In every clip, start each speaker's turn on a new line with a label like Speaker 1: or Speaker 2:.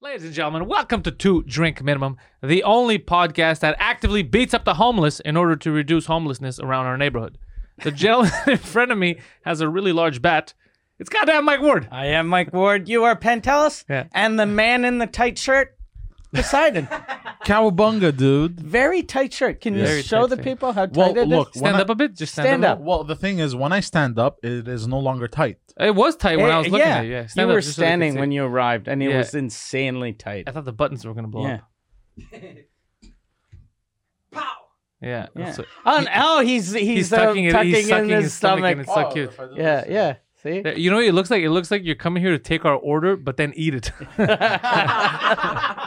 Speaker 1: Ladies and gentlemen, welcome to Two Drink Minimum, the only podcast that actively beats up the homeless in order to reduce homelessness around our neighborhood. The gentleman in front of me has a really large bat. It's goddamn Mike Ward.
Speaker 2: I am Mike Ward. You are Pentelis,
Speaker 1: Yeah.
Speaker 2: and the man in the tight shirt, Poseidon.
Speaker 3: Cowabunga, dude.
Speaker 2: Very tight shirt. Can you
Speaker 1: Very
Speaker 2: show
Speaker 1: tight
Speaker 2: the
Speaker 1: shirt.
Speaker 2: people how tight
Speaker 3: Well,
Speaker 2: it is?
Speaker 3: look, when
Speaker 1: Stand
Speaker 3: I-
Speaker 1: up a bit. Just stand,
Speaker 2: Stand
Speaker 1: up.
Speaker 2: up.
Speaker 3: Well, the thing is, when I stand up, it is no longer tight.
Speaker 1: It was tight when I was
Speaker 2: Eh,
Speaker 1: looking
Speaker 2: yeah,
Speaker 1: at you. Yeah,
Speaker 2: you
Speaker 1: stand
Speaker 2: were
Speaker 1: up just so they could
Speaker 2: standing
Speaker 1: see.
Speaker 2: when you arrived, and it
Speaker 1: Yeah.
Speaker 2: was insanely tight.
Speaker 1: I thought the buttons were gonna blow
Speaker 2: Yeah.
Speaker 1: up. Yeah.
Speaker 2: Yeah.
Speaker 1: So-
Speaker 2: Oh, and- oh, he's he's,
Speaker 1: he's
Speaker 2: uh,
Speaker 1: tucking,
Speaker 2: tucking,
Speaker 1: it- he's
Speaker 2: in
Speaker 1: sucking
Speaker 2: his,
Speaker 1: stomach,
Speaker 2: stomach.
Speaker 1: and it's so cute.
Speaker 2: Yeah, yeah. See,
Speaker 1: There- eh, You know, what it looks like it looks like you're coming here to take our order, but then eat it.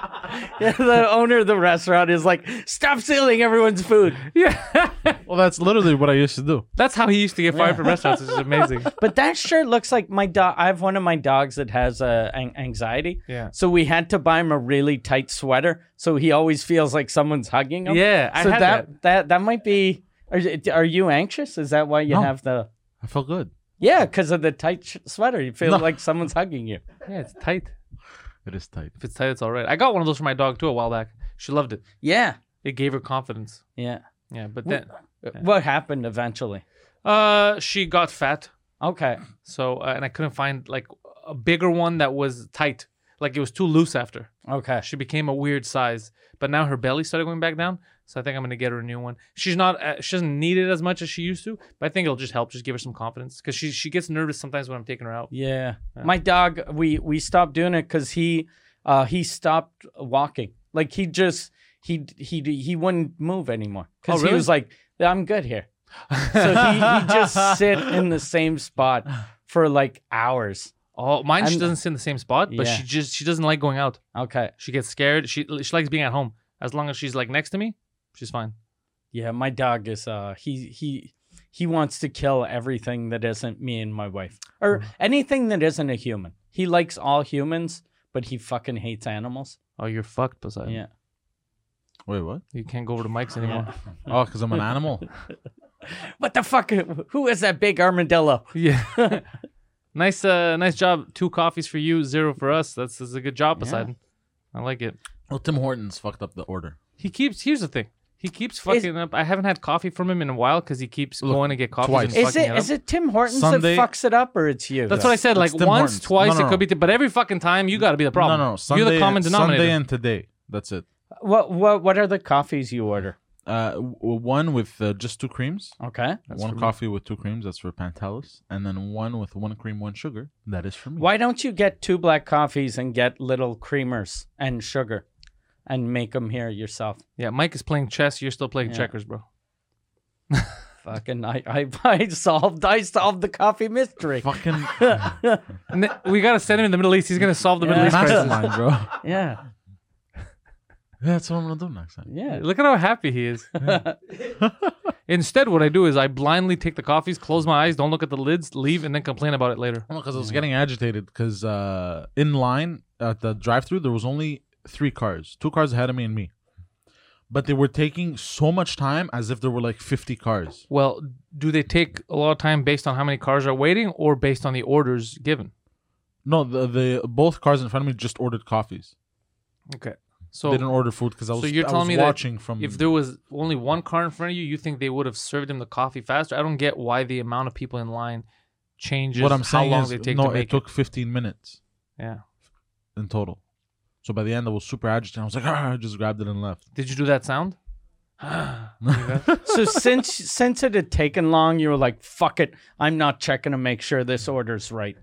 Speaker 2: Yeah, the owner of the restaurant is like, stop stealing everyone's food.
Speaker 1: yeah,
Speaker 3: Well, that's literally what I used to do.
Speaker 1: that's how he used to get fired
Speaker 2: Yeah.
Speaker 1: from restaurants, which is amazing.
Speaker 2: But that shirt looks like my dog. I have one of my dogs that has uh, an- anxiety.
Speaker 1: Yeah.
Speaker 2: So we had to buy him a really tight sweater, so he always feels like someone's hugging him.
Speaker 1: Yeah, I
Speaker 2: So
Speaker 1: had
Speaker 2: that, that that might be. Are, you- are you anxious? Is that why you
Speaker 3: No.
Speaker 2: have the?
Speaker 3: I felt good.
Speaker 2: Yeah, because of the tight sh- sweater, you feel
Speaker 3: No.
Speaker 2: like someone's hugging you.
Speaker 1: Yeah, it's tight.
Speaker 3: It is tight.
Speaker 1: If it's tight, it's all right. I got one of those for my dog too a while back. She loved it.
Speaker 2: Yeah.
Speaker 1: It gave her confidence.
Speaker 2: Yeah.
Speaker 1: Yeah, but then
Speaker 2: What happened eventually?
Speaker 1: uh, she got fat.
Speaker 2: Okay.
Speaker 1: So uh, and I couldn't find like a bigger one that was tight. Like it was too loose after.
Speaker 2: Okay.
Speaker 1: She became a weird size, but now her belly started going back down. So I think I'm gonna get her a new one. She's not, uh, she doesn't need it as much as she used to, but I think it'll just help, just give her some confidence because she she gets nervous sometimes when I'm taking her out.
Speaker 2: Yeah. My dog, we we stopped doing it because he uh he stopped walking. Like he just he he he wouldn't move anymore because
Speaker 1: Oh, really?
Speaker 2: he was like, I'm good here. So he he just sit in the same spot for like hours.
Speaker 1: Oh, mine she
Speaker 2: And-
Speaker 1: doesn't sit in the same spot, but
Speaker 2: Yeah.
Speaker 1: she just she doesn't like going out.
Speaker 2: Okay.
Speaker 1: She gets scared. She she likes being at home. As long as she's like next to me, she's fine.
Speaker 2: Yeah, my dog is uh he he he wants to kill everything that isn't me and my wife or anything that isn't a human. He likes all humans, but he fucking hates animals.
Speaker 1: Oh, you're fucked, Poseidon.
Speaker 2: Yeah.
Speaker 3: Wait, what?
Speaker 1: You can't go over to Mike's anymore.
Speaker 3: Oh, because I'm an animal.
Speaker 2: What the fuck? Who is that big armadillo?
Speaker 1: Yeah. nice uh nice job. Two coffees for you, zero for us. That's, that's a good job,
Speaker 2: Yeah.
Speaker 1: Poseidon. I like it.
Speaker 3: Well, Tim Hortons fucked up the order.
Speaker 1: He keeps. Here's the thing. He keeps fucking up. I haven't had coffee from him in a while because he keeps
Speaker 3: Look,
Speaker 1: going to get coffee. And
Speaker 3: twice.
Speaker 2: Is
Speaker 1: fucking
Speaker 2: it
Speaker 1: it up.
Speaker 2: is it Tim Hortons
Speaker 3: Sunday-
Speaker 2: that fucks it up or it's you?
Speaker 1: That's what I said. Like
Speaker 3: It's Tim
Speaker 1: once,
Speaker 3: Hortons.
Speaker 1: twice,
Speaker 3: No, no,
Speaker 1: it could be. but every fucking time, you got to be the problem.
Speaker 3: No, no, no. Sunday,
Speaker 1: You're the common denominator.
Speaker 3: Sunday and today. That's it.
Speaker 2: What what what are the coffees you order?
Speaker 3: Uh, w- one with uh, just two creams.
Speaker 2: Okay.
Speaker 1: for
Speaker 3: one
Speaker 1: me.
Speaker 3: coffee with two creams. That's for Pantelis. And then one with one cream, one sugar. That is for me.
Speaker 2: Why don't you get two black coffees and get little creamers and sugar, and make them here yourself?
Speaker 1: yeah, Mike is playing chess. You're still playing
Speaker 2: Yeah.
Speaker 1: checkers, bro.
Speaker 2: Fucking I I, I solved I solved the coffee mystery.
Speaker 3: Fucking
Speaker 1: And th- we gotta send him in the Middle East. He's gonna solve the Middle
Speaker 2: Yeah.
Speaker 1: East crisis.
Speaker 3: mastermind, bro. Yeah,
Speaker 2: Yeah
Speaker 3: that's what I'm gonna do next time.
Speaker 2: yeah.
Speaker 1: Look at how happy he is. Instead, what I do is I blindly take the coffees, close my eyes, don't look at the lids, leave, and then complain about it later.
Speaker 3: Well, because Oh, I was getting agitated because uh, in line at the drive-through there was only three cars, two cars ahead of me and me, but they were taking so much time as if there were like fifty cars.
Speaker 1: Well, do they take a lot of time based on how many cars are waiting or based on the orders given?
Speaker 3: No, the, the both cars in front of me just ordered coffees.
Speaker 1: Okay. So
Speaker 3: they didn't order food because I was,
Speaker 1: so you're
Speaker 3: I
Speaker 1: telling
Speaker 3: was
Speaker 1: me that
Speaker 3: watching from
Speaker 1: if there was only one car in front of you, you think they would have served him the coffee faster? I don't get why the amount of people in line changes
Speaker 3: what I'm
Speaker 1: how
Speaker 3: saying
Speaker 1: long
Speaker 3: is
Speaker 1: they take
Speaker 3: no,
Speaker 1: to make
Speaker 3: it took fifteen minutes
Speaker 1: it. Yeah.
Speaker 3: in total. So by the end I was super agitated. I was like, "Ah," I just grabbed it and left.
Speaker 1: Did you do that sound?
Speaker 2: So since since it had taken long, you were like, "Fuck it, I'm not checking to make sure this order's right."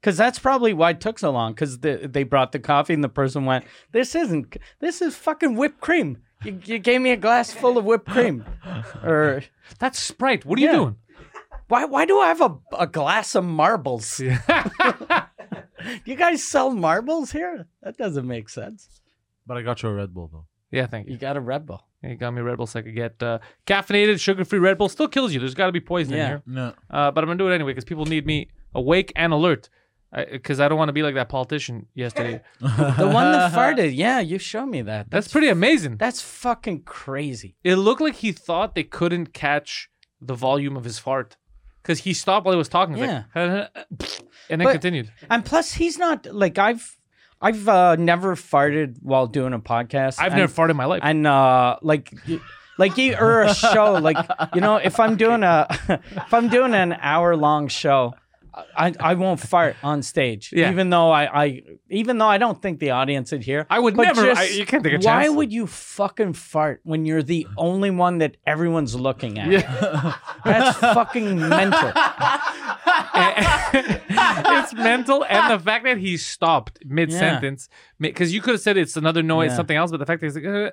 Speaker 2: Because that's probably why it took so long. Because the, they brought the coffee and the person went, "This isn't. This is fucking whipped cream. You, you gave me a glass full of whipped cream, or
Speaker 1: That's Sprite. What are
Speaker 2: Yeah.
Speaker 1: you doing?
Speaker 2: why? Why do I have a, a glass of marbles? you guys sell marbles here? That doesn't make sense.
Speaker 3: But I got you a Red Bull though.
Speaker 1: Yeah, thank you.
Speaker 2: You got a Red Bull.
Speaker 1: You got me Red Bull so I could get uh, caffeinated, sugar free Red Bull. Still kills you. There's got to be poison in
Speaker 2: Yeah.
Speaker 1: here.
Speaker 3: No,
Speaker 1: Uh, but I'm going to do it anyway because people need me awake and alert because I, don't want to be like that politician yesterday.
Speaker 2: The one that farted. Yeah, you show me that.
Speaker 1: That's pretty amazing.
Speaker 2: That's fucking crazy.
Speaker 1: It looked like he thought they couldn't catch the volume of his fart because he stopped while he was talking. He was like, and then
Speaker 2: But-
Speaker 1: continued.
Speaker 2: And plus, he's not like I've I've uh, never farted while doing a podcast.
Speaker 1: I've
Speaker 2: and-
Speaker 1: never farted in my life.
Speaker 2: and uh, like y- like you or a show like you know if i'm doing a if i'm doing an hour long show i i won't fart on stage
Speaker 1: Yeah.
Speaker 2: even though i i even though i don't think the audience would hear
Speaker 1: I would
Speaker 2: But
Speaker 1: never-
Speaker 2: just
Speaker 1: I- you can't take a
Speaker 2: why
Speaker 1: chance.
Speaker 2: would you fucking fart when you're the only one that everyone's looking at that's fucking mental
Speaker 1: it's mental, and the fact that he stopped mid sentence because you could have said it's another noise,
Speaker 2: Yeah.
Speaker 1: something else, but the fact that he's like, "Uh,"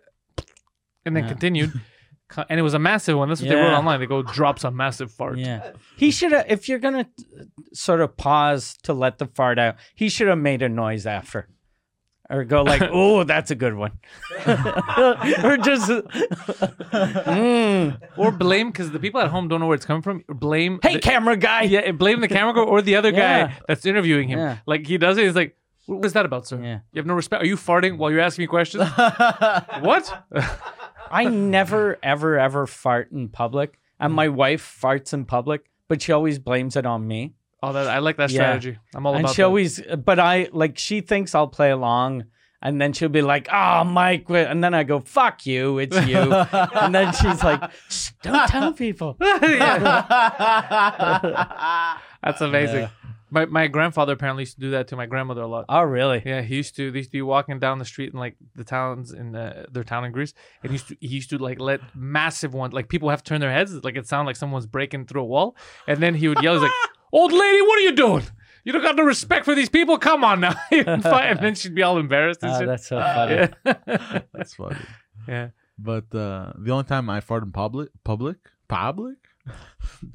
Speaker 1: and then continued, Co- and it was a massive one. That's what they wrote
Speaker 2: Yeah.
Speaker 1: online. They go drops a massive fart.
Speaker 2: yeah Uh, he should have if you're gonna uh, sort of pause to let the fart out he should have made a noise after or go like oh that's a good one or just Mm.
Speaker 1: Or blame because the people at home don't know where it's coming from. Blame
Speaker 2: hey
Speaker 1: the-
Speaker 2: camera guy
Speaker 1: yeah, and blame the camera guy or the other guy
Speaker 2: Yeah.
Speaker 1: that's interviewing him.
Speaker 2: Yeah.
Speaker 1: Like he does it, he's like, "What is that about, sir?
Speaker 2: Yeah.
Speaker 1: You have no respect. Are you farting while you're asking me questions? what?
Speaker 2: i never ever ever fart in public and my wife farts in public but she always blames it on me
Speaker 1: Oh, that, I like that
Speaker 2: Yeah.
Speaker 1: strategy. I'm all
Speaker 2: and
Speaker 1: about
Speaker 2: she
Speaker 1: that.
Speaker 2: always but i like she thinks i'll play along and then she'll be like oh mike wait," and then i go fuck you it's you and then she's like "Shh, don't tell people
Speaker 1: That's amazing. My my grandfather apparently used to do that to my grandmother a lot.
Speaker 2: oh really
Speaker 1: Yeah, he used to. They used to be walking down the street in like the towns in uh, their town in Greece, and he used to he used to like let massive ones like people have to turn their heads, like it sounded like someone's breaking through a wall, and then he would yell, he's like, "Old lady, what are you doing? You don't got no respect for these people. Come on now!" and then she'd be all embarrassed and
Speaker 2: Oh,
Speaker 1: shit.
Speaker 2: that's so funny.
Speaker 3: Ah, That's funny.
Speaker 1: Yeah.
Speaker 3: But uh, the only time I fart in public, public, public,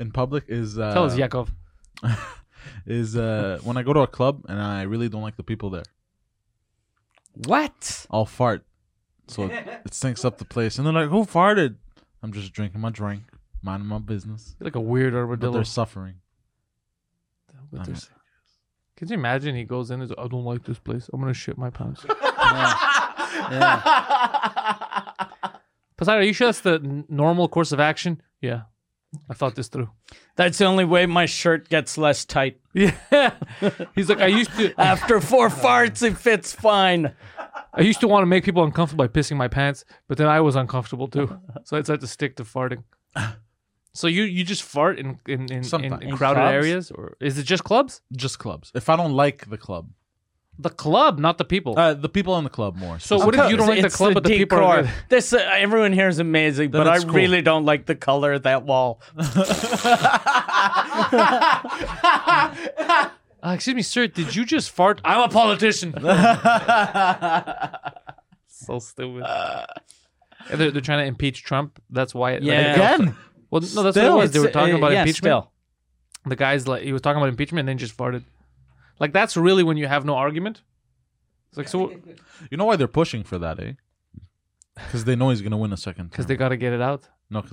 Speaker 3: in public is uh,
Speaker 1: Tell us, Yakov.
Speaker 3: is uh, when I go to a club and I really don't like the people there.
Speaker 2: What?
Speaker 3: I'll fart, so it, it stinks up the place, and they're like, "Who farted?" I'm just drinking my drink, minding my business,
Speaker 1: You're like a weird
Speaker 3: but they're
Speaker 1: armadillo.
Speaker 3: suffering.
Speaker 1: But there's- Can you imagine? He goes in. He's like, I don't like this place. I'm gonna shit my pants. Poseidon, are you sure that's the n- normal course of action? Yeah, I thought this through.
Speaker 2: That's the only way my shirt gets less tight.
Speaker 1: Yeah, he's like, I used to,
Speaker 2: After
Speaker 1: Ah.
Speaker 2: four farts, it fits fine.
Speaker 1: I used to want to make people uncomfortable by pissing my pants, but then I was uncomfortable too, so I decided to stick to farting. So you you just fart in in in, in,
Speaker 3: Sometimes.
Speaker 1: in
Speaker 3: In
Speaker 1: crowded
Speaker 2: clubs?
Speaker 1: areas, or is it just clubs?
Speaker 3: Just clubs. If I don't like the club,
Speaker 1: The club, not the people.
Speaker 3: uh, the people in the club more.
Speaker 1: so what if you don't like the
Speaker 2: It's
Speaker 1: club, but the people are
Speaker 2: decor. This uh, everyone here is amazing,
Speaker 3: Then
Speaker 2: but I
Speaker 3: it's cool.
Speaker 2: really don't like the color of that wall.
Speaker 1: Uh, excuse me, sir. Did you just fart? I'm a politician. so stupid. And they're, they're trying to impeach Trump. That's why. It, like,
Speaker 2: Yeah.
Speaker 1: it got-
Speaker 3: Again?
Speaker 1: well, no, that's what it
Speaker 2: Still,
Speaker 1: was. They were
Speaker 2: it's-
Speaker 1: talking
Speaker 2: uh,
Speaker 1: about
Speaker 2: yeah,
Speaker 1: impeachment.
Speaker 2: still.
Speaker 1: The guys like he was talking about impeachment and then just farted. Like that's really when you have no argument. It's like so
Speaker 3: You know why they're pushing for that, eh? Because they know he's gonna win a second.
Speaker 1: because
Speaker 3: term.
Speaker 1: they got to get it out.
Speaker 3: no,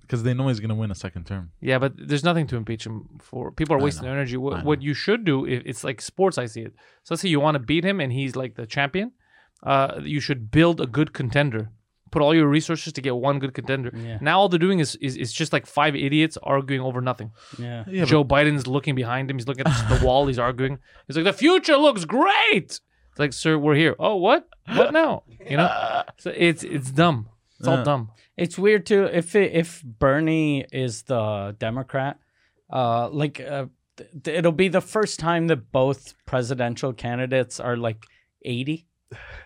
Speaker 3: because they know he's gonna win a second term.
Speaker 1: Yeah, but there's nothing to impeach him for. People are
Speaker 3: I
Speaker 1: wasting
Speaker 3: know.
Speaker 1: their energy.
Speaker 3: I
Speaker 1: What,
Speaker 3: know.
Speaker 1: what you should do, if it's like sports, I see it. So let's say you want to beat him and he's like the champion. Uh, you should build a good contender. Put all your resources to get one good contender.
Speaker 2: Yeah.
Speaker 1: Now all they're doing is, is is just like five idiots arguing over nothing.
Speaker 2: Yeah.
Speaker 3: Yeah,
Speaker 1: Joe Biden's looking behind him. He's looking at the wall. He's arguing. He's like, "The future looks great." It's like, "Sir, we're here." Oh, what? What now? You know? So it's it's dumb. It's all
Speaker 3: Yeah.
Speaker 1: dumb.
Speaker 2: It's weird too. If it, if Bernie is the Democrat, uh, like uh, th- th- it'll be the first time that both presidential candidates are like eighty.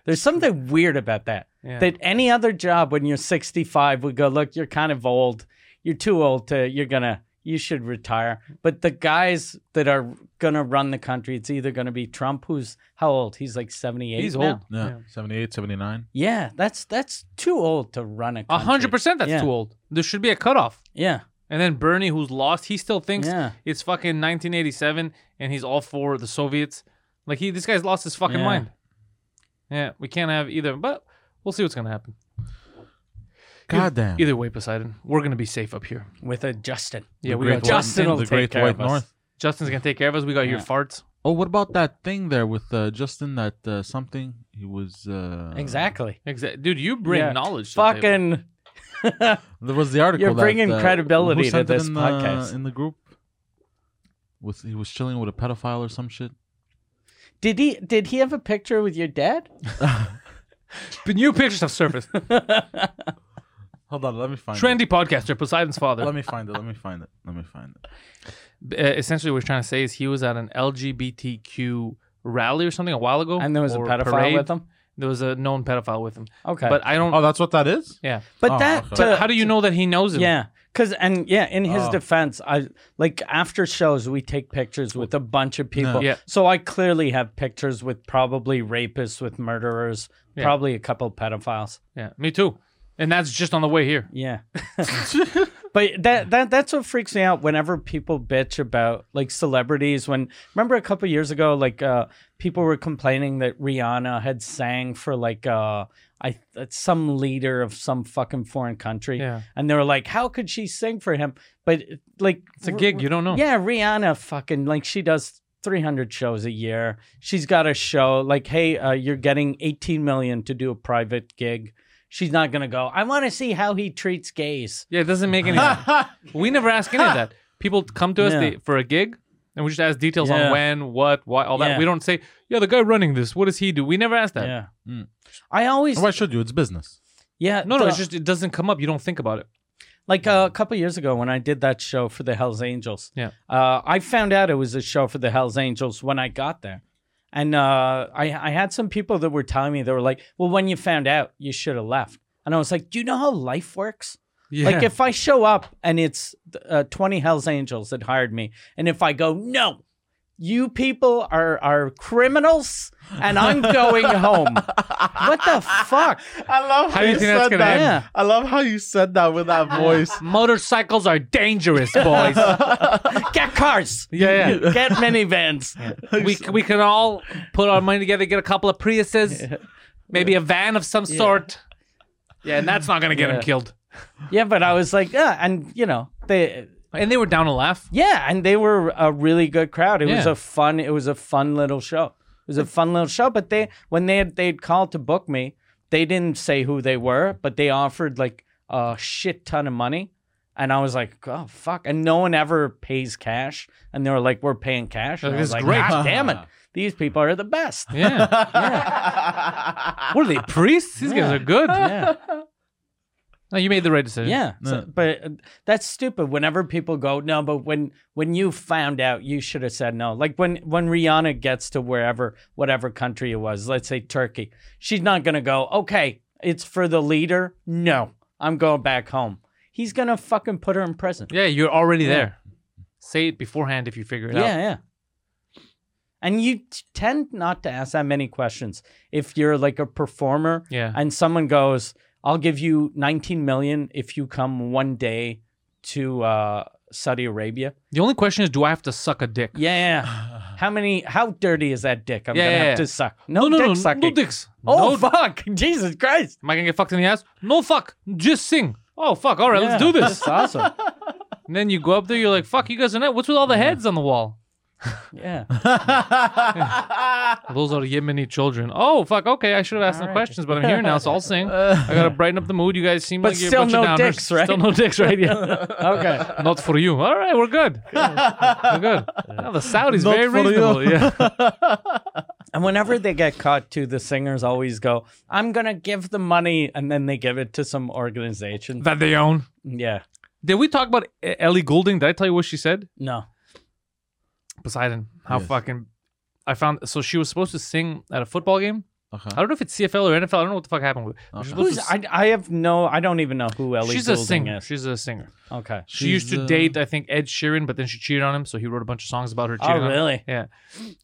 Speaker 2: There's something weird about that.
Speaker 1: Yeah.
Speaker 2: That any other job when you're 65 would go, look, you're kind of old. You're too old to. You're gonna. You should retire. But the guys that are gonna run the country, it's either gonna be Trump, who's how old? He's like 78.
Speaker 1: He's
Speaker 2: now.
Speaker 1: old.
Speaker 3: yeah.
Speaker 1: Yeah.
Speaker 3: 78, 79.
Speaker 2: Yeah, that's that's too old to run a
Speaker 1: A
Speaker 2: country.
Speaker 1: hundred percent. That's
Speaker 2: Yeah.
Speaker 1: too old. There should be a cutoff.
Speaker 2: Yeah.
Speaker 1: And then Bernie, who's lost, he still thinks
Speaker 2: Yeah.
Speaker 1: it's fucking 1987 and he's all for the Soviets. Like he, this guy's lost his fucking
Speaker 2: Yeah.
Speaker 1: mind. Yeah, we can't have either, but we'll see what's gonna happen.
Speaker 3: Goddamn.
Speaker 1: Either way, Poseidon, we're gonna be safe up here.
Speaker 2: with a Justin.
Speaker 1: Yeah, we got
Speaker 3: Great White-
Speaker 2: Justin will
Speaker 3: the
Speaker 2: take
Speaker 3: Great
Speaker 2: care
Speaker 3: White
Speaker 2: of us.
Speaker 3: North.
Speaker 1: Justin's gonna take care of us. We got your
Speaker 2: Yeah.
Speaker 1: farts.
Speaker 3: Oh, what about that thing there with uh, Justin? That uh, something he was. Uh,
Speaker 2: Exactly.
Speaker 1: Exactly, dude. You bring
Speaker 2: Yeah.
Speaker 1: knowledge. to the table.
Speaker 2: Fucking
Speaker 3: There was the article.
Speaker 2: You're
Speaker 3: that,
Speaker 2: bringing
Speaker 3: uh,
Speaker 2: credibility
Speaker 3: who
Speaker 2: to
Speaker 3: sent it
Speaker 2: this
Speaker 3: in
Speaker 2: podcast.
Speaker 3: The, in the group, with he was chilling with a pedophile or some shit.
Speaker 2: Did he did he have a picture with your dad?
Speaker 1: But new pictures have surfaced.
Speaker 3: Hold on, let me find it.
Speaker 1: Trendy podcaster, Poseidon's father.
Speaker 3: Let me find it. Let me find it. Let me find it.
Speaker 1: B- uh, essentially, what he's trying to say is he was at an LGBTQ rally or something a while ago.
Speaker 2: And there was a
Speaker 1: or
Speaker 2: pedophile
Speaker 1: parade.
Speaker 2: with him. There
Speaker 1: There was a known pedophile with him.
Speaker 2: Okay.
Speaker 1: But I don't.
Speaker 3: Oh, that's what that is.
Speaker 1: yeah.
Speaker 2: But
Speaker 3: Oh,
Speaker 2: that
Speaker 3: okay.
Speaker 2: to-
Speaker 1: How do you know that he knows him?
Speaker 2: Yeah, because and yeah, in his
Speaker 3: Oh.
Speaker 2: defense, I like after shows we take pictures with a bunch of people.
Speaker 1: Yeah.
Speaker 2: So I clearly have pictures with probably rapists, with murderers,
Speaker 1: Yeah.
Speaker 2: probably a couple pedophiles.
Speaker 1: Yeah. Me too. And that's just on the way here.
Speaker 2: Yeah. but that that that's what freaks me out whenever people bitch about like celebrities when remember a couple years ago like uh people were complaining that Rihanna had sang for like uh I some leader of some fucking foreign country
Speaker 1: Yeah.
Speaker 2: and they were like how could she sing for him but like
Speaker 1: It's a gig. You don't know.
Speaker 2: yeah, Rihanna fucking like she does 300 shows a year. She's got a show like, hey, uh, you're getting 18 million to do a private gig. She's not gonna go. I want to see how he treats gays.
Speaker 1: Yeah. It doesn't make any. sense. we never ask any of that. People come to us
Speaker 2: Yeah.
Speaker 1: they, for a gig. And we just ask details
Speaker 2: Yeah.
Speaker 1: on when, what, why, all that.
Speaker 2: Yeah.
Speaker 1: We don't say, yeah, the guy running this, what does he do? We never ask that.
Speaker 2: Yeah,
Speaker 3: Mm.
Speaker 2: I always
Speaker 3: Why should you? It's business.
Speaker 2: yeah
Speaker 1: No, no,
Speaker 2: the-
Speaker 1: it's just, it doesn't come up. You don't think about it.
Speaker 2: like uh, a couple years ago when I did that show for the Hell's Angels.
Speaker 1: Yeah.
Speaker 2: Uh, I found out it was a show for the Hell's Angels when I got there. And uh, I, I had some people that were telling me, they were like, well, when you found out, you should have left. And I was like, do you know how life works?
Speaker 1: Yeah.
Speaker 2: Like, if I show up and it's uh, 20 Hells Angels that hired me, and if I go, no, you people are, are criminals, and I'm going home. What the fuck?
Speaker 3: I love
Speaker 1: How do you think that's gonna
Speaker 2: that. end?
Speaker 3: I love how you said that with that voice.
Speaker 1: Motorcycles are dangerous, boys.
Speaker 2: Get cars.
Speaker 1: Yeah, yeah.
Speaker 2: Get minivans.
Speaker 1: we c- we can all put our money together, get a couple of Priuses, maybe a van of some sort. Yeah, and that's not gonna get him
Speaker 2: Yeah.
Speaker 1: killed.
Speaker 2: Yeah, but I was like, yeah, and you know, they,
Speaker 1: And they were down to laugh.
Speaker 2: yeah, and they were a really good crowd. It was
Speaker 1: Yeah.
Speaker 2: a fun, it was a fun little show. It was a fun little show. But they, when they had, they'd called to book me, they didn't say who they were, but they offered like a shit ton of money. And I was like, oh fuck! And no one ever pays cash. And they were like, we're paying cash. And I
Speaker 1: That's
Speaker 2: was like,
Speaker 1: great.
Speaker 2: God damn it, these people are the best.
Speaker 1: Yeah. what are they priests? These guys are good.
Speaker 2: Yeah.
Speaker 1: No, you made the right decision.
Speaker 2: Yeah, so- but uh, that's stupid. Whenever people go, no, but when when you found out, you should have said no. Like when when Rihanna gets to wherever, whatever country it was, let's say Turkey, she's not gonna go. Okay, it's for the leader. No, I'm going back home. He's gonna fucking put her in prison.
Speaker 1: Yeah, you're already there. Say it beforehand if you figure it
Speaker 2: Yeah,
Speaker 1: out.
Speaker 2: yeah. And you t- tend not to ask that many questions if you're like a performer
Speaker 1: Yeah.
Speaker 2: and someone goes, "I'll give you 19 million if you come one day to uh, Saudi Arabia."
Speaker 1: The only question is do I have to suck a dick?
Speaker 2: Yeah. How many? How dirty is that dick? I'm
Speaker 1: Yeah,
Speaker 2: gonna
Speaker 1: yeah, yeah.
Speaker 2: have to suck. No,
Speaker 1: no,
Speaker 2: dick
Speaker 1: no,
Speaker 2: sucking.
Speaker 1: no dicks.
Speaker 2: Oh
Speaker 1: no,
Speaker 2: fuck! Jesus Christ!
Speaker 1: am I gonna get fucked in the ass? No fuck. Just sing. Oh fuck. All right, let's
Speaker 2: Yeah,
Speaker 1: do this.
Speaker 2: That's awesome.
Speaker 1: And then you go up there, you're like, fuck, you guys are nuts. What's with all the heads on the wall?
Speaker 2: Yeah.
Speaker 1: Those are Yemeni children. Oh, fuck, okay. I should have asked some
Speaker 2: All right.
Speaker 1: questions, but I'm here now, so I'll sing. I gotta brighten up the mood. You guys seem
Speaker 2: But
Speaker 1: like you're a
Speaker 2: still
Speaker 1: bunch of
Speaker 2: no
Speaker 1: downers.
Speaker 2: dicks, right?
Speaker 1: Still no dicks, right? Yeah.
Speaker 2: Okay.
Speaker 1: Not for you. All right, we're good. We're good. Now the Saudi's
Speaker 3: Not
Speaker 1: very
Speaker 3: for you.
Speaker 1: reasonable. Yeah.
Speaker 2: And whenever they get caught, too, the singers always go, "I'm gonna give the money," and then they give it to some organization.
Speaker 1: that they own.
Speaker 2: Yeah.
Speaker 1: Did we talk about E- Ellie Goulding? Did I tell you what she said?
Speaker 2: No.
Speaker 1: Poseidon. How
Speaker 3: Yes.
Speaker 1: fucking. I found. So she was supposed to sing at a football game. I
Speaker 3: Okay.
Speaker 1: don't know if it's CFL or NFL. I don't know what the fuck happened with it. But she was
Speaker 2: Who's?
Speaker 1: supposed to
Speaker 2: I, I have no. I don't even know who
Speaker 1: s-
Speaker 2: Ellie
Speaker 1: She's a
Speaker 2: Goulding
Speaker 1: singer.
Speaker 2: is.
Speaker 1: She's a singer.
Speaker 2: Okay.
Speaker 1: She used
Speaker 3: She's,
Speaker 1: to
Speaker 3: uh,
Speaker 1: date, I think, Ed Sheeran, but then she cheated on him, so he wrote a bunch of songs about her cheating.
Speaker 2: Oh,
Speaker 1: on him.
Speaker 2: really?
Speaker 1: Yeah.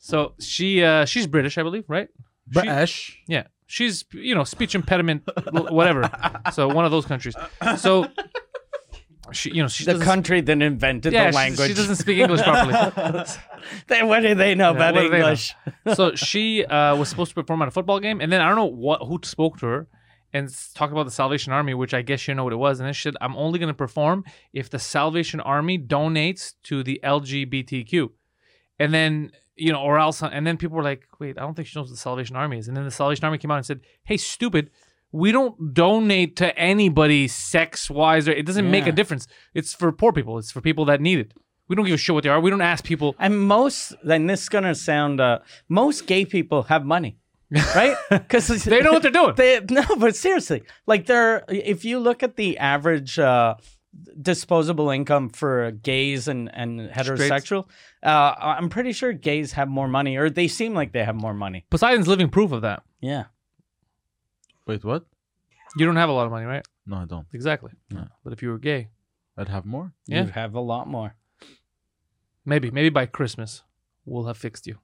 Speaker 1: So she uh, she's British, I believe, right? She-
Speaker 2: uh,
Speaker 3: British.
Speaker 1: yeah. She's you know speech impediment, l- whatever. So one of those countries. So she you know she
Speaker 2: the
Speaker 1: doesn't
Speaker 2: country that invented
Speaker 1: yeah,
Speaker 2: the
Speaker 1: she-
Speaker 2: language.
Speaker 1: She, doesn't speak English properly.
Speaker 2: They- what do they know about
Speaker 1: what do they know?
Speaker 2: English?
Speaker 1: so she uh, was supposed to perform at a football game, and then I don't know what who spoke to her and s- talked about the Salvation Army, which I guess you know what it was. And then she said, "I'm only going to perform if the Salvation Army donates to the LGBTQ." And then you know, or else, and then people were like, "Wait, I don't think she knows what the Salvation Army is." And then the Salvation Army came out and said, "Hey, stupid." We don't donate to anybody sex wise, or it doesn't make
Speaker 2: Yeah.
Speaker 1: a difference. It's for poor people. It's for people that need it. We don't give a shit what they are. We don't ask people.
Speaker 2: And most, and this is gonna sound, uh, most gay people have money, right? Because
Speaker 1: They know what they're doing.
Speaker 2: They, no, but seriously, like they're. If you look at the average uh, disposable income for gays and and heterosexual, uh, I'm pretty sure gays have more money, or they seem like they have more money.
Speaker 1: Poseidon's living proof of that.
Speaker 2: Yeah.
Speaker 3: Wait, what?
Speaker 1: You don't have a lot of money, right?
Speaker 3: No, I don't.
Speaker 1: Exactly.
Speaker 3: No.
Speaker 1: But if you were gay,
Speaker 3: I'd have more.
Speaker 1: Yeah.
Speaker 2: You have a lot more.
Speaker 1: maybe, maybe by Christmas, we'll have fixed you.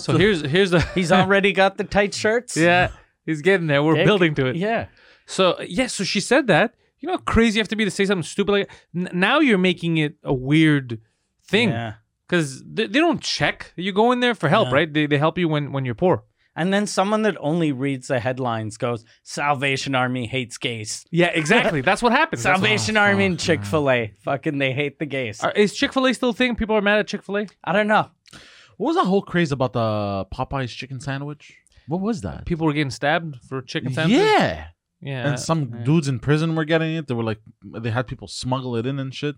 Speaker 1: So here's here's the
Speaker 2: He's already got the tight shirts.
Speaker 1: yeah. He's getting there. We're
Speaker 2: Dick.
Speaker 1: building to it.
Speaker 2: Yeah.
Speaker 1: So yeah, so she said that. You know how crazy you have to be to say something stupid like N- now you're making it a weird thing
Speaker 2: Yeah.
Speaker 1: because they, they don't check. You go in there for help,
Speaker 2: Yeah.
Speaker 1: right? They, they help you when when you're poor.
Speaker 2: And then someone that only reads the headlines goes, Salvation Army hates gays.
Speaker 1: Yeah, exactly. That's what happens. That's-
Speaker 2: Salvation Army
Speaker 3: Oh,
Speaker 2: and Chick fil A. Fucking they hate the gays.
Speaker 1: Are- Is Chick Fil A still a thing? People are mad at Chick Fil A.
Speaker 2: I don't know.
Speaker 3: what was that whole craze about the Popeyes chicken sandwich? What was that?
Speaker 1: People were getting stabbed for chicken sandwiches.
Speaker 3: Yeah.
Speaker 1: yeah.
Speaker 3: and some dudes in prison were getting it. They were like, they had people smuggle it in and shit.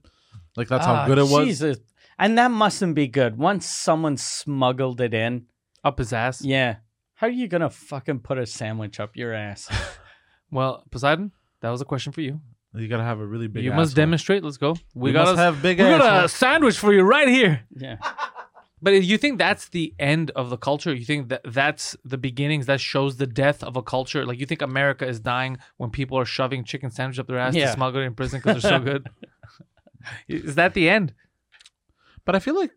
Speaker 3: Like that's
Speaker 2: Ah,
Speaker 3: how good it was.
Speaker 2: Jesus. And that mustn't be good. Once someone smuggled it in,
Speaker 1: up his ass.
Speaker 2: yeah. How are you gonna fucking put a sandwich up your ass?
Speaker 1: Well, Poseidon, that was a question for you.
Speaker 3: You gotta have a really big.
Speaker 1: you must
Speaker 3: asshole.
Speaker 1: demonstrate. Let's go. We,
Speaker 3: You
Speaker 1: got
Speaker 3: must
Speaker 1: a,
Speaker 3: have big
Speaker 1: we got
Speaker 3: asshole.
Speaker 1: a sandwich for you right here.
Speaker 2: Yeah.
Speaker 1: But if you think that's the end of the culture? You think that that's the beginnings? That shows the death of a culture? Like you think America is dying when people are shoving chicken sandwich up their ass
Speaker 2: Yeah.
Speaker 1: to smuggle it in prison because they're so good? is that the end?
Speaker 3: But I feel like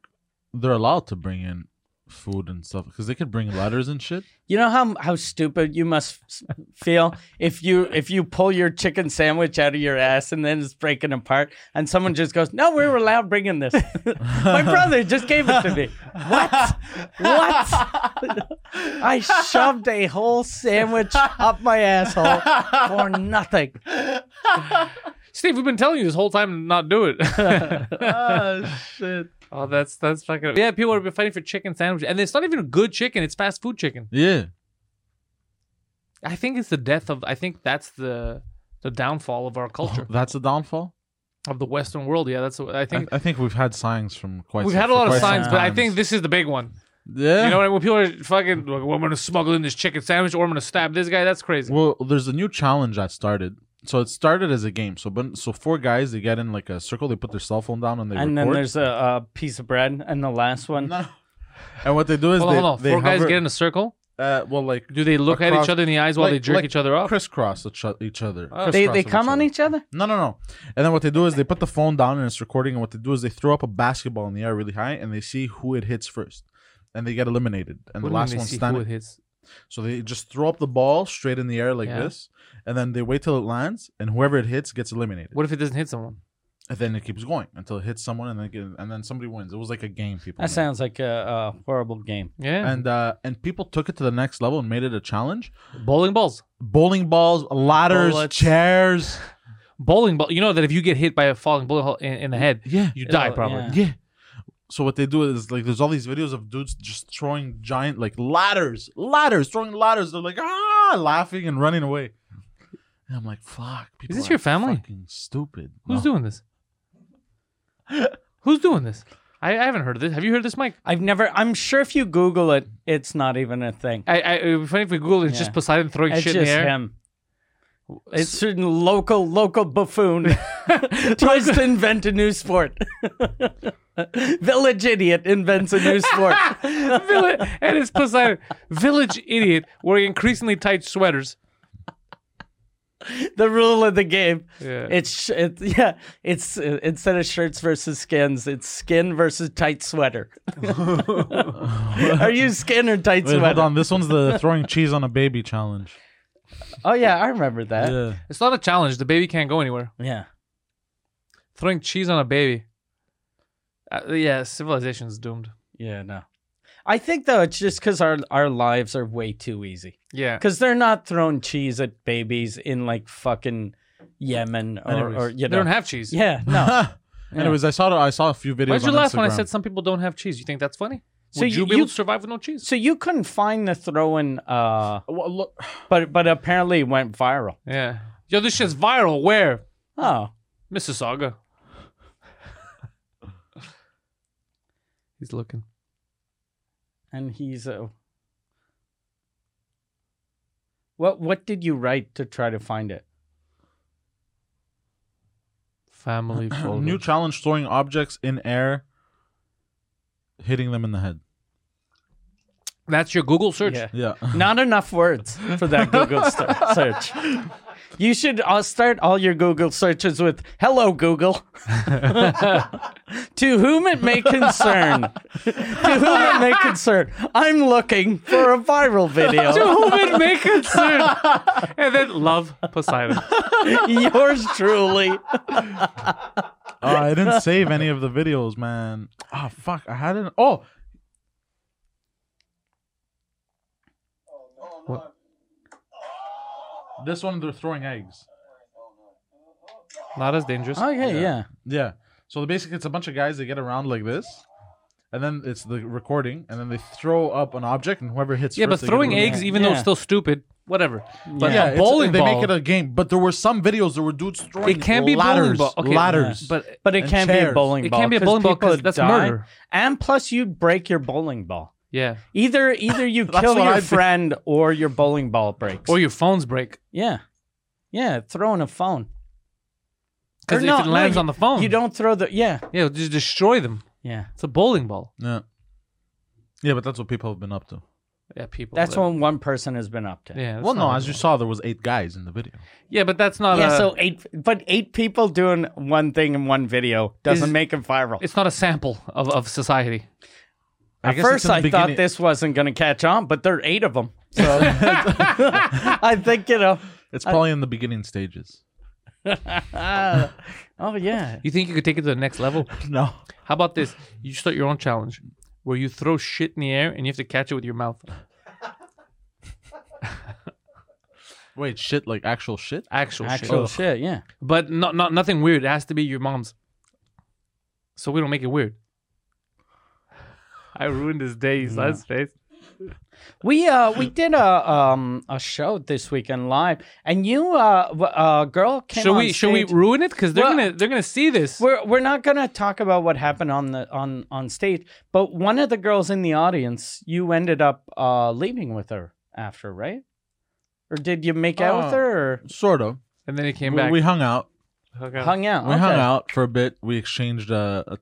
Speaker 3: they're allowed to bring in food and stuff because they could bring letters and shit.
Speaker 2: You know how how stupid you must s- feel if you if you pull your chicken sandwich out of your ass and then it's breaking apart and someone just goes, "No, we were allowed bringing this. My brother just gave it to me." What? What? I shoved a whole sandwich up my asshole for nothing.
Speaker 1: Steve, we've been telling you this whole time to not do it.
Speaker 3: oh shit.
Speaker 1: oh, that's that's fucking yeah. People have been fighting for chicken sandwich, and it's not even good chicken. It's fast food chicken.
Speaker 3: Yeah.
Speaker 1: I think it's the death of. I think that's the the downfall of our culture
Speaker 3: That's a downfall.
Speaker 1: of the Western world. Yeah, that's. what I
Speaker 3: I,
Speaker 1: think
Speaker 3: I think we've had signs from quite.
Speaker 1: we've
Speaker 3: some-
Speaker 1: had a lot
Speaker 3: for
Speaker 1: of
Speaker 3: quite
Speaker 1: signs,
Speaker 3: some
Speaker 1: but I
Speaker 3: times.
Speaker 1: think this is the big one.
Speaker 3: Yeah.
Speaker 1: You know, what I mean? when people are fucking, like, well, I'm gonna smuggle in this chicken sandwich, or I'm gonna stab this guy. That's crazy.
Speaker 3: Well, there's a new challenge that started. So it started as a game. So but so four guys they get in like a circle, they put their cell phone down and they
Speaker 2: And then
Speaker 3: record.
Speaker 2: there's a, a piece of bread, and the last one.
Speaker 3: No. And what they do is
Speaker 1: Hold on,
Speaker 3: they,
Speaker 1: hold on.
Speaker 3: they
Speaker 1: Four guys
Speaker 3: hover-
Speaker 1: get in a circle.
Speaker 3: uh, well like
Speaker 1: Do they look at
Speaker 3: Across-
Speaker 1: each other in the eyes while
Speaker 3: like-
Speaker 1: they jerk
Speaker 3: like
Speaker 1: each other off? Ah. Oh,
Speaker 3: crisscross each o- each other.
Speaker 2: They
Speaker 3: Crisscross
Speaker 2: they
Speaker 3: of
Speaker 2: come on
Speaker 3: other.
Speaker 2: each other.
Speaker 3: No, no, no. And then what they do is they put the phone down and it's recording. And what they do is they throw up a basketball in the air really high and they see who it hits first. And they get eliminated. And
Speaker 1: What do you
Speaker 3: the
Speaker 1: mean
Speaker 3: last
Speaker 1: they
Speaker 3: one
Speaker 1: see who it
Speaker 3: standing.
Speaker 1: hits?
Speaker 3: So they just throw up the ball straight in the air like
Speaker 1: Yeah.
Speaker 3: this. And then they wait till it lands. And whoever it hits gets eliminated.
Speaker 1: What if it doesn't hit someone?
Speaker 3: And then it keeps going until it hits someone and then, get, and then somebody wins. It was like a game, people.
Speaker 2: That
Speaker 3: made.
Speaker 2: sounds like a, a horrible game.
Speaker 1: Yeah,
Speaker 3: and uh, and people took it to the next level and made it a challenge.
Speaker 1: bowling balls,
Speaker 3: Bowling balls, ladders,
Speaker 1: Bullets.
Speaker 3: chairs.
Speaker 1: bowling ball. You know that if you get hit by a falling bullet hole in, in the head,
Speaker 3: Yeah.
Speaker 1: you die
Speaker 2: It'll-
Speaker 1: probably.
Speaker 2: yeah.
Speaker 3: Yeah. So what they do is like there's all these videos of dudes just throwing giant like ladders, ladders, throwing ladders. They're like ah, laughing and running away. And I'm like, fuck. People
Speaker 1: this
Speaker 3: are
Speaker 1: your family?
Speaker 3: Fucking stupid.
Speaker 1: Who's
Speaker 3: No.
Speaker 1: doing this? Who's doing this? I, I haven't heard of this. Have you heard of this, Mike?
Speaker 2: I've never. I'm sure if you Google it, it's not even a thing.
Speaker 1: I, I, it would be funny if we Google it, it's
Speaker 2: Yeah.
Speaker 1: just Poseidon throwing
Speaker 2: It's
Speaker 1: shit
Speaker 2: just
Speaker 1: in the air.
Speaker 2: him. It's certain local local buffoon tries to invent a new sport. Village idiot invents a new sport.
Speaker 1: Village, and it's Poseidon. Village idiot wearing increasingly tight sweaters.
Speaker 2: the rule of the game.
Speaker 1: Yeah.
Speaker 2: It's sh- it, yeah. It's uh, instead of shirts versus skins, it's skin versus tight sweater. Are you skin or tight
Speaker 3: Wait, hold
Speaker 2: sweater?
Speaker 3: on. This one's the throwing cheese on a baby challenge.
Speaker 2: Oh yeah, I remember that.
Speaker 3: Yeah.
Speaker 1: It's not a challenge. The baby can't go anywhere.
Speaker 2: yeah.
Speaker 1: Throwing cheese on a baby. Uh, yeah, civilization's doomed.
Speaker 2: Yeah, no. I think though it's just because our our lives are way too easy.
Speaker 1: Yeah.
Speaker 2: Because they're not throwing cheese at babies in like fucking Yemen or,
Speaker 3: Anyways,
Speaker 2: or you
Speaker 1: They
Speaker 2: know.
Speaker 1: don't have cheese.
Speaker 2: yeah, no.
Speaker 3: Anyways, I saw I saw a few videos.
Speaker 1: Why'd you
Speaker 3: on
Speaker 1: laugh when I
Speaker 3: Instagram.
Speaker 1: said some people don't have cheese? You think that's funny?
Speaker 2: So
Speaker 1: Would
Speaker 2: you-
Speaker 1: you, be able
Speaker 2: you-
Speaker 1: to survive with no cheese?
Speaker 2: so you couldn't find the throwing, uh,
Speaker 3: Well, look,
Speaker 2: but but apparently it went viral.
Speaker 1: Yeah. Yo, this shit's viral. Where?
Speaker 2: Oh,
Speaker 1: Mississauga. He's looking.
Speaker 2: and he's uh what what did you write to try to find it
Speaker 1: Family folder.
Speaker 3: New challenge: throwing objects in air, hitting them in the head.
Speaker 1: That's your Google search.
Speaker 2: yeah
Speaker 3: Yeah.
Speaker 2: not enough words for that google ser- search you should uh, start all your google searches with hello google to whom it may concern to whom it may concern i'm looking for a viral video
Speaker 1: to whom it may concern. and then love Poseidon.
Speaker 2: yours truly
Speaker 3: Oh, I didn't save any of the videos, man. Ah, fuck. I had it. Oh,
Speaker 1: What?
Speaker 3: this one they're throwing eggs.
Speaker 1: Not as dangerous.
Speaker 2: oh yeah yeah
Speaker 3: Yeah. So basically, it's a bunch of guys. They get around like this, and then it's the recording, and then they throw up an object, and whoever hits.
Speaker 1: yeah, but
Speaker 3: first, they get
Speaker 1: throwing
Speaker 3: the winner.
Speaker 1: eggs, even though it's
Speaker 2: Yeah.
Speaker 1: still stupid, whatever. But
Speaker 3: Yeah,
Speaker 1: a
Speaker 3: it's-
Speaker 1: bowling
Speaker 3: they
Speaker 1: ball.
Speaker 3: make it a game. But there were some videos. There were dudes throwing.
Speaker 1: It can be bowling
Speaker 3: ladders,
Speaker 1: ball. Okay,
Speaker 3: ladders.
Speaker 1: but
Speaker 2: But it
Speaker 3: And
Speaker 2: can be a
Speaker 3: chairs.
Speaker 2: bowling
Speaker 1: It
Speaker 2: ball.
Speaker 1: can't be a bowling ball
Speaker 2: people
Speaker 1: 'cause that's
Speaker 2: die,
Speaker 1: murder.
Speaker 2: And plus, you'd break your bowling ball.
Speaker 1: yeah,
Speaker 2: Either either you
Speaker 3: That's
Speaker 2: kill
Speaker 3: what
Speaker 2: your
Speaker 3: I'd do.
Speaker 2: friend or your bowling ball breaks.
Speaker 1: or your phones break
Speaker 2: yeah, yeah, throwing a phone. Or
Speaker 1: because if
Speaker 2: no,
Speaker 1: it lands
Speaker 2: no,
Speaker 1: on the phone,
Speaker 2: You don't throw the yeah
Speaker 1: Yeah, it'll just destroy them.
Speaker 2: yeah.
Speaker 1: It's a bowling ball.
Speaker 3: yeah. Yeah, but that's what people have been up to.
Speaker 1: Yeah, people.
Speaker 2: That's
Speaker 1: that-
Speaker 2: what one person has been up to.
Speaker 1: Yeah. that's
Speaker 3: well, no,
Speaker 1: not-
Speaker 3: as you saw, there was eight guys in the video.
Speaker 1: Yeah, but that's not.
Speaker 2: Yeah,
Speaker 1: a,
Speaker 2: so eight, but eight people doing one thing in one video doesn't
Speaker 1: Is-
Speaker 2: make it viral.
Speaker 1: it's not a sample of, of society.
Speaker 3: I
Speaker 2: At
Speaker 3: guess it's
Speaker 2: first,
Speaker 3: in the
Speaker 2: I
Speaker 3: beginning-
Speaker 2: thought this wasn't going to catch on, but there are eight of them. So I think you know.
Speaker 3: It's probably in the beginning stages.
Speaker 2: uh, oh yeah,
Speaker 1: You think you could take it to the next level?
Speaker 3: No.
Speaker 1: How about this? You start your own challenge where you throw shit in the air and you have to catch it with your mouth.
Speaker 3: Wait, shit, like actual shit?
Speaker 1: Actual,
Speaker 2: actual
Speaker 1: shit.
Speaker 2: shit. Yeah.
Speaker 1: But not, not nothing weird. It has to be your mom's. So we don't make it weird. I ruined his day, his last face.
Speaker 2: We uh we did a um a show this weekend live, and you uh w- uh girl came.
Speaker 1: Should
Speaker 2: on
Speaker 1: we should we
Speaker 2: stage.
Speaker 1: ruin it? Because they're
Speaker 2: Well-
Speaker 1: gonna they're gonna see this.
Speaker 2: We're we're not gonna talk about what happened on the on on stage, but one of the girls in the audience, you ended up uh leaving with her after, right? Or did you make out with
Speaker 3: Oh.
Speaker 2: her? Or
Speaker 3: Sort of.
Speaker 1: And then he came
Speaker 3: we,
Speaker 1: back.
Speaker 3: we hung out.
Speaker 1: Okay.
Speaker 2: hung out.
Speaker 3: We hung
Speaker 2: Okay.
Speaker 3: out for a bit. We exchanged uh, uh,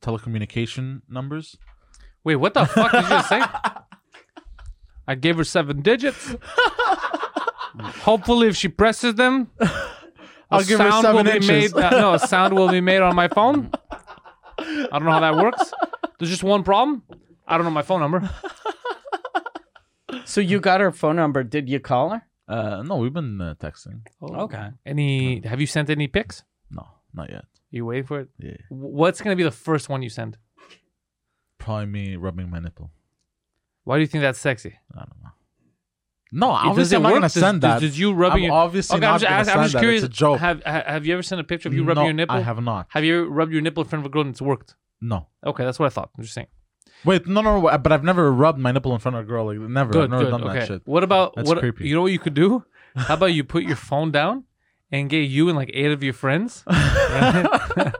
Speaker 3: telecommunication numbers.
Speaker 1: Wait, what the fuck did you just say? I gave her seven digits. Hopefully, if she presses them, a
Speaker 3: I'll give her
Speaker 1: sound
Speaker 3: seven
Speaker 1: will
Speaker 3: inches.
Speaker 1: be made. uh, no, a sound will be made on my phone. I don't know how that works. There's just one problem. I don't know my phone number.
Speaker 2: So you got her phone number. Did you call her?
Speaker 3: Uh, no, we've been uh, texting.
Speaker 2: Okay.
Speaker 1: Any? Have you sent any pics?
Speaker 3: No, not yet.
Speaker 1: You waiting for it?
Speaker 3: Yeah.
Speaker 1: W- What's gonna be the first one you send?
Speaker 3: Probably me rubbing my nipple.
Speaker 1: Why do you think that's sexy?
Speaker 3: I don't know. No,
Speaker 1: It- does
Speaker 3: obviously
Speaker 1: it
Speaker 3: I'm not
Speaker 1: work?
Speaker 3: gonna
Speaker 1: Does-
Speaker 3: send
Speaker 1: does-
Speaker 3: that.
Speaker 1: Does, you rubbing?
Speaker 3: I'm
Speaker 1: your...
Speaker 3: obviously
Speaker 1: okay,
Speaker 3: not
Speaker 1: I'm just,
Speaker 3: gonna
Speaker 1: I'm
Speaker 3: send
Speaker 1: just
Speaker 3: that.
Speaker 1: curious.
Speaker 3: It's a joke.
Speaker 1: Have ha- Have you ever sent a picture of you rubbing
Speaker 3: no,
Speaker 1: your nipple?
Speaker 3: I have not.
Speaker 1: Have you rubbed your nipple in front of a girl and it's worked?
Speaker 3: No.
Speaker 1: Okay, that's what I thought. I'm just saying.
Speaker 3: Wait, no, no, no, but I've never rubbed my nipple in front of a girl. Like never. I've
Speaker 1: Good,
Speaker 3: never
Speaker 1: good.
Speaker 3: done
Speaker 1: okay.
Speaker 3: that shit.
Speaker 1: What about
Speaker 3: That's
Speaker 1: what?
Speaker 3: creepy.
Speaker 1: You know what you could do? How about you put your phone down and get you and like eight of your friends to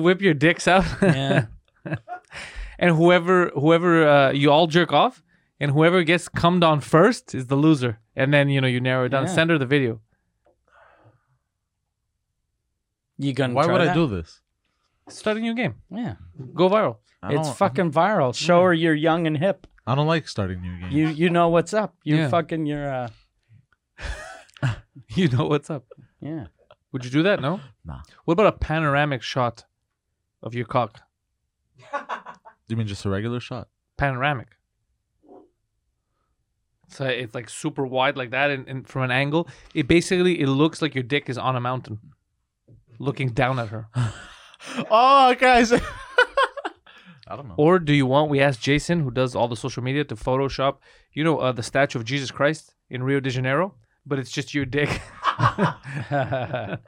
Speaker 1: whip your dicks out,
Speaker 2: Yeah.
Speaker 1: and whoever whoever uh, you all jerk off, and whoever gets cummed on first is the loser. And then you know you narrow it down.
Speaker 2: Yeah.
Speaker 1: Send her the video.
Speaker 2: You gonna?
Speaker 3: Why
Speaker 2: try
Speaker 3: would I
Speaker 2: that?
Speaker 3: do this?
Speaker 1: Start a new game.
Speaker 2: Yeah.
Speaker 1: Go viral.
Speaker 3: I
Speaker 2: It's
Speaker 3: don't-
Speaker 2: fucking viral. Show her you're young and hip.
Speaker 3: I don't like starting new games.
Speaker 2: You you know what's up. You
Speaker 1: Yeah.
Speaker 2: fucking you're uh
Speaker 1: You know what's up.
Speaker 2: yeah.
Speaker 1: Would you do that? No.
Speaker 3: Nah.
Speaker 1: What about a panoramic shot of your cock?
Speaker 3: You mean just a regular shot?
Speaker 1: panoramic. So it's like super wide like that, and, and from an angle, it basically it looks like your dick is on a mountain, looking down at her.
Speaker 3: Oh, guys. I don't know.
Speaker 1: Or do you want? We asked Jason, who does all the social media, to Photoshop, you know, uh, the statue of Jesus Christ in Rio de Janeiro, but it's just your dick.
Speaker 2: I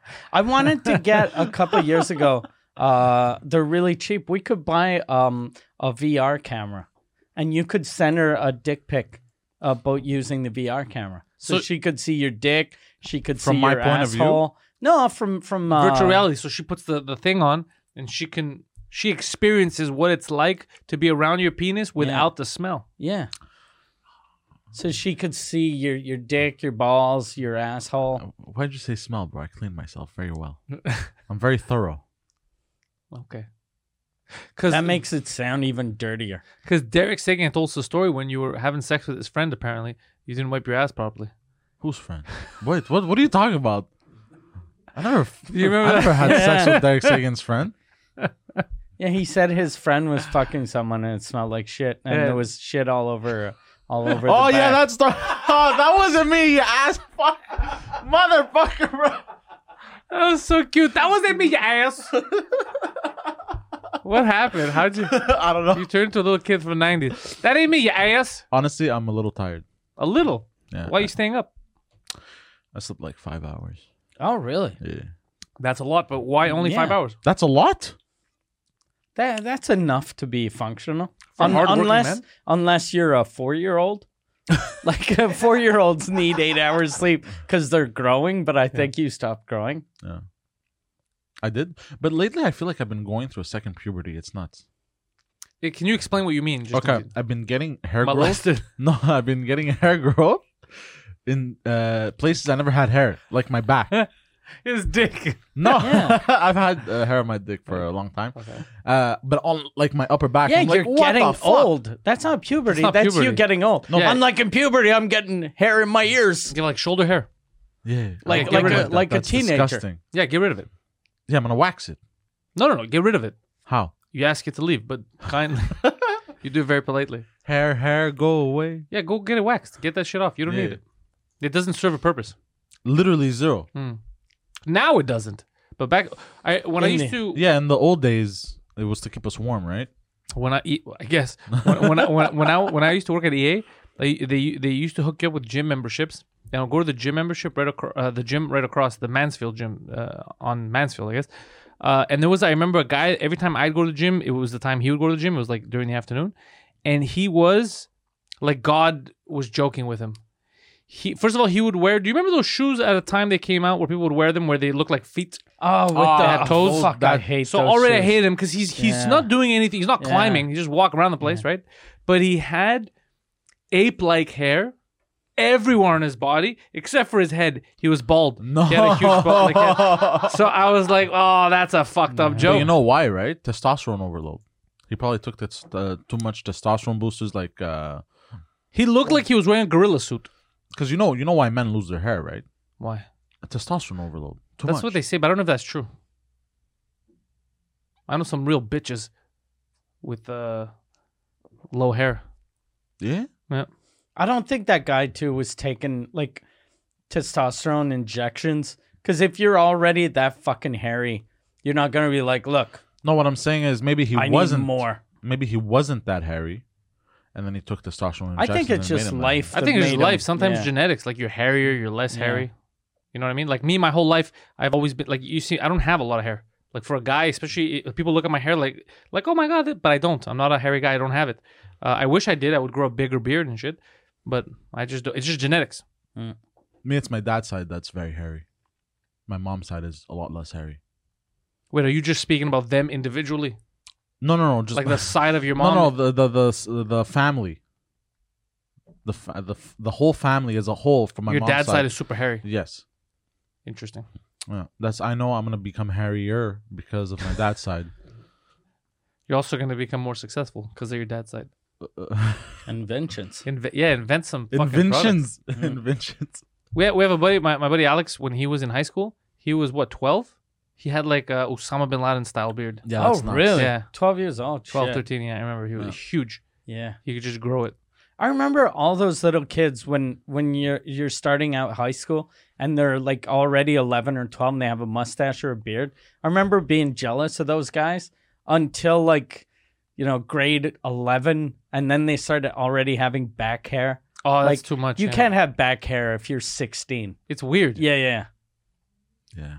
Speaker 2: wanted to get a couple years ago. Uh, they're really cheap. We could buy um, a VR camera, and you could send her a dick pic about using the VR camera, so,
Speaker 1: So-
Speaker 2: she could see your dick. She could
Speaker 3: From
Speaker 2: see
Speaker 3: my
Speaker 2: your
Speaker 3: point of view?
Speaker 2: asshole. No, from from uh,
Speaker 1: Virtual reality. So she puts the, the thing on, and she can She experiences what it's like to be around your penis without the smell.
Speaker 2: Yeah. So she could see your your dick, your balls, your asshole.
Speaker 3: Why'd you say smell, bro? I cleaned myself very well. I'm very thorough.
Speaker 1: Okay. Because
Speaker 2: That makes it sound even dirtier.
Speaker 1: Because Derek Sagan told us a story when you were having sex with his friend. Apparently, you didn't wipe your ass properly.
Speaker 3: Who's friend? Wait, what? What are you talking about? I never.
Speaker 1: You remember
Speaker 3: I never
Speaker 1: that?
Speaker 3: had sex with Derek Sagan's friend.
Speaker 2: Yeah, he said his friend was fucking someone and it smelled like shit, and
Speaker 1: Yeah.
Speaker 2: there was shit all over, all over.
Speaker 3: Oh
Speaker 2: the
Speaker 3: yeah,
Speaker 2: bed.
Speaker 3: that's the. Oh, that wasn't me, you ass fuck, motherfucker, bro.
Speaker 1: That was so cute. That wasn't me, you ass. what happened? How'd you?
Speaker 3: I don't know.
Speaker 1: You turned to a little kid from the '90s. That ain't me, you ass.
Speaker 3: Honestly, I'm a little tired.
Speaker 1: A little.
Speaker 3: Yeah.
Speaker 1: Why are you staying up?
Speaker 3: I slept like five hours.
Speaker 2: oh really?
Speaker 3: Yeah.
Speaker 1: That's a lot, but why only
Speaker 2: Yeah.
Speaker 1: five hours?
Speaker 3: That's a lot.
Speaker 2: That that's enough to be functional.
Speaker 1: For hardworking
Speaker 2: unless
Speaker 1: men?
Speaker 2: unless you're a four year old. like uh, four year olds need eight hours sleep because they're growing, but I think you stopped growing.
Speaker 3: I did, but lately I feel like I've been going through a second puberty. It's nuts.
Speaker 1: Yeah, Can you explain what you mean? Just
Speaker 3: Okay, I've been getting hair growth.
Speaker 1: Molested.
Speaker 3: No, I've been getting hair growth in uh, places I never had hair, like my back.
Speaker 1: His dick.
Speaker 3: No,
Speaker 2: Yeah.
Speaker 3: I've had uh, hair on my dick for a long time.
Speaker 1: Okay.
Speaker 3: Uh, but on like my upper back,
Speaker 2: Yeah,
Speaker 3: I'm like,
Speaker 2: you're
Speaker 3: "What the
Speaker 2: getting
Speaker 3: fuck?"
Speaker 2: old. That's not puberty.
Speaker 1: It's not
Speaker 2: That's you
Speaker 1: puberty.
Speaker 2: getting old.
Speaker 1: Yeah.
Speaker 2: Unlike in puberty, I'm getting hair in my ears.
Speaker 1: Get like shoulder hair.
Speaker 3: Yeah,
Speaker 2: Like-
Speaker 3: I
Speaker 1: like
Speaker 3: get
Speaker 1: a-
Speaker 3: that.
Speaker 2: like a
Speaker 3: That's
Speaker 2: teenager.
Speaker 3: Disgusting.
Speaker 1: Yeah, get rid of it.
Speaker 3: Yeah, I'm gonna wax it.
Speaker 1: No, no, no. Get rid of it.
Speaker 3: How?
Speaker 1: You ask it to leave, but kindly. you do it very politely.
Speaker 3: Hair, hair, go away.
Speaker 1: Yeah, go get it waxed. Get that shit off. You don't
Speaker 3: Yeah.
Speaker 1: need it. It doesn't serve a purpose.
Speaker 3: Literally zero.
Speaker 2: Mm.
Speaker 1: Now it doesn't. But back, I when I
Speaker 2: In
Speaker 1: used to
Speaker 3: Yeah, in the old days, it was to keep us warm, right?
Speaker 1: when I eat, I guess when when I, when, when I when I used to work at EA, they they they used to hook you up with gym memberships. And I'll go to the gym membership right across uh, the gym right across the Mansfield gym uh, on Mansfield, I guess. Uh, and there was I remember a guy every time I'd go to the gym, it was the time he would go to the gym. It was like during the afternoon, and he was like God was joking with him. He first of all he would wear. Do you remember those shoes at a time they came out where people would wear them where they look like feet?
Speaker 2: Oh, with
Speaker 1: Oh,
Speaker 2: the
Speaker 1: that toes,
Speaker 2: Fuck, I
Speaker 1: that-
Speaker 2: hate
Speaker 1: So
Speaker 2: those
Speaker 1: already I
Speaker 2: shoes.
Speaker 1: hated him because he's he's
Speaker 2: Yeah.
Speaker 1: not doing anything. He's not
Speaker 2: Yeah.
Speaker 1: climbing. He just walk around the place, right? But he had ape like hair everywhere on his body except for his head. He was bald.
Speaker 3: No.
Speaker 1: He had a huge bald like head. So I was like, oh, that's a fucked up
Speaker 3: But
Speaker 1: joke.
Speaker 3: you know why, right? Testosterone overload. He probably took that uh, too much testosterone boosters, like because
Speaker 1: he looked like he was wearing a gorilla suit.
Speaker 3: you know you know why men lose their hair, right?
Speaker 1: Why?
Speaker 3: testosterone overload. Too
Speaker 1: that's
Speaker 3: much.
Speaker 1: what they say, but I don't know if that's true. I know some real bitches with uh, low hair.
Speaker 3: Yeah.
Speaker 1: Yeah.
Speaker 2: I don't think that guy too was taking like testosterone injections because if you're already that fucking hairy, you're not gonna be like, look,
Speaker 3: No, what I'm saying is maybe he
Speaker 2: I
Speaker 3: wasn't
Speaker 2: need more.
Speaker 3: Maybe he wasn't that hairy, and then he took testosterone.
Speaker 2: I think it's
Speaker 3: injections and made
Speaker 2: just
Speaker 3: him that
Speaker 2: life.
Speaker 1: I
Speaker 2: that
Speaker 1: think it's
Speaker 2: made
Speaker 1: just
Speaker 2: him-
Speaker 1: life. Sometimes
Speaker 2: yeah.
Speaker 1: genetics, like you're hairier, you're less
Speaker 2: Yeah.
Speaker 1: hairy. You know what I mean? Like me, my whole life, I've always been like you see. I don't have a lot of hair. Like for a guy, especially if people look at my hair like, like oh my god, but I don't. I'm not a hairy guy. I don't have it. Uh, I wish I did. I would grow a bigger beard and shit, but I just don't. It's just genetics.
Speaker 3: hairy. Me, it's my dad's side that's very hairy. My mom's side is a lot less hairy.
Speaker 1: Wait, are you just speaking about them individually,
Speaker 3: No, no, no. Just
Speaker 1: like the side of your
Speaker 3: no,
Speaker 1: mom?
Speaker 3: no. The the the the family. The fa- the f- the whole family as a whole from my
Speaker 1: your
Speaker 3: mom's
Speaker 1: dad's side. is super hairy.
Speaker 3: yes.
Speaker 1: Interesting.
Speaker 3: Yeah, that's I know I'm gonna become hairier because of my dad's side.
Speaker 1: You're also going to become more successful because of your dad's side.
Speaker 2: Inventions.
Speaker 1: Inve- yeah, invent some fucking products.
Speaker 3: Inventions, inventions.
Speaker 1: We have, we have a buddy, my, my buddy Alex, when he was in high school, he was what, 12? He had like a Osama bin Laden style beard.
Speaker 3: Yeah,
Speaker 2: oh
Speaker 3: that's nuts.
Speaker 2: really?
Speaker 1: Yeah.
Speaker 2: Twelve years old.
Speaker 1: 12,
Speaker 2: shit.
Speaker 1: 13, yeah, I remember. He was huge.
Speaker 2: Yeah.
Speaker 1: He could just grow it.
Speaker 2: I remember all those little kids when when you're you're starting out high school and they're like already 11 or 12 and they have a mustache or a beard. I remember being jealous of those guys until like you know grade 11 and then they started already having back hair.
Speaker 1: Oh, that's
Speaker 2: Like,
Speaker 1: too much.
Speaker 2: You
Speaker 1: yeah.
Speaker 2: can't have back hair if you're 16.
Speaker 1: It's weird.
Speaker 2: Yeah, yeah.
Speaker 3: Yeah.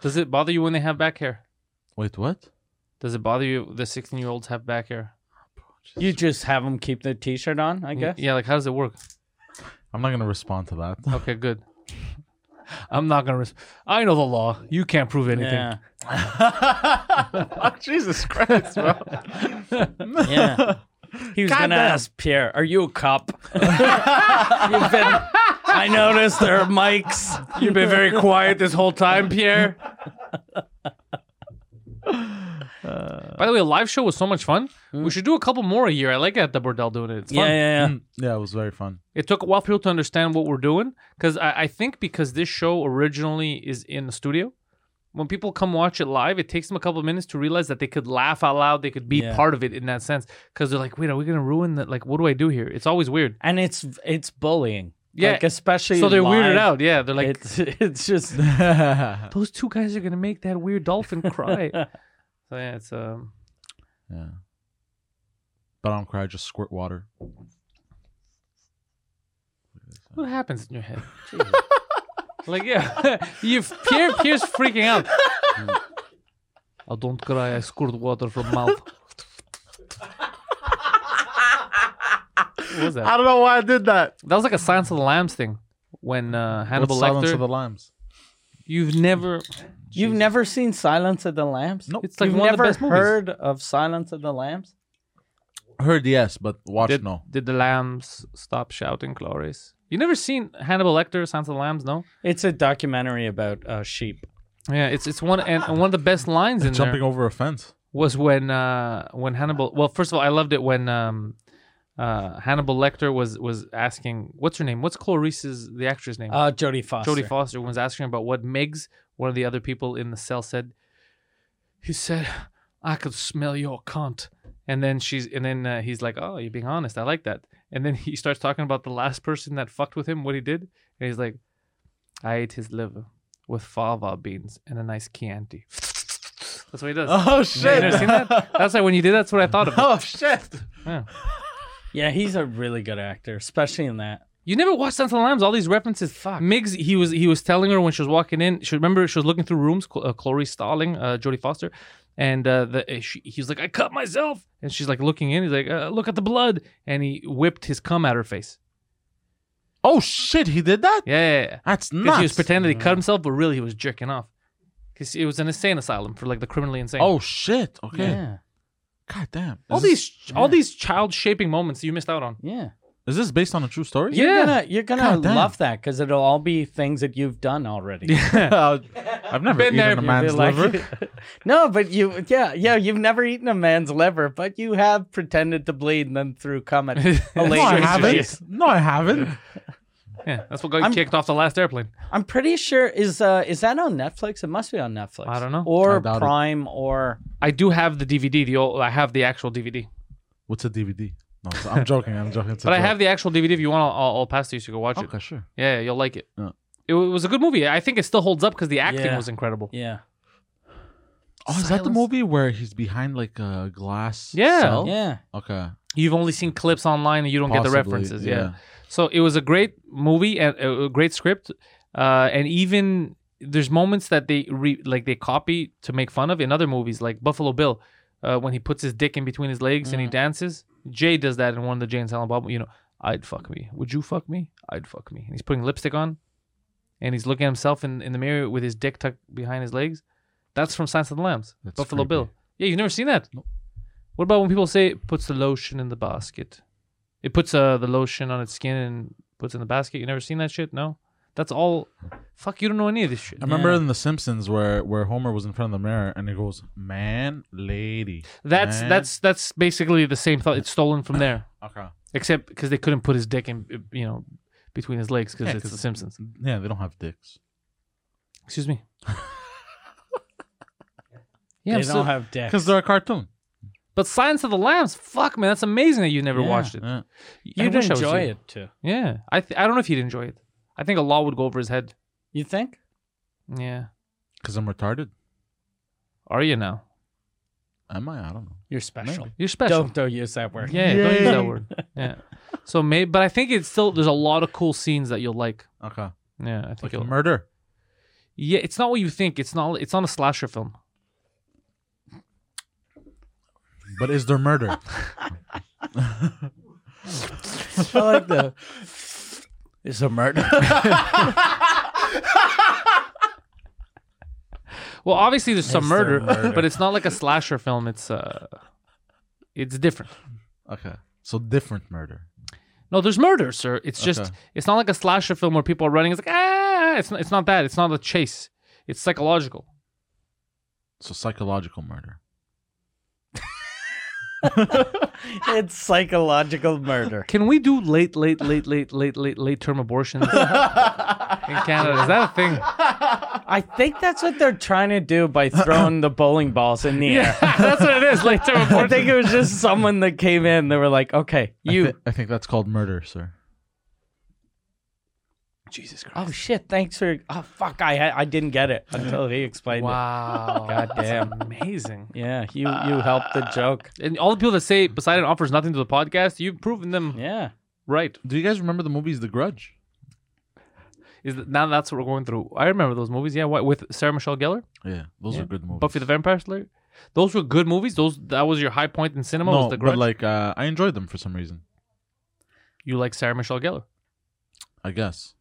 Speaker 1: Does it bother you when they have back hair?
Speaker 3: Wait, what?
Speaker 1: Does it bother you the 16 year olds have back hair?
Speaker 2: You just have them keep their
Speaker 1: Mm,
Speaker 2: t-shirt on, I guess.
Speaker 1: Yeah, like how does it work?
Speaker 3: I'm not gonna respond to that.
Speaker 1: Okay, good. I'm not gonna. Res- I know the law. You can't prove anything.
Speaker 2: Yeah.
Speaker 4: Oh, Jesus Christ, bro.
Speaker 2: Yeah. He was going to
Speaker 3: Goddamn.
Speaker 2: ask Pierre, are you a cop? You've been, I noticed there are mics.
Speaker 1: You've been very quiet this whole time, Pierre.
Speaker 2: Uh,
Speaker 1: By the way, a live show was so much fun. We should do a couple more a year. I like it at the Bordel doing it. It's
Speaker 2: Hmm. Yeah,
Speaker 1: fun. Mm.
Speaker 2: yeah, yeah.
Speaker 3: Yeah, it was very fun.
Speaker 1: It took a while for people to understand what we're doing because I, I think because this show originally is in the studio, when people come watch it live, it takes them a couple of minutes to realize that they could laugh out loud. They could be
Speaker 2: Yeah.
Speaker 1: part of it in that sense because they're like, wait, are we going to ruin that? Like, what do I do here? It's always weird.
Speaker 2: And it's it's bullying.
Speaker 1: Yeah.
Speaker 2: Like, especially
Speaker 1: so they're weirded
Speaker 2: live,
Speaker 1: out. Yeah. They're like,
Speaker 2: it's it's just
Speaker 3: yeah.
Speaker 1: those two guys are going to make that weird dolphin cry. so yeah, it's, um,
Speaker 3: But I don't cry, I just squirt water.
Speaker 1: What happens in your head? like, yeah, you Pierre, Pierre's freaking out. I don't cry. I squirt water from mouth. what was that?
Speaker 4: I don't know why I did that.
Speaker 1: That was like a Silence of the Lambs thing when uh, Hannibal
Speaker 3: What's Silence
Speaker 1: Lecter.
Speaker 3: of the Limes.
Speaker 1: You've never.
Speaker 2: You've never seen Silence of the Lambs?
Speaker 3: Nope.
Speaker 1: It's like
Speaker 2: You've
Speaker 1: one
Speaker 2: never
Speaker 1: of the best movies.
Speaker 2: heard of Silence of the Lambs?
Speaker 3: Heard yes, but watched
Speaker 1: Did,
Speaker 3: no.
Speaker 1: did the lambs stop shouting Clarice? You never seen Hannibal Lecter, Silence of the Lambs? No.
Speaker 2: It's a documentary about uh, sheep.
Speaker 1: Yeah, it's it's one and and one of the best lines in there.
Speaker 3: Jumping over a fence.
Speaker 1: was when uh when Hannibal well first of all I loved it when um uh Hannibal Lecter was was asking what's her name what's Clarice's the actress name
Speaker 2: Uh, Jodie Foster.
Speaker 1: Jodie Foster was asking about what Miggs one of the other people in the cell said he said I could smell your cunt and then she's and then uh, he's like oh you're being honest I like that and then he starts talking about the last person that fucked with him what he did and he's like I ate his liver with fava beans and a nice Chianti that's what he does
Speaker 4: Oh,
Speaker 1: you never seen
Speaker 4: shit.
Speaker 1: that? That's like when you did. That's what I thought of.
Speaker 4: Oh, shit.
Speaker 2: Yeah, he's a really good actor, especially in that.
Speaker 1: You never watched Silence of the Lambs. All these references. Fuck. Migs. He was he was telling her when she was walking in. She remember she was looking through rooms. Cl- uh, Chloe Stalling, uh, Jodie Foster, and uh, the uh, she, he was like, "I cut myself," and she's like looking in. He's like, uh, "Look at the blood," and he whipped his cum at her face.
Speaker 3: Oh shit, he did that?
Speaker 1: Yeah, yeah, yeah.
Speaker 3: That's
Speaker 1: 'Cause
Speaker 3: nuts.
Speaker 1: he was pretending he cut himself, but really he was jerking off. Because it was an insane asylum for like the criminally insane.
Speaker 3: Oh shit. Okay.
Speaker 2: Yeah.
Speaker 3: God damn.
Speaker 1: all
Speaker 3: is this-
Speaker 1: these all these child shaping moments you missed out on.
Speaker 2: Yeah.
Speaker 3: is this based on a true story?
Speaker 2: You're
Speaker 1: Yeah.
Speaker 2: gonna you're gonna
Speaker 3: God damn.
Speaker 2: love that because it'll all be things that you've done already.
Speaker 3: I've never
Speaker 1: Been
Speaker 3: eaten
Speaker 1: there,
Speaker 3: a
Speaker 1: you've
Speaker 3: man's
Speaker 2: You'll be like-
Speaker 3: liver.
Speaker 2: no, but you yeah, yeah, you've never eaten a man's liver, but you have pretended to bleed and then threw cum at a
Speaker 1: No,
Speaker 2: lady's
Speaker 3: No, I
Speaker 2: face.
Speaker 3: haven't. No, I haven't.
Speaker 1: Yeah, that's what got you
Speaker 2: I'm-
Speaker 1: kicked off the last airplane.
Speaker 2: I'm pretty sure is uh is that on Netflix? It must be on Netflix.
Speaker 1: I don't know.
Speaker 3: I
Speaker 2: Or
Speaker 3: doubt it.
Speaker 2: Prime or
Speaker 1: I do have the DVD. The old, I have the actual DVD,
Speaker 3: What's a DVD? No, it's- I'm joking. I'm joking. It's a
Speaker 1: but I
Speaker 3: joke.
Speaker 1: have the actual DVD. If you want, I'll, I'll pass it to you so you can watch
Speaker 3: Okay,
Speaker 1: it.
Speaker 3: sure.
Speaker 1: Yeah, yeah, you'll like it.
Speaker 3: Yeah.
Speaker 1: It wa- was a good movie. I think it still holds up because the acting
Speaker 2: Yeah.
Speaker 1: was incredible.
Speaker 2: Yeah.
Speaker 3: Oh, is that the
Speaker 1: Silence.
Speaker 3: movie where he's behind like a glass
Speaker 1: Yeah.
Speaker 3: cell?
Speaker 2: Yeah.
Speaker 3: Okay.
Speaker 1: You've only seen clips online and you don't get
Speaker 3: Possibly,
Speaker 1: the references. Yeah. So it was a great movie and a a great script, uh, and even there's moments that they re- like they copy to make fun of in other movies, like Buffalo Bill, uh, when he puts his dick in between his legs
Speaker 3: Mm.
Speaker 1: and he dances. Jay does that in one of the Jay and Silent Bob. You know, I'd fuck me. Would you fuck me? I'd fuck me. And he's putting lipstick on, and he's looking at himself in, in the mirror with his dick tucked behind his legs. That's from Silence of the Lambs.
Speaker 3: That's
Speaker 1: Buffalo
Speaker 3: creepy.
Speaker 1: Bill. Yeah, you've never seen that.
Speaker 3: Nope.
Speaker 1: What about when people say it puts the lotion in the basket? It puts uh, the lotion on its skin and puts it in the basket. You never seen that shit? No. That's all. Fuck, you don't know any of this shit.
Speaker 3: I remember
Speaker 2: Yeah.
Speaker 3: in The Simpsons where where Homer was in front of the mirror and he goes, "Man, lady."
Speaker 1: That's
Speaker 3: man."
Speaker 1: that's that's basically the same thought. It's stolen from there,
Speaker 3: okay.
Speaker 1: except because they couldn't put his dick in, you know, between his legs because
Speaker 3: Yeah,
Speaker 1: it's
Speaker 3: 'cause-
Speaker 1: The Simpsons.
Speaker 3: Yeah, they don't have dicks.
Speaker 1: Excuse me. yeah, I'm
Speaker 2: they
Speaker 1: so-
Speaker 2: don't have dicks.
Speaker 3: Because they're a cartoon.
Speaker 1: but Silence of the Lambs. Fuck, man, that's amazing that you never
Speaker 2: Yeah.
Speaker 1: watched it.
Speaker 3: Yeah.
Speaker 1: I
Speaker 2: You'd
Speaker 1: wish I was
Speaker 2: enjoy
Speaker 1: you.
Speaker 2: it too.
Speaker 1: Yeah, I th- I don't know if he'd enjoy it. I think a law would go over his head.
Speaker 2: You think?
Speaker 1: Yeah,
Speaker 3: Because I'm retarded.
Speaker 1: are you now?
Speaker 3: Am I? I don't know.
Speaker 2: You're special.
Speaker 1: You're special.
Speaker 2: Don't don't use that word.
Speaker 1: Yeah, don't use that
Speaker 3: Yay.
Speaker 1: word. Yeah. So maybe, but I think it's still there's a lot of cool scenes that you'll like.
Speaker 3: Okay.
Speaker 1: Yeah, I think
Speaker 3: Like a
Speaker 1: you'll.
Speaker 3: murder.
Speaker 1: yeah, it's not what you think. It's not. It's not a slasher film.
Speaker 3: But is there murder?
Speaker 2: I like the. It's a murder.
Speaker 1: Well, obviously there's some
Speaker 3: There's
Speaker 1: murder,
Speaker 3: some murder.
Speaker 1: but it's not like a slasher film. It's uh, it's different.
Speaker 3: Okay. So different murder.
Speaker 1: No, there's murder, sir. It's just
Speaker 3: Okay.
Speaker 1: it's not like a slasher film where people are running. It's like ah, it's not, it's not that. It's not a chase. It's psychological.
Speaker 3: So psychological murder.
Speaker 2: it's psychological murder.
Speaker 1: Can we do late, late, late, late, late, late, late term abortions in Canada? Is that a thing?
Speaker 2: I think that's what they're trying to do by throwing the bowling balls in the air.
Speaker 1: that's what it is. Late term
Speaker 2: I
Speaker 1: abortions.
Speaker 2: think it was just someone that came in. They were like, "Okay,
Speaker 3: I,
Speaker 2: you."
Speaker 3: thi- I think that's called murder, sir.
Speaker 2: Oh shit! Thanks for. Oh fuck! I had, I didn't get it until he explained
Speaker 1: wow,
Speaker 2: Goddamn.
Speaker 1: that's amazing.
Speaker 2: it. Yeah, you you helped the joke.
Speaker 1: And all the people that say Poseidon offers nothing to the podcast, you've proven them
Speaker 2: Yeah.
Speaker 1: right.
Speaker 3: Do you guys remember the movies The Grudge?
Speaker 1: Is that, now that's what we're going through. I remember those movies. Yeah, what, with Sarah Michelle Gellar,
Speaker 3: Yeah, those are good movies.
Speaker 1: Buffy the Vampire Slayer. Those were good movies. Those that was your high point in cinema.
Speaker 3: no,
Speaker 1: was the
Speaker 3: but
Speaker 1: Grudge.
Speaker 3: like uh, I enjoyed them for some reason.
Speaker 1: you like Sarah Michelle Gellar.
Speaker 3: I guess.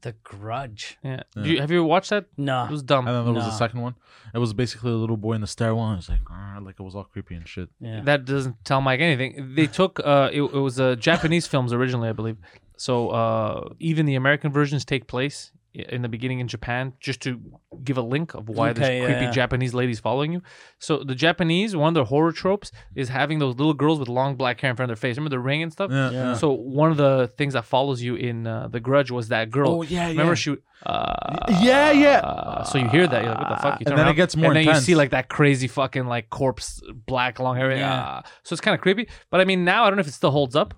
Speaker 2: The Grudge.
Speaker 1: Yeah.
Speaker 3: Yeah.
Speaker 1: Do you, have you watched that? It
Speaker 2: No.
Speaker 1: was dumb.
Speaker 3: And then there was a
Speaker 2: Nah.
Speaker 3: second one. It was basically a little boy in the stairwell. And it was like, "Ah," like it was all creepy and shit.
Speaker 2: Yeah.
Speaker 1: That doesn't tell Mike anything. They took uh, it, it was uh, Japanese films originally, I believe. So uh, even the American versions take place i- in the beginning in Japan, just to give a link of why
Speaker 2: Okay,
Speaker 1: there's
Speaker 2: yeah,
Speaker 1: creepy
Speaker 2: yeah.
Speaker 1: Japanese ladies following you. So the Japanese one of their horror tropes is having those little girls with long black hair in front of their face. Remember the ring and stuff.
Speaker 3: Yeah.
Speaker 2: Yeah.
Speaker 1: So one of the things that follows you in uh, The Grudge was that girl.
Speaker 3: Oh, yeah,
Speaker 1: Remember
Speaker 3: yeah.
Speaker 1: she. Uh,
Speaker 3: yeah, yeah.
Speaker 1: uh, so you hear that, you're like, what the fuck? You
Speaker 3: And then it gets more
Speaker 1: and then
Speaker 3: intense.
Speaker 1: you see like that crazy fucking like corpse, black long hair.
Speaker 2: Yeah.
Speaker 1: ah. so it's kind of creepy. But I mean, now I don't know if it still holds up.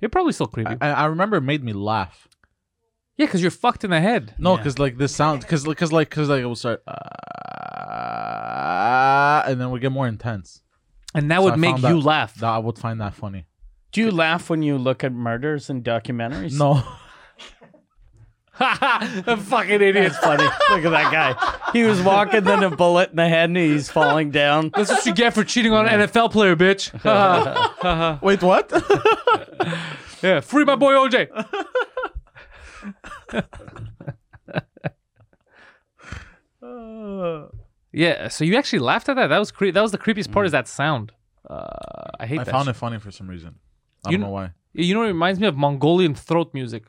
Speaker 1: You're probably still creepy.
Speaker 3: I, I remember it made me laugh.
Speaker 1: yeah, because you're fucked in the head.
Speaker 3: No,
Speaker 2: Yeah.
Speaker 3: because like this sound, because because like because like it will start, uh, and then we get more intense.
Speaker 1: And that
Speaker 3: So
Speaker 1: would
Speaker 3: I
Speaker 1: make
Speaker 3: found
Speaker 1: you
Speaker 3: that-
Speaker 1: laugh.
Speaker 3: That I would find that funny.
Speaker 2: Do you laugh when you look at murders and documentaries?
Speaker 3: No,
Speaker 1: the fucking idiots.
Speaker 2: It's funny. Look at that guy. He was walking, then a bullet in the head, and he's falling down.
Speaker 1: That's what you get for cheating on an NFL player, bitch.
Speaker 3: wait, what?
Speaker 1: yeah, free my boy OJ. Yeah, so you actually laughed at that. That was cre- that was the creepiest part. Is that sound? Uh, I hate
Speaker 3: Mm. I
Speaker 1: that.
Speaker 3: found it funny for some reason. I
Speaker 1: You
Speaker 3: don't
Speaker 1: kn-
Speaker 3: know why.
Speaker 1: You know, it reminds me of Mongolian throat music.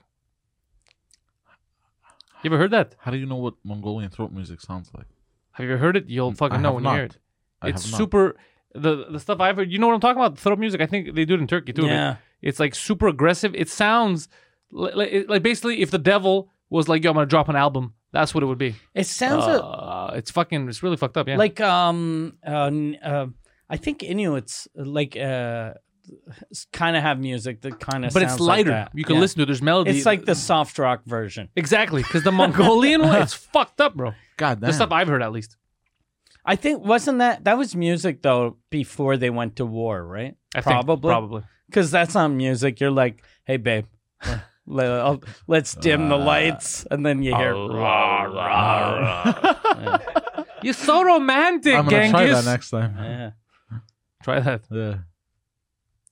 Speaker 1: You ever heard that?
Speaker 3: How do you know what Mongolian throat music sounds like?
Speaker 1: Have you ever heard it? You'll fucking
Speaker 3: Mm, I
Speaker 1: know
Speaker 3: have
Speaker 1: when
Speaker 3: not.
Speaker 1: you hear it.
Speaker 3: I
Speaker 1: it's
Speaker 3: have not.
Speaker 1: super. The the stuff I've heard. You know what I'm talking about? Throat music. I think they do it in Turkey too.
Speaker 2: Yeah.
Speaker 1: It's like super aggressive. It sounds li- li- it- like, basically if the devil was like, "Yo, I'm gonna drop an album." That's what it would be.
Speaker 2: It sounds a-
Speaker 1: Uh, it's fucking. It's really fucked up. Yeah.
Speaker 2: like um uh, n- uh, I think Inuits like uh kind of have music that kind of
Speaker 1: but it's lighter. you can listen to uh, it. There's melody.
Speaker 2: It's like the soft rock version.
Speaker 1: Exactly, because the Mongolian one, it's fucked up, bro.
Speaker 3: God damn.
Speaker 1: The stuff I've heard, at least.
Speaker 2: I think wasn't that that was music though before they went to war, right?
Speaker 1: I think,
Speaker 2: probably,
Speaker 1: probably.
Speaker 2: because that's not music. You're like, hey babe, let, I'll- let's dim
Speaker 1: Uh,
Speaker 2: the lights, and then you hear
Speaker 1: oh.
Speaker 2: rah, rah, rah.
Speaker 1: You're so romantic,
Speaker 3: I'm gonna
Speaker 1: Genghis.
Speaker 3: try that next time.
Speaker 2: Yeah.
Speaker 1: Try that.
Speaker 3: Yeah.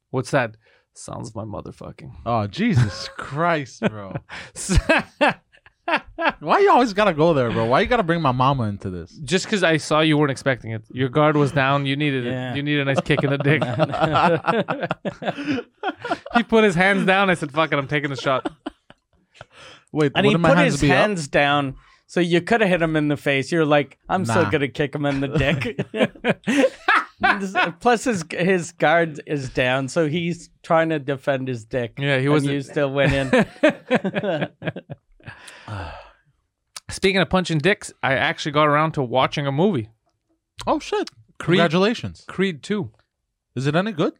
Speaker 1: What's that? Sounds of my motherfucking.
Speaker 3: Oh Jesus Christ, bro! Why you always gotta go there, bro? Why you gotta bring my mama into this?
Speaker 1: Just because I saw you weren't expecting it. Your guard was down. You needed
Speaker 2: Yeah.
Speaker 1: it. You needed a nice kick in the dick. he put his hands down. I said, "Fuck it, I'm taking the shot."
Speaker 3: Wait,
Speaker 2: And he
Speaker 3: wouldn't my
Speaker 2: put
Speaker 3: hands
Speaker 2: his
Speaker 3: be up?
Speaker 2: hands down. So you could have hit him in the face. You're like, I'm still
Speaker 3: Nah.
Speaker 2: gonna kick him in the dick. Plus his his guard is down, so he's trying to defend his dick.
Speaker 1: Yeah, he
Speaker 2: and
Speaker 1: wasn't-
Speaker 2: You still went in.
Speaker 1: Speaking of punching dicks, I actually got around to watching a movie,
Speaker 3: Oh shit!
Speaker 1: Creed.
Speaker 3: Congratulations.
Speaker 1: Creed Two.
Speaker 3: Is it any good?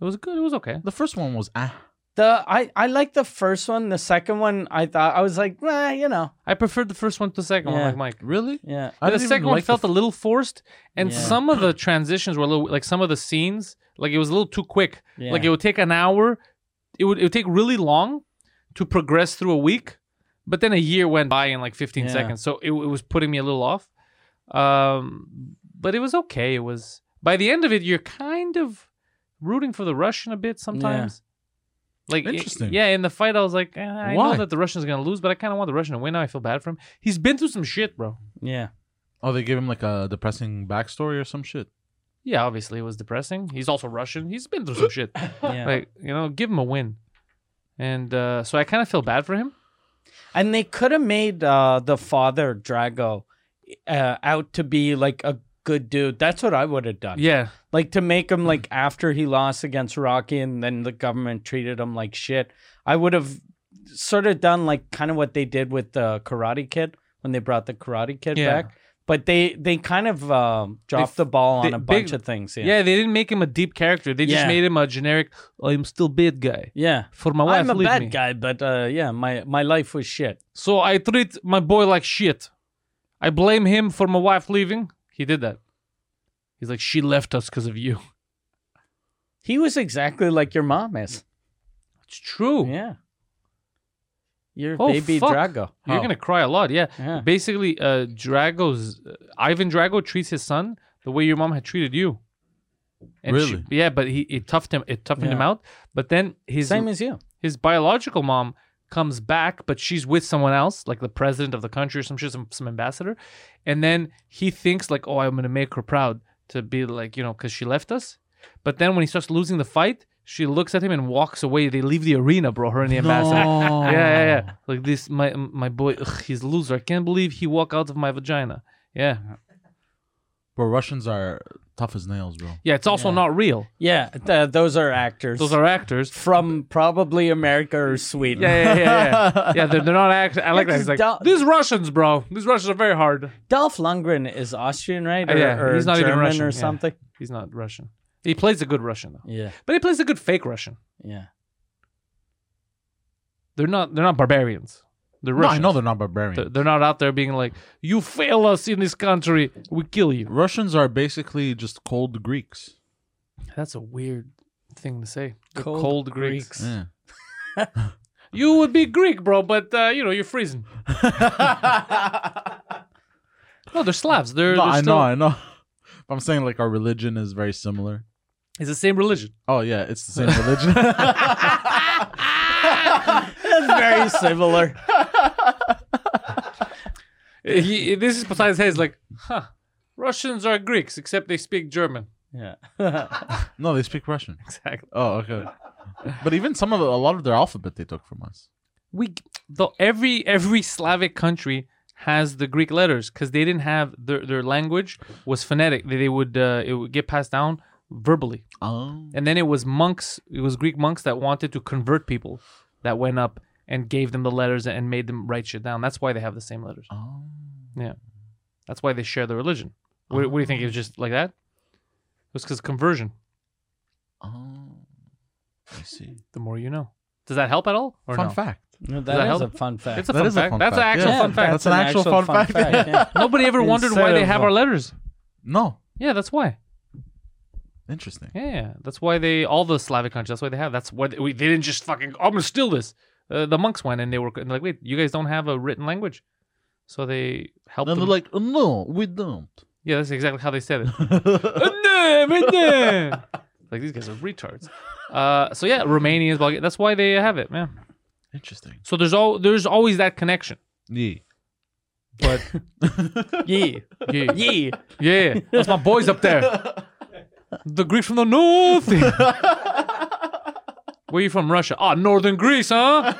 Speaker 1: It was good. It was okay.
Speaker 3: The first one was ah.
Speaker 2: the I I like the first one. The second one, I thought I was like, well, you know,
Speaker 1: I preferred the first one to the second
Speaker 2: Yeah.
Speaker 1: one, like Mike.
Speaker 3: Really?
Speaker 2: yeah.
Speaker 3: I
Speaker 1: the
Speaker 3: didn't even
Speaker 1: second one
Speaker 3: like the
Speaker 1: felt a little forced, and
Speaker 2: Yeah.
Speaker 1: some of the transitions were a little like some of the scenes, like it was a little too quick. Like
Speaker 2: Yeah.
Speaker 1: it would take an hour, it would it would take really long to progress through a week, but then a year went by in like 15
Speaker 2: Yeah.
Speaker 1: seconds, so it, it was putting me a little off. Um, but it was okay. It was by the end of it, you're kind of rooting for the Russian a bit sometimes. Like it-
Speaker 3: Interesting.
Speaker 1: yeah. In the fight, I was like, eh, I
Speaker 3: Why?
Speaker 1: know that the Russian's gonna lose, but I kind of want the Russian to win. Now I feel bad for him. He's been through some shit, bro.
Speaker 2: Yeah.
Speaker 3: Oh, they gave him like a depressing backstory or some shit.
Speaker 1: Yeah, obviously it was depressing. He's also Russian. He's been through some shit.
Speaker 2: Yeah.
Speaker 1: Like you know, give him a win. And uh, so I kind of feel bad for him.
Speaker 2: And they could have made uh, the father Drago uh, out to be like a good dude. That's what I would have done.
Speaker 1: Yeah,
Speaker 2: Like to make him
Speaker 1: Mm.
Speaker 2: like after he lost against Rocky and then the government treated him like shit. I would have sort of done like kind of what they did with the Karate Kid when they brought the Karate Kid
Speaker 1: Yeah.
Speaker 2: back. But they they kind of um, dropped the ball on
Speaker 1: they-
Speaker 2: a bunch
Speaker 1: big-
Speaker 2: of things.
Speaker 1: yeah.
Speaker 2: Yeah.
Speaker 1: they didn't make him a deep character. They just
Speaker 2: Yeah.
Speaker 1: made him a generic. "Oh, I'm still bad guy
Speaker 2: Yeah.
Speaker 1: for my wife.
Speaker 2: I'm a
Speaker 1: leave
Speaker 2: bad
Speaker 1: me."
Speaker 2: guy, but uh, yeah, my, my life was shit.
Speaker 1: So I treat my boy like shit. I blame him for my wife leaving. He did that. He's like, she left us because of you.
Speaker 2: He was exactly like your mom is.
Speaker 1: It's true.
Speaker 2: Yeah. Your
Speaker 1: Oh,
Speaker 2: baby
Speaker 1: fuck.
Speaker 2: Drago.
Speaker 1: You're
Speaker 3: Oh.
Speaker 1: gonna cry a lot. Yeah.
Speaker 2: Yeah.
Speaker 1: Basically, uh, Drago's uh, Ivan Drago treats his son the way your mom had treated you. she-
Speaker 3: Really?
Speaker 1: yeah, but he it toughed him. It toughened him
Speaker 2: Yeah.
Speaker 1: out. But then his
Speaker 2: Same as you.
Speaker 1: his biological mom comes back, but she's with someone else, like the president of the country or some shit, some, some ambassador. And then he thinks like, oh, I'm gonna make her proud to be like, you know, because she left us. But then when he starts losing the fight, she looks at him and walks away. They leave the arena, bro. Her and the
Speaker 2: Oh.
Speaker 1: ambassador. Yeah, yeah, yeah. Like this, my my boy, ugh, he's a loser. I can't believe he walked out of my vagina. Yeah,
Speaker 3: Bro, Russians are tough as nails, bro.
Speaker 1: yeah. It's also not real.
Speaker 2: Yeah, th- those are actors.
Speaker 1: Those are actors.
Speaker 2: from probably America or Sweden.
Speaker 1: Yeah, yeah, yeah, yeah. yeah they're, they're not actors. I like that.
Speaker 2: because
Speaker 1: He's like,
Speaker 2: Dal-
Speaker 1: these Russians, bro. These Russians are very hard.
Speaker 2: Dolph Lundgren is Austrian, right?
Speaker 1: Uh,
Speaker 2: Or,
Speaker 1: yeah,
Speaker 2: or
Speaker 1: he's not even
Speaker 2: German
Speaker 1: Russian, yeah.
Speaker 2: or something.
Speaker 1: He's not Russian. He plays a good Russian though.
Speaker 2: Yeah.
Speaker 1: But he plays a good fake Russian.
Speaker 2: Yeah.
Speaker 1: They're not. They're not barbarians. They're
Speaker 3: No, I
Speaker 1: Russians.
Speaker 3: know they're not barbarian.
Speaker 1: They're, they're not out there being like, "You fail us in this country, we kill you."
Speaker 3: Russians are basically just cold Greeks.
Speaker 1: That's a weird thing to say. The
Speaker 2: Cold
Speaker 1: cold, Greeks.
Speaker 2: Greeks.
Speaker 3: Yeah.
Speaker 1: You would be Greek, bro, but uh, you know you're freezing. no, they're Slavs. They're,
Speaker 3: No,
Speaker 1: they're
Speaker 3: I
Speaker 1: still,
Speaker 3: know, I know. I'm saying like our religion is very similar.
Speaker 1: It's the same religion.
Speaker 3: Oh yeah, it's the same religion.
Speaker 2: That's very similar.
Speaker 1: Uh, he- this is Poseidon's head. He's like, huh? Russians are Greeks, except they speak German.
Speaker 2: Yeah.
Speaker 3: no, they speak Russian.
Speaker 1: Exactly.
Speaker 3: Oh, okay. But even some of a lot of their alphabet they took from us.
Speaker 1: We though every every Slavic country has the Greek letters because they didn't have their their language was phonetic. They, they would uh, it would get passed down verbally.
Speaker 3: Oh.
Speaker 1: And then it was monks, it was Greek monks that wanted to convert people that went up and gave them the letters and made them write shit down. That's why they have the same letters.
Speaker 3: Oh.
Speaker 1: That's why they share the religion. What, what do you think? It was just like that? It was because conversion.
Speaker 3: Oh. I see.
Speaker 1: The more you know. Does that help at all? Or
Speaker 3: Fun
Speaker 1: no?
Speaker 3: fact.
Speaker 2: No,
Speaker 1: that
Speaker 2: that is a
Speaker 1: help?
Speaker 2: fun fact.
Speaker 1: It's a
Speaker 3: That
Speaker 1: fun
Speaker 3: is a
Speaker 1: fact.
Speaker 3: fun
Speaker 1: That's
Speaker 3: fact.
Speaker 1: an actual
Speaker 2: Yeah,
Speaker 1: fun fact.
Speaker 3: That's an actual fun fact.
Speaker 2: yeah.
Speaker 1: Nobody ever wondered why they have
Speaker 2: Instead
Speaker 1: our
Speaker 2: of-
Speaker 1: letters.
Speaker 3: No.
Speaker 1: Yeah, that's why.
Speaker 3: Interesting.
Speaker 1: Yeah, that's why they all the Slavic countries. That's why they have. That's why they, we, they didn't just fucking. I'm gonna steal this. Uh, the monks went and they were and like, wait, you guys don't have a written language, so they helped.
Speaker 3: And they're
Speaker 1: them.
Speaker 3: like, "Oh, no, we don't.
Speaker 1: yeah, that's exactly how they said it. "No, but no." like these guys are retards. Uh, so yeah, Romanians, Bulgarians. That's why they have it, man.
Speaker 3: Interesting.
Speaker 1: So there's all there's always that connection.
Speaker 3: Yeah.
Speaker 1: But
Speaker 2: yeah.
Speaker 1: yeah, yeah,
Speaker 2: Yeah.
Speaker 1: yeah. that's my boys up there. The Greeks from the north. Where you from? Russia. Ah, northern Greece, huh?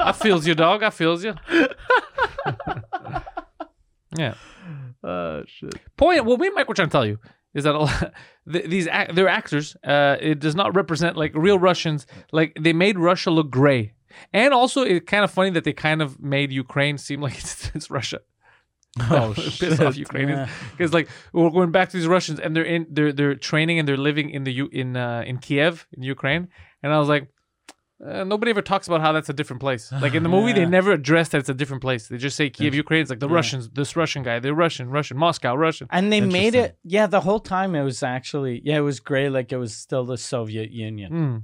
Speaker 1: I feels you, dog. I feels you. yeah.
Speaker 3: Uh, shit.
Speaker 1: Point. What me and Mike were trying to tell you is that a lot, th- these ac- they're actors. Uh, it does not represent like real Russians. Like they made Russia look gray, and also it's kind of funny that they kind of made Ukraine seem like it's, it's Russia.
Speaker 3: Oh
Speaker 1: Piss off Ukrainians because like we're going back to these Russians and they're in they're they're training and they're living in the U in uh, in Kiev in Ukraine and I was like uh, nobody ever talks about how that's a different place like in the movie they
Speaker 2: Yeah.
Speaker 1: never address that it's a different place they just say Kiev Ukraine it's like the Russians this Russian guy they're Russian Russian Moscow Russian
Speaker 2: And they made
Speaker 3: Interesting.
Speaker 2: it, yeah, the whole time it was actually, yeah, it was gray, like it was still the Soviet Union.
Speaker 1: Mm.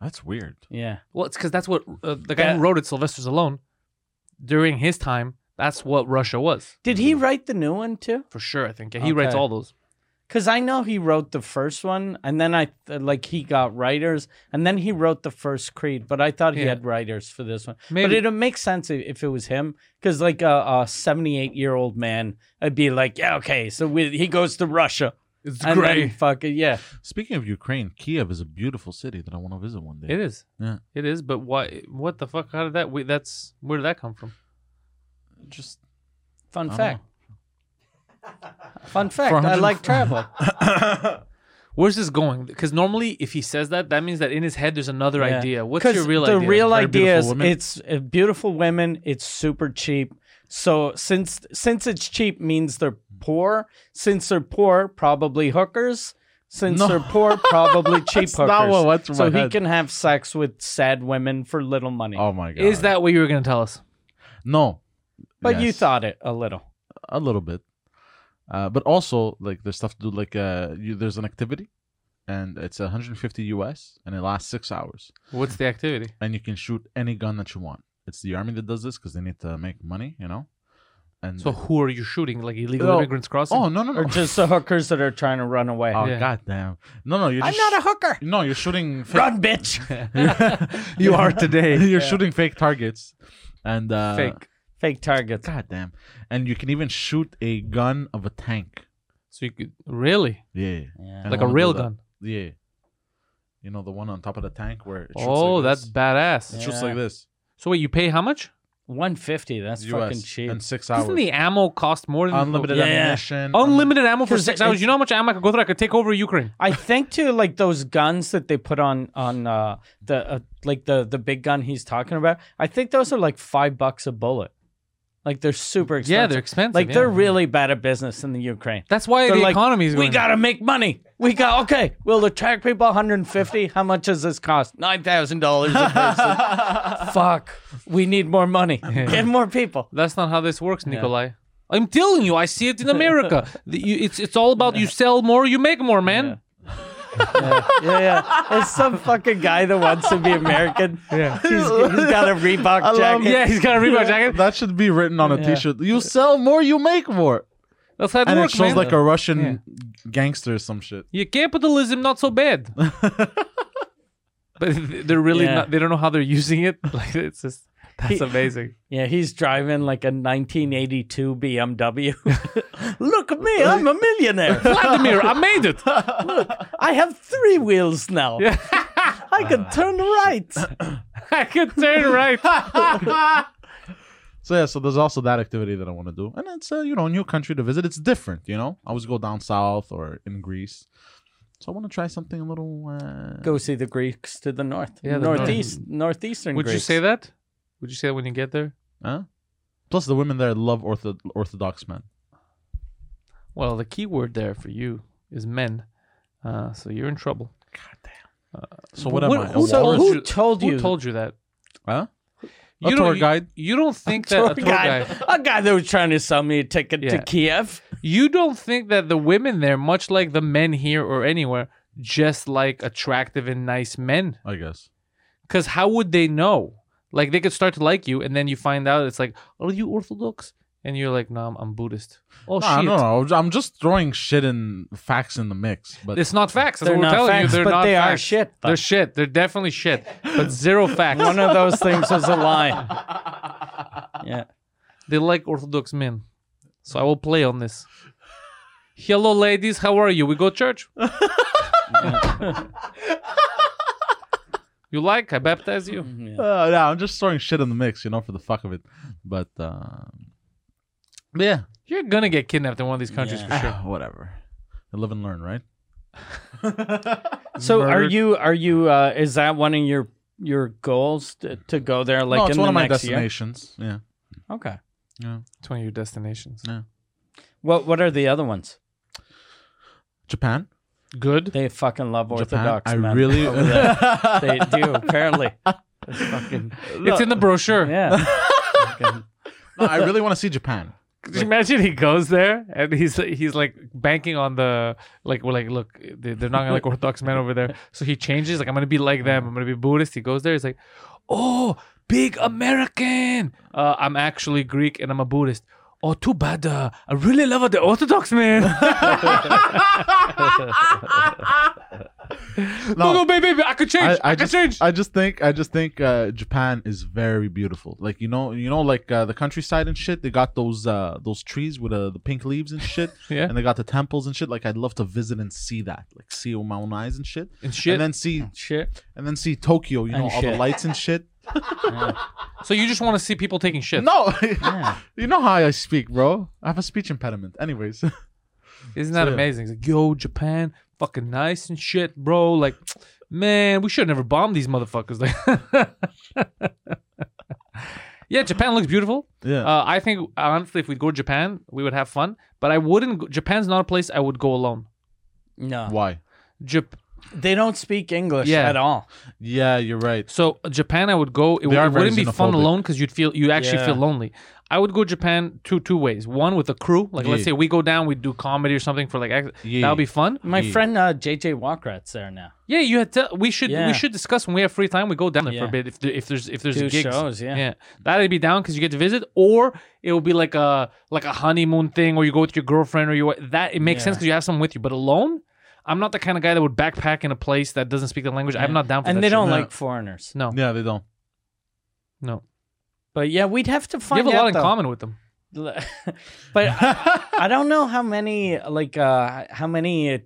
Speaker 3: That's weird.
Speaker 2: Yeah.
Speaker 1: well it's because that's what uh, the guy who
Speaker 2: That-
Speaker 1: wrote it Sylvester Stallone during his time that's what Russia was
Speaker 2: Did he write the new one too?
Speaker 1: for sure I think yeah, he writes
Speaker 2: Okay.
Speaker 1: all those
Speaker 2: because I know he wrote the first one, and then I like he got writers, and then he wrote the first Creed. But I thought he
Speaker 1: Yeah.
Speaker 2: had writers for this one.
Speaker 1: Maybe.
Speaker 2: But it makes sense if, if it was him, because like a, a seventy-eight-year-old man, I'd be like, yeah, okay. So we, he goes to Russia,
Speaker 1: It's
Speaker 2: and then fuck it, yeah.
Speaker 3: Speaking of Ukraine, Kiev is a beautiful city that I want to visit one day.
Speaker 1: It is.
Speaker 3: Yeah.
Speaker 1: It is. But why? What the fuck? How did that? We, that's where did that come from?
Speaker 3: Just
Speaker 2: Fun
Speaker 3: Oh.
Speaker 2: fact. Fun fact.
Speaker 3: For
Speaker 2: I
Speaker 3: 100
Speaker 2: like travel.
Speaker 1: Where's this going? Because normally, if he says that, that means that in his head there's another
Speaker 2: Yeah.
Speaker 1: idea. What's
Speaker 2: 'Cause
Speaker 1: your real
Speaker 2: the
Speaker 1: idea?
Speaker 2: real
Speaker 3: Very
Speaker 2: idea is
Speaker 3: beautiful women.
Speaker 2: it's uh, beautiful women. It's super cheap. So since since it's cheap means they're poor. Since they're poor, probably hookers. Since
Speaker 3: No.
Speaker 2: they're poor, probably cheap hookers.
Speaker 3: not what went through
Speaker 2: so
Speaker 3: my
Speaker 2: he
Speaker 3: head.
Speaker 2: can have sex with sad women for little money.
Speaker 3: oh my god.
Speaker 1: Is that what you were gonna tell us?
Speaker 3: no?
Speaker 2: but you
Speaker 3: Yes.
Speaker 2: thought it a little.
Speaker 3: a little bit, uh, but also like there's stuff to do. Like uh, you, there's an activity, and it's 150 US, and it lasts six hours,
Speaker 1: What's the activity?
Speaker 3: and you can shoot any gun that you want. It's the army that does this because they need to make money, you know. And
Speaker 1: So who are you shooting? Like illegal
Speaker 3: No.
Speaker 1: immigrants crossing?
Speaker 3: oh no no no!
Speaker 2: Or just the hookers that are trying to run away.
Speaker 3: oh
Speaker 1: Yeah.
Speaker 3: goddamn! No no, you're
Speaker 2: I'm
Speaker 3: just
Speaker 2: not a hooker.
Speaker 3: no, you're shooting. Fake,
Speaker 2: Run, bitch.
Speaker 3: you are today. you're shooting fake targets, and uh,
Speaker 1: fake.
Speaker 2: Fake targets.
Speaker 3: Goddamn! And you can even shoot a gun of a tank.
Speaker 1: So you could really
Speaker 3: Yeah.
Speaker 2: Yeah.
Speaker 3: I
Speaker 1: like a
Speaker 3: wanna do
Speaker 1: real
Speaker 3: that.
Speaker 1: gun.
Speaker 3: Yeah. You know the one on top of the tank where it shoots
Speaker 1: Oh,
Speaker 3: like
Speaker 1: that's
Speaker 3: this.
Speaker 1: badass.
Speaker 3: It shoots like
Speaker 2: Yeah.
Speaker 3: this.
Speaker 1: So wait, you pay how much?
Speaker 2: One fifty. That's fucking
Speaker 3: US
Speaker 2: cheap.
Speaker 3: in six hours.
Speaker 1: Doesn't the ammo cost more than
Speaker 3: Unlimited
Speaker 2: Yeah.
Speaker 3: ammunition.
Speaker 1: Unlimited ammo for
Speaker 2: 'Cause
Speaker 1: six
Speaker 2: it-
Speaker 1: hours. You know how much ammo I could go through? I could take over Ukraine.
Speaker 2: I think too, like those guns that they put on on uh, the uh, like the the big gun he's talking about. I think those are like five bucks a bullet. Like they're super expensive.
Speaker 1: Yeah, they're expensive.
Speaker 2: like
Speaker 1: yeah.
Speaker 2: they're really bad at business in the Ukraine.
Speaker 1: That's why
Speaker 2: They're
Speaker 1: the
Speaker 2: like,
Speaker 1: economy is
Speaker 2: We
Speaker 1: going.
Speaker 2: gotta make money. We got okay. We'll attract people. 150. How much does this cost? Nine thousand dollars a person. Fuck. We need more money. Get more people.
Speaker 1: That's not how this works, Nikolai. I'm telling you, I see it in America. The- you- it's it's all about you sell more, you make more, man.
Speaker 2: Yeah, yeah. It's some fucking guy that wants to be American. Yeah. He's, he's got a Reebok
Speaker 3: love-
Speaker 2: jacket.
Speaker 1: Yeah, he's got a Reebok jacket.
Speaker 3: that should be written on a shirt You sell more, you make more.
Speaker 1: That's how it
Speaker 3: And it
Speaker 1: works,
Speaker 3: shows
Speaker 1: man.
Speaker 3: like a Russian gangster or some shit.
Speaker 1: Your capitalism not so bad. but th- they're really
Speaker 2: Yeah.
Speaker 1: not. They don't know how they're using it. Like it's just that's amazing.
Speaker 2: Yeah, he's driving like a 1982 BMW. Look at me, I'm a millionaire.
Speaker 1: Vladimir, I made it.
Speaker 2: I have three wheels now. I can turn right.
Speaker 1: I could turn right.
Speaker 3: So yeah, so there's also that activity that I want to do, and it's a you know new country to visit. It's different, you know. I always go down south or in Greece, so I want to try something a little. Uh,
Speaker 2: Go see the Greeks to the north,
Speaker 1: Yeah, the
Speaker 2: northeast, northeastern.
Speaker 1: Would you
Speaker 2: Greeks.
Speaker 1: say that? Would you say that when you get there?
Speaker 3: huh? Plus, the women there love ortho- orthodox men.
Speaker 1: Well, the key word there for you is men. Uh, so you're in trouble.
Speaker 3: So what,
Speaker 1: What-
Speaker 3: am I? a
Speaker 1: who
Speaker 2: So
Speaker 3: walrus?
Speaker 1: told
Speaker 2: who
Speaker 1: you-
Speaker 2: told
Speaker 1: Who
Speaker 2: you?
Speaker 1: told you that?
Speaker 3: Huh?
Speaker 1: You
Speaker 3: a
Speaker 1: don't-
Speaker 3: tour
Speaker 1: you-
Speaker 3: guide.
Speaker 1: You don't think that
Speaker 2: Tour
Speaker 1: a tour
Speaker 2: guide.
Speaker 1: guide.
Speaker 2: A guy that was trying to sell me a ticket
Speaker 1: Yeah.
Speaker 2: to Kiev.
Speaker 1: You don't think that the women there, much like the men here or anywhere, just like attractive and nice men?
Speaker 3: I guess.
Speaker 1: Because how would they know? Like they could start to like you, and then you find out it's like, are you Orthodox? And you're like, no, I'm, I'm Buddhist. Oh
Speaker 3: Nah,
Speaker 1: shit!
Speaker 3: no, no, no. I'm just throwing shit and facts in the mix. But
Speaker 1: It's not facts. That's
Speaker 2: They're
Speaker 1: what we're
Speaker 2: not
Speaker 1: telling
Speaker 2: facts,
Speaker 1: you. They're
Speaker 2: but
Speaker 1: not
Speaker 2: they are
Speaker 1: facts.
Speaker 2: shit, though.
Speaker 1: They're shit. They're definitely shit. But zero facts.
Speaker 2: One of those things was a lie. Yeah.
Speaker 1: They like Orthodox men. So I will play on this. Hello, ladies. How are you? We go church. you like? I baptize you.
Speaker 3: uh, yeah, I'm just throwing shit in the mix, you know, for the fuck of it. But, uh, but yeah,
Speaker 1: You're gonna get kidnapped in one of these countries
Speaker 2: Yeah.
Speaker 1: for sure.
Speaker 3: whatever. You live and learn, right?
Speaker 2: So are
Speaker 1: Murdered.
Speaker 2: you? Are you? Uh, is that one of your your goals to, to go there? Like
Speaker 3: no, it's
Speaker 2: in
Speaker 3: one
Speaker 2: the
Speaker 3: of my
Speaker 2: next year?
Speaker 3: destinations.
Speaker 2: Okay.
Speaker 1: It's one of your destinations.
Speaker 2: What What are the other ones?
Speaker 3: Yeah, Japan.
Speaker 1: Good.
Speaker 2: They fucking love
Speaker 3: Japan.
Speaker 2: Orthodox
Speaker 3: I
Speaker 2: men.
Speaker 3: really.
Speaker 2: over there. they do apparently. It's fucking
Speaker 1: It's in the brochure.
Speaker 2: yeah. Fucking-
Speaker 3: No, I really want to see Japan.
Speaker 1: Could you imagine he goes there and he's he's like banking on the like we're like look they- they're not gonna like Orthodox men over there so he changes like I'm gonna be like them I'm gonna be Buddhist he goes there he's like oh big American uh, I'm actually Greek and I'm a Buddhist "Oh, too bad. Uh, I really love the Orthodox man." no, no, baby, baby, I could change. I, could
Speaker 3: just,
Speaker 1: change.
Speaker 3: I just think I just think uh, Japan is very beautiful. Like you know, you know, like uh, the countryside and shit. They got those uh, those trees with uh, the pink leaves and shit.
Speaker 1: Yeah.
Speaker 3: And they got the temples and shit. Like I'd love to visit and see that. Like see it with my own eyes and shit.
Speaker 1: and shit.
Speaker 3: And then see
Speaker 2: Shit.
Speaker 3: and then see Tokyo. You know
Speaker 2: And
Speaker 3: all the
Speaker 2: shit.
Speaker 3: lights and shit.
Speaker 1: so you just want to see people taking shit?
Speaker 3: No, you know how I speak, bro. I have a speech impediment. Anyways,
Speaker 1: Isn't that
Speaker 3: So-
Speaker 1: amazing? It's like, yo, Japan, fucking nice and shit, bro. Like, man, we should have never bombed these motherfuckers. Like- yeah, Japan looks beautiful.
Speaker 3: yeah.
Speaker 1: Uh, I think honestly, if we go to Japan, we would have fun. But I wouldn't. Go, Japan's not a place I would go alone.
Speaker 2: No.
Speaker 3: Why?
Speaker 1: Jap-
Speaker 2: They don't speak English
Speaker 1: Yeah.
Speaker 2: at all.
Speaker 3: Yeah, you're right.
Speaker 1: so uh, Japan, I would go. It,
Speaker 3: They are
Speaker 1: it wouldn't
Speaker 3: very
Speaker 1: be fun
Speaker 3: xenophobic.
Speaker 1: alone because you'd feel you actually
Speaker 2: Yeah.
Speaker 1: feel lonely. I would go to Japan two two ways. One with a crew, like let's
Speaker 3: Yeah.
Speaker 1: say we go down, we do comedy or something for like ex-
Speaker 3: Yeah.
Speaker 1: that would be fun.
Speaker 2: My
Speaker 3: Yeah.
Speaker 2: friend uh, JJ Walkrat's there now.
Speaker 1: Yeah, you had. Te- we should
Speaker 2: Yeah.
Speaker 1: we should discuss when we have free time. We go down there for
Speaker 2: Yeah.
Speaker 1: a bit if there, if there's if there's
Speaker 2: Do
Speaker 1: gigs.
Speaker 2: shows, yeah.
Speaker 1: that'd be down because you get to visit, or it will be like a like a honeymoon thing, or you go with your girlfriend, or you that it makes sense
Speaker 2: Yeah.
Speaker 1: because you have someone with you. But alone, I'm not the kind of guy that would backpack in a place that doesn't speak the language. I'm
Speaker 2: Yeah.
Speaker 1: not down for
Speaker 2: And
Speaker 1: that.
Speaker 2: they
Speaker 1: shit.
Speaker 2: don't
Speaker 3: No.
Speaker 2: like foreigners.
Speaker 1: No,
Speaker 3: Yeah, they don't.
Speaker 1: no.
Speaker 2: But yeah, we'd have to
Speaker 1: You
Speaker 2: find
Speaker 1: have a lot
Speaker 2: out,
Speaker 1: in
Speaker 2: though.
Speaker 1: common with them.
Speaker 2: but I, I don't know how many like uh how many uh,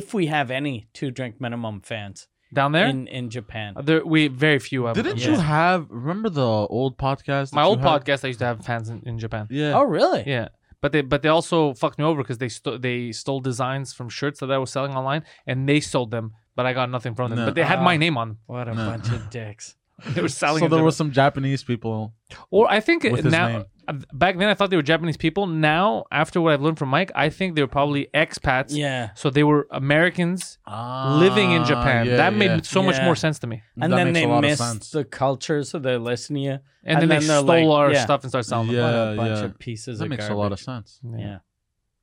Speaker 2: if we have any two drink minimum fans
Speaker 1: Down there,
Speaker 2: in in Japan.
Speaker 1: Uh, there we very few. Of
Speaker 3: Didn't
Speaker 1: them.
Speaker 3: you
Speaker 2: Yeah.
Speaker 3: have? Remember the old podcast? that
Speaker 1: My
Speaker 3: you
Speaker 1: old
Speaker 3: had?
Speaker 1: podcast, I used to have fans in, in Japan.
Speaker 3: Yeah.
Speaker 2: Oh really?
Speaker 1: Yeah. But they but they also fucked me over because they sto- they stole designs from shirts that I was selling online and they sold them, but I got nothing from them.
Speaker 3: No.
Speaker 1: But they had my name on.
Speaker 2: What a
Speaker 3: No.
Speaker 2: bunch of dicks.
Speaker 1: them. They were selling.
Speaker 3: so
Speaker 1: it
Speaker 3: there
Speaker 1: to
Speaker 3: were some Japanese people.
Speaker 1: them. or I think
Speaker 3: with his
Speaker 1: now uh, back then I thought they were Japanese people. Now after what I've learned from Mike, I think they were probably expats.
Speaker 2: Yeah.
Speaker 1: So they were Americans Ah, living in Japan.
Speaker 3: Ah, yeah,
Speaker 1: that
Speaker 3: yeah.
Speaker 1: made so much
Speaker 2: Yeah.
Speaker 1: more sense to me.
Speaker 2: And
Speaker 3: That
Speaker 2: then
Speaker 3: makes a
Speaker 2: they
Speaker 3: lot of
Speaker 2: miss
Speaker 3: sense.
Speaker 2: the culture, so they listen to you.
Speaker 1: And,
Speaker 2: And
Speaker 1: then,
Speaker 2: then
Speaker 1: they
Speaker 2: they're
Speaker 1: stole
Speaker 2: like-
Speaker 1: our
Speaker 2: yeah.
Speaker 1: stuff and started selling
Speaker 3: Yeah,
Speaker 1: them.
Speaker 2: what a bunch
Speaker 3: yeah.
Speaker 2: of pieces
Speaker 3: That
Speaker 2: of
Speaker 3: makes
Speaker 2: garbage.
Speaker 3: a lot of sense.
Speaker 2: Yeah.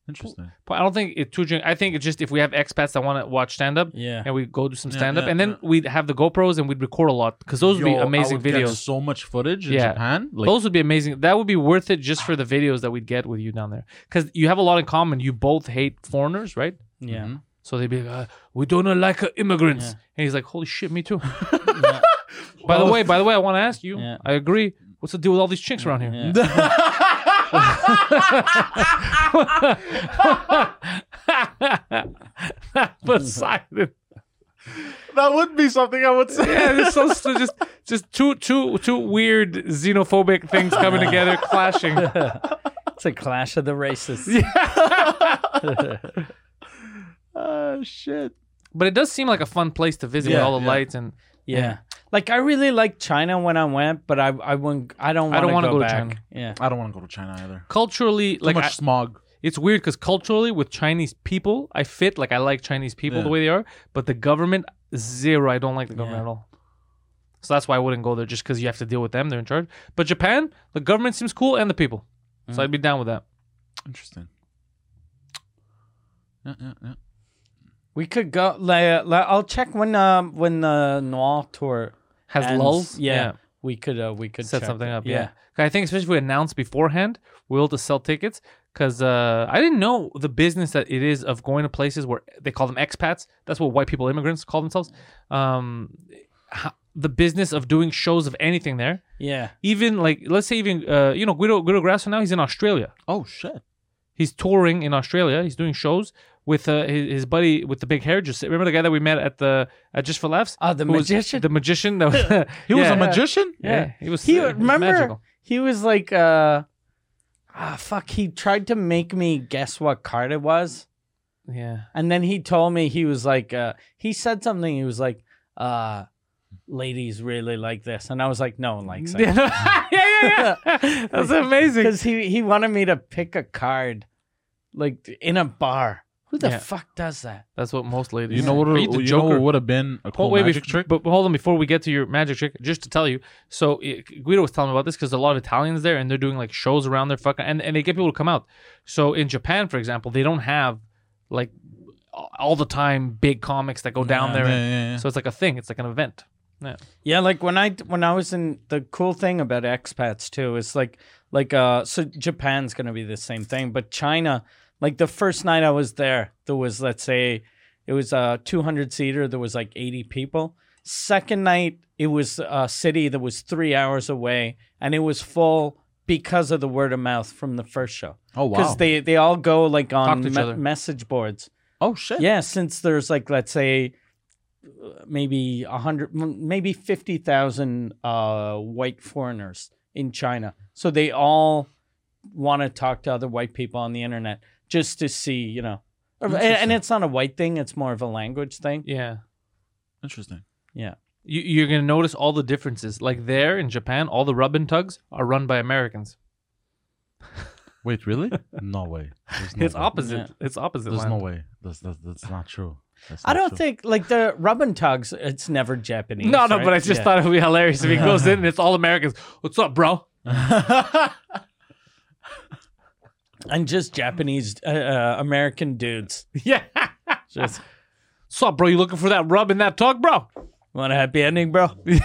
Speaker 3: Interesting.
Speaker 1: But I don't think it too. drink- I think it's just if we have expats that want to watch stand up.
Speaker 2: Yeah.
Speaker 1: And we go do some
Speaker 3: Yeah,
Speaker 1: stand up,
Speaker 3: yeah,
Speaker 1: and then
Speaker 3: yeah.
Speaker 1: we'd have the GoPros and we'd record a lot because those would be
Speaker 3: Yo, I
Speaker 1: amazing
Speaker 3: would get
Speaker 1: videos.
Speaker 3: so much footage in
Speaker 1: Yeah.
Speaker 3: Japan. Like,
Speaker 1: those would be amazing. That would be worth it just for the videos that we'd get with you down there because you have a lot in common. You both hate foreigners, right?
Speaker 2: Yeah.
Speaker 3: Mhm.
Speaker 1: So they'd be like, uh, "We don't like uh, immigrants,"
Speaker 2: Yeah.
Speaker 1: and he's like, "Holy shit, me too."
Speaker 2: Yeah.
Speaker 1: by the way, by the way, I want to ask you.
Speaker 2: Yeah.
Speaker 1: I agree. What's the deal with all these chicks around here?
Speaker 2: Yeah.
Speaker 1: Poseidon.
Speaker 4: That would be something I would say.
Speaker 1: Yeah, it's so, so just just two two two weird xenophobic things coming together, clashing.
Speaker 3: Mm-hmm.
Speaker 2: It's a clash of the races.
Speaker 3: Ah,
Speaker 4: Oh shit.
Speaker 1: But it does seem like a fun place to visit with
Speaker 3: Yeah,
Speaker 1: all the
Speaker 3: yeah.
Speaker 1: lights and
Speaker 2: Yeah. Like I really liked China when I went, but I I wouldn't I don't
Speaker 1: I
Speaker 2: want
Speaker 1: don't
Speaker 2: to
Speaker 1: wanna
Speaker 2: go,
Speaker 1: go to
Speaker 2: back.
Speaker 1: China.
Speaker 2: Yeah.
Speaker 3: I don't want to go to China either.
Speaker 1: culturally,
Speaker 3: Too
Speaker 1: like
Speaker 3: much
Speaker 1: I-
Speaker 3: smog.
Speaker 1: it's weird because culturally with Chinese people, I fit like I like Chinese people the
Speaker 3: Yeah.
Speaker 1: way they are, but the government zero. I don't like the government
Speaker 2: Yeah.
Speaker 1: at all. So that's why I wouldn't go there, just because you have to deal with them. They're in charge. But Japan, the government seems cool and the people,
Speaker 3: Mm.
Speaker 1: so I'd be down with that.
Speaker 3: Interesting. Yeah, yeah, yeah.
Speaker 2: We could go. Like, like, I'll check when um when the Noir tour
Speaker 1: Has
Speaker 2: ends.
Speaker 1: lulls,
Speaker 2: Yeah, we could uh, we could
Speaker 1: set
Speaker 2: check
Speaker 1: something
Speaker 2: it.
Speaker 1: up. Yeah. I think especially if we announce beforehand, we'll to sell tickets because uh, I didn't know the business that it is of going to places where they call them expats. That's what white people immigrants call themselves. Um, ho- the business of doing shows of anything there.
Speaker 2: yeah,
Speaker 1: Even like let's say even uh, you know Guido Guido Grasso now he's in Australia.
Speaker 3: Oh shit.
Speaker 1: He's touring in Australia. He's doing shows with uh, his, his buddy with the big hair. Just remember the guy that we met at the at Just for Laughs.
Speaker 2: Oh, the
Speaker 1: Who was-
Speaker 2: magician?
Speaker 1: the magician. That was,
Speaker 3: He was
Speaker 1: Yeah.
Speaker 3: a magician.
Speaker 1: Yeah. he was.
Speaker 2: He
Speaker 1: uh,
Speaker 2: remember
Speaker 1: magical.
Speaker 2: he was like uh ah fuck. He tried to make me guess what card it was,
Speaker 1: Yeah.
Speaker 2: and then he told me he was like uh he said something. He was like uh ladies really like this, and I was like no one likes it.
Speaker 1: yeah, yeah, yeah. That's amazing.
Speaker 2: Because he, he wanted me to pick a card, like in a bar. Who the
Speaker 1: Yeah.
Speaker 2: fuck does that?
Speaker 1: That's what most ladies.
Speaker 3: You know what?
Speaker 1: Are
Speaker 3: it-
Speaker 1: you the
Speaker 3: You, know
Speaker 1: Joker?
Speaker 3: what would have been a cool
Speaker 1: Oh, wait,
Speaker 3: magic
Speaker 1: bef-
Speaker 3: trick.
Speaker 1: But but hold on, before we get to your magic trick, just to tell you, so i Guido was telling me about this because a lot of Italians there and they're doing like shows around their fucking and, and they get people to come out. So in Japan, for example, they don't have like a- all the time big comics that go down there.
Speaker 3: yeah,
Speaker 1: and-
Speaker 3: yeah, yeah.
Speaker 1: So it's like a thing. It's like an event. Yeah.
Speaker 2: Yeah, like when I when I was in the cool thing about expats too is like like uh so Japan's gonna be the same thing, but China, like the first night I was there, there was let's say it was a 200 seater, there was like 80 people. Second night, it was a city that was three hours away, and it was full because of the word of mouth from the first show.
Speaker 3: Oh
Speaker 2: Because
Speaker 3: wow.
Speaker 2: they they all go like
Speaker 1: Talk
Speaker 2: on
Speaker 1: to each
Speaker 2: me-
Speaker 1: other.
Speaker 2: message boards.
Speaker 3: oh shit.
Speaker 2: Yeah, since there's like let's say uh, maybe a hundred, m- maybe fifty thousand uh, white foreigners in China, so they all want to talk to other white people on the internet just to see, you know. And, and
Speaker 3: Interesting.
Speaker 2: it's not a white thing; it's more of a language thing.
Speaker 1: Yeah.
Speaker 3: Interesting.
Speaker 1: You, you're gonna notice all the differences. Like there in Japan, all the rub and tugs are run by Americans.
Speaker 3: Wait, really? no way. There's no
Speaker 1: It's
Speaker 3: way.
Speaker 1: opposite. It's opposite.
Speaker 3: There's
Speaker 1: Lionel.
Speaker 3: no way. That's that's, that's not true. That's
Speaker 2: I
Speaker 3: not
Speaker 2: don't
Speaker 3: true.
Speaker 2: think like the rub and tugs. It's never Japanese.
Speaker 1: No, no,
Speaker 2: right?
Speaker 1: but I just
Speaker 2: Yeah.
Speaker 1: thought it would be hilarious if he goes in and it's all Americans. What's up, bro?
Speaker 2: and just Japanese uh, uh, American dudes.
Speaker 1: Yeah.
Speaker 2: Just
Speaker 1: What's up, bro? You looking for that rub and that tug, bro?
Speaker 2: want a happy ending, bro. you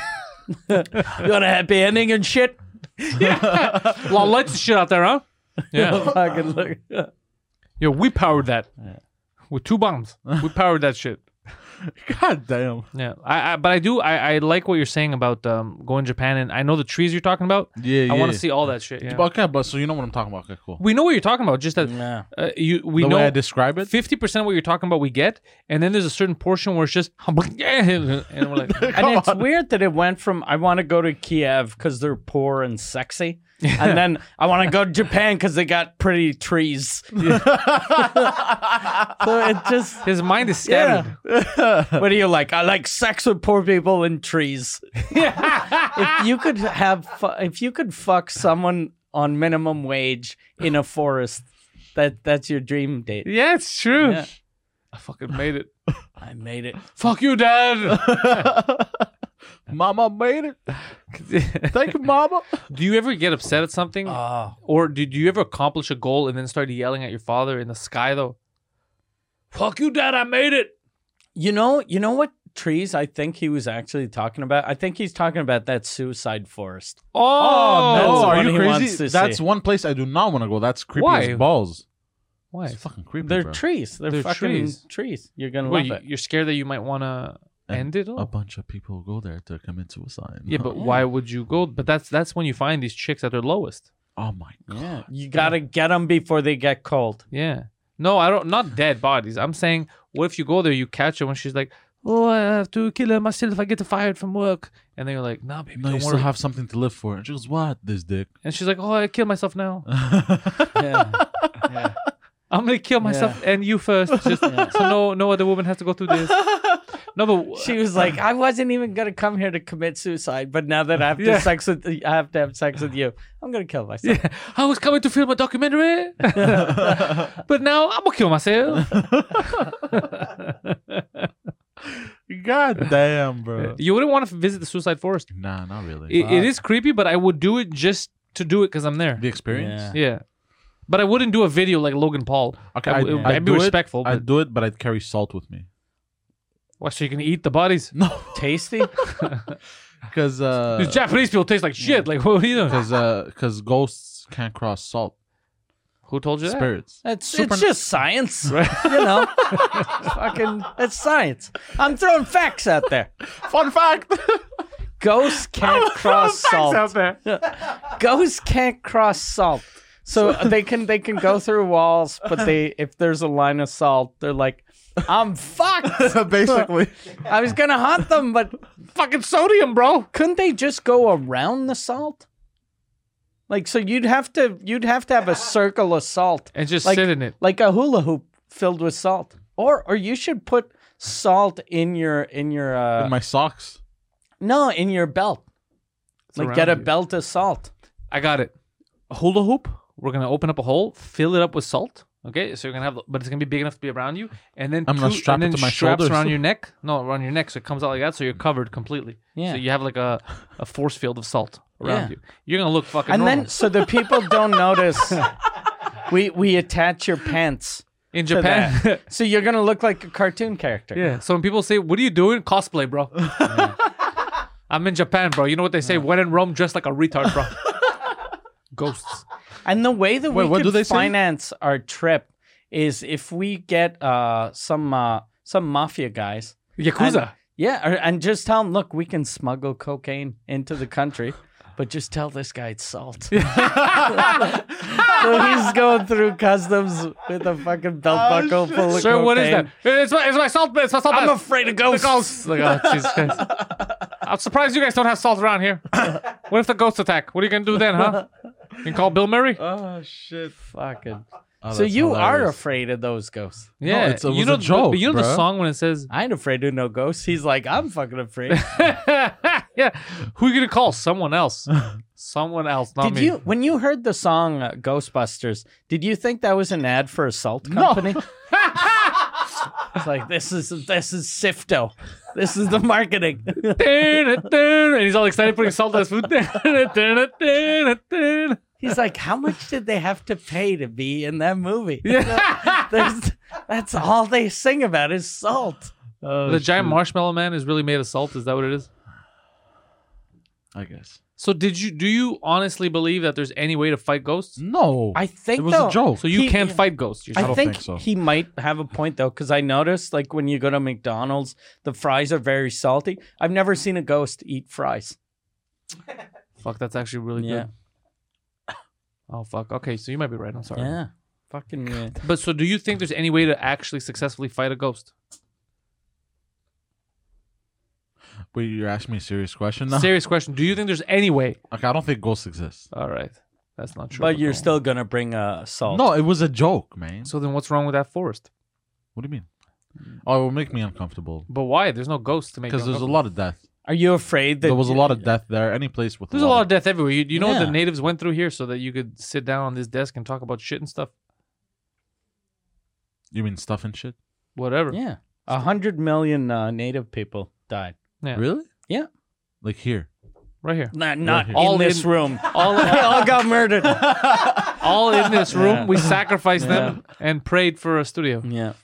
Speaker 2: want a happy ending and shit.
Speaker 1: A lot of lights and shit out there, huh? Yeah.
Speaker 2: Fucking look.
Speaker 1: Yo, we powered that with two bombs. We powered that shit.
Speaker 3: God damn.
Speaker 1: Yeah. I, I but I do I, I like what you're saying about um, going to Japan and I know the trees you're talking about.
Speaker 3: Yeah,
Speaker 1: I want
Speaker 3: yeah.
Speaker 1: to see all that shit. yeah.
Speaker 3: Okay, but so you know what I'm talking about. Okay, cool.
Speaker 1: We know what you're talking about. Just that
Speaker 2: Nah.
Speaker 1: uh, you we
Speaker 3: the
Speaker 1: know
Speaker 3: way I describe it.
Speaker 1: fifty percent of what you're talking about we get, and then there's a certain portion where it's just and we're like,
Speaker 2: And it's weird that it went from I want to go to Kiev because they're poor and sexy, and then I want to go to Japan because they got pretty trees. so it just
Speaker 1: his mind is scattered.
Speaker 2: What are you like? I like sex with poor people and trees. if you could have, fu- if you could fuck someone on minimum wage in a forest, that that's your dream date.
Speaker 1: Yeah, it's true.
Speaker 2: Yeah.
Speaker 1: I fucking made it.
Speaker 2: I made it.
Speaker 1: Fuck you, Dad.
Speaker 3: Mama made it. Thank you, Mama.
Speaker 1: do you ever get upset at something,
Speaker 2: Oh,
Speaker 1: or do, do you ever accomplish a goal and then start yelling at your father in the sky though? Fuck you, Dad. I made it.
Speaker 2: you know, you know what trees? I think he was actually talking about. I think he's talking about that suicide forest.
Speaker 1: Oh,
Speaker 2: that's
Speaker 3: no,
Speaker 2: what
Speaker 3: Oh, are
Speaker 2: he
Speaker 3: you
Speaker 2: wants
Speaker 3: crazy?
Speaker 2: to
Speaker 3: That's
Speaker 2: see.
Speaker 3: one place I do not want to go. That's creepy
Speaker 1: Why?
Speaker 3: as balls.
Speaker 1: why?
Speaker 3: It's fucking creepy.
Speaker 2: They're
Speaker 3: bro.
Speaker 2: trees. They're,
Speaker 1: They're
Speaker 2: fucking
Speaker 1: trees.
Speaker 2: trees. You're gonna
Speaker 1: Well,
Speaker 2: love
Speaker 1: you,
Speaker 2: it.
Speaker 1: you're scared that you might want to end
Speaker 3: And
Speaker 1: it.
Speaker 3: A
Speaker 1: All?
Speaker 3: bunch of people go there to commit suicide.
Speaker 1: Yeah, but why would you go? But that's that's when you find these chicks at their lowest.
Speaker 3: oh my god.
Speaker 2: Yeah, you gotta get them before they get cold.
Speaker 1: Yeah. No, I don't. Not dead bodies. I'm saying, what if you go there, you catch her when she's like, "Oh, I have to kill myself. I get fired from work." And then you're like, "Nah, baby,
Speaker 3: No, you
Speaker 1: don't
Speaker 3: still
Speaker 1: worry."
Speaker 3: have something to live for. And she goes, "What? This dick."
Speaker 1: and she's like, "Oh, I kill myself now.
Speaker 2: Yeah. yeah.
Speaker 1: I'm gonna kill myself and you first, just so no no other woman has to go through this." No, but
Speaker 2: She was like, I wasn't even gonna come here to commit suicide, but now that I have to
Speaker 1: Yeah.
Speaker 2: sex with, I have to have sex with you. I'm gonna kill myself.
Speaker 1: yeah, I was coming to film a documentary, but now I'm gonna kill myself.
Speaker 3: God damn, bro.
Speaker 1: You wouldn't want to visit the suicide forest.
Speaker 3: Nah, not really.
Speaker 1: It, it is creepy, but I would do it just to do it because I'm there.
Speaker 3: the experience.
Speaker 1: Yeah. But I wouldn't do a video like Logan Paul.
Speaker 3: Okay,
Speaker 1: I,
Speaker 3: I,
Speaker 1: would
Speaker 3: I
Speaker 1: I'd be
Speaker 3: do
Speaker 1: respectful.
Speaker 3: It, I
Speaker 1: But,
Speaker 3: do it, but I'd carry salt with me.
Speaker 1: Why, so you can eat the bodies?
Speaker 3: No,
Speaker 2: Tasty?
Speaker 3: because
Speaker 1: These Japanese people taste like shit. Like, what are you doing?
Speaker 3: because uh, because ghosts can't cross salt.
Speaker 1: Who told you that?
Speaker 3: Spirits.
Speaker 2: It's,
Speaker 3: Super-
Speaker 2: it's just science. You know? Fucking it's science. I'm throwing facts out there.
Speaker 3: Fun fact.
Speaker 2: Ghosts can't cross salt.
Speaker 1: there.
Speaker 2: Ghosts can't cross salt. So they can they can go through walls, but they if there's a line of salt, they're like, I'm fucked.
Speaker 3: Basically,
Speaker 2: I was gonna hunt them, but
Speaker 1: Fucking sodium, bro.
Speaker 2: couldn't they just go around the salt? Like so you'd have to you'd have to have a circle of salt.
Speaker 1: And just
Speaker 2: Like-
Speaker 1: sit in it.
Speaker 2: Like a hula hoop filled with salt. Or or you should put salt in your in your uh
Speaker 3: In my socks.
Speaker 2: no, in your belt. like get a
Speaker 1: around you.
Speaker 2: belt of salt.
Speaker 1: I got it. A hula hoop. We're going to open up a hole, fill it up with salt. Okay, so you're gonna have, but it's gonna be big enough to be around you, and then
Speaker 3: I'm gonna
Speaker 1: two-
Speaker 3: strap
Speaker 1: and
Speaker 3: it
Speaker 1: then
Speaker 3: to my
Speaker 1: straps
Speaker 3: shoulders.
Speaker 1: around your neck. No, around your neck, so it comes out like that, so you're covered completely.
Speaker 2: Yeah.
Speaker 1: So you have like a, a force field of salt around
Speaker 2: Yeah.
Speaker 1: you. You're gonna look fucking.
Speaker 2: And
Speaker 1: normal.
Speaker 2: then so the people don't notice we we attach your pants.
Speaker 1: in
Speaker 2: to
Speaker 1: Japan,
Speaker 2: that. so you're gonna look like a cartoon character.
Speaker 1: Yeah. So when people say, "What are you doing?" Cosplay, bro. I'm in Japan, bro. You know what they say? When in Rome, dress like a retard, bro. Ghosts.
Speaker 2: And the way that
Speaker 3: Wait,
Speaker 2: we
Speaker 3: what
Speaker 2: could
Speaker 3: do they say?
Speaker 2: finance our trip is if we get uh, some uh, some mafia guys.
Speaker 1: Yakuza.
Speaker 2: Yeah, or, and just tell them, look, we can smuggle cocaine into the country, but just tell this guy it's salt. so he's going through customs with a fucking belt buckle full of
Speaker 1: Sir,
Speaker 2: cocaine.
Speaker 1: what is that? It's my, it's my salt. It's my salt.
Speaker 2: I'm
Speaker 1: bath.
Speaker 2: afraid of ghosts.
Speaker 1: The ghosts. Like, oh, Jesus Christ. I'm surprised you guys don't have salt around here. what if the ghosts attack? What are you gonna do then, huh? You can call Bill Murray.
Speaker 3: Oh shit!
Speaker 2: Fucking.
Speaker 3: Oh,
Speaker 2: so
Speaker 3: that's
Speaker 2: you are
Speaker 3: hilarious.
Speaker 2: afraid of those ghosts.
Speaker 1: yeah,
Speaker 3: it's a- it
Speaker 1: you
Speaker 3: was
Speaker 1: know
Speaker 3: a joke,
Speaker 1: But you know the
Speaker 3: bruh.
Speaker 1: song when it says,
Speaker 2: I ain't afraid of no ghosts. He's like, I'm fucking afraid.
Speaker 1: "Yeah, who you gonna call? Someone else. Someone else, not
Speaker 2: Did
Speaker 1: me."
Speaker 2: you when you heard the song uh, Ghostbusters? Did you think that was an ad for a salt company? it's like this is this is Sifto. This is the marketing.
Speaker 1: and he's all excited putting salt on his food. yeah,
Speaker 2: He's like, how much did they have to pay to be in that movie? There's, that's all they sing about is salt.
Speaker 1: the giant marshmallow man is really made of salt. Is that what it is?
Speaker 3: I guess.
Speaker 1: So did you do you honestly believe that there's any way to fight ghosts?
Speaker 3: No,
Speaker 2: I think
Speaker 3: it was
Speaker 2: though-
Speaker 3: a joke.
Speaker 1: So you
Speaker 2: He-
Speaker 1: can't fight ghosts. You're
Speaker 2: I,
Speaker 3: don't
Speaker 2: think,
Speaker 3: think so.
Speaker 2: he might have a point though, because I noticed like when you go to McDonald's, the fries are very salty. I've never seen a ghost eat fries.
Speaker 1: fuck. That's actually really
Speaker 2: Yeah.
Speaker 1: good. Oh fuck. Okay, so you might be right. I'm sorry.
Speaker 2: Yeah, fucking. Yeah.
Speaker 1: But so do you think there's any way to actually successfully fight a ghost?
Speaker 3: Wait, you're asking me a serious question now?
Speaker 1: Serious question. Do you think there's any way?
Speaker 3: okay, I don't think ghosts exist.
Speaker 1: All right, that's not true.
Speaker 2: But you're
Speaker 1: no.
Speaker 2: still gonna bring uh,
Speaker 1: Oh.
Speaker 2: salt.
Speaker 3: No, it was a joke, man.
Speaker 1: So then, what's wrong with that forest?
Speaker 3: What do you mean? Oh, it will make me uncomfortable
Speaker 1: But why? There's no ghosts to make.
Speaker 3: because
Speaker 1: you
Speaker 3: there's a
Speaker 1: uncomfortable.
Speaker 3: lot of death.
Speaker 2: Are you afraid that
Speaker 3: there was a lot of death there. Any place with
Speaker 1: There's a lot of death everywhere. You, you know what
Speaker 2: Yeah.
Speaker 1: the natives went through here, so that you could sit down on this desk and talk about shit and stuff.
Speaker 3: You mean stuff and shit?
Speaker 1: Whatever.
Speaker 2: Yeah, a hundred million uh, native people died.
Speaker 1: Yeah.
Speaker 3: Really?
Speaker 2: Yeah.
Speaker 3: Like here.
Speaker 1: Right here.
Speaker 2: Not not
Speaker 3: here.
Speaker 2: in
Speaker 1: All
Speaker 2: this
Speaker 1: in-
Speaker 2: room.
Speaker 1: All
Speaker 2: they all got murdered.
Speaker 1: all in this room.
Speaker 2: Yeah.
Speaker 1: We sacrificed them and prayed for a studio.
Speaker 2: yeah,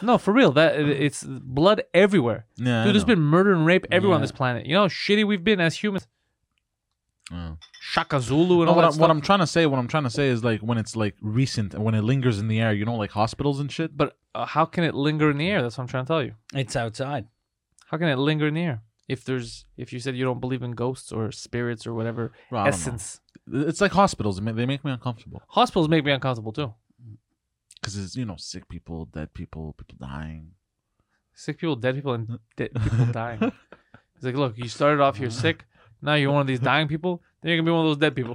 Speaker 1: No, for real. That it- it's blood everywhere.
Speaker 3: Yeah.
Speaker 1: Dude,
Speaker 3: I
Speaker 1: there's
Speaker 3: know.
Speaker 1: been murder and rape everywhere on
Speaker 2: Yeah.
Speaker 1: this planet. You know how shitty we've been as humans.
Speaker 3: Oh.
Speaker 1: Shaka Zulu and
Speaker 3: No,
Speaker 1: all
Speaker 3: what,
Speaker 1: that
Speaker 3: I'm, what
Speaker 1: stuff.
Speaker 3: I'm trying to say, what I'm trying to say is like when it's like recent and when it lingers in the air, you know, like hospitals and shit.
Speaker 1: But uh, how can it linger in the air? That's what I'm trying to tell you.
Speaker 2: it's outside.
Speaker 1: How can it linger in the air? If there's, if you said you don't believe in ghosts or spirits or whatever
Speaker 3: Bro, I don't know.
Speaker 1: essence,
Speaker 3: It's like hospitals. It ma- They make me uncomfortable
Speaker 1: hospitals make me uncomfortable too.
Speaker 3: because it's you know sick people, dead people, people dying.
Speaker 1: Sick people, dead people, and dead people dying. It's like, look, you started off here sick. Now you're one of these dying people. Then you're gonna be one of those dead people.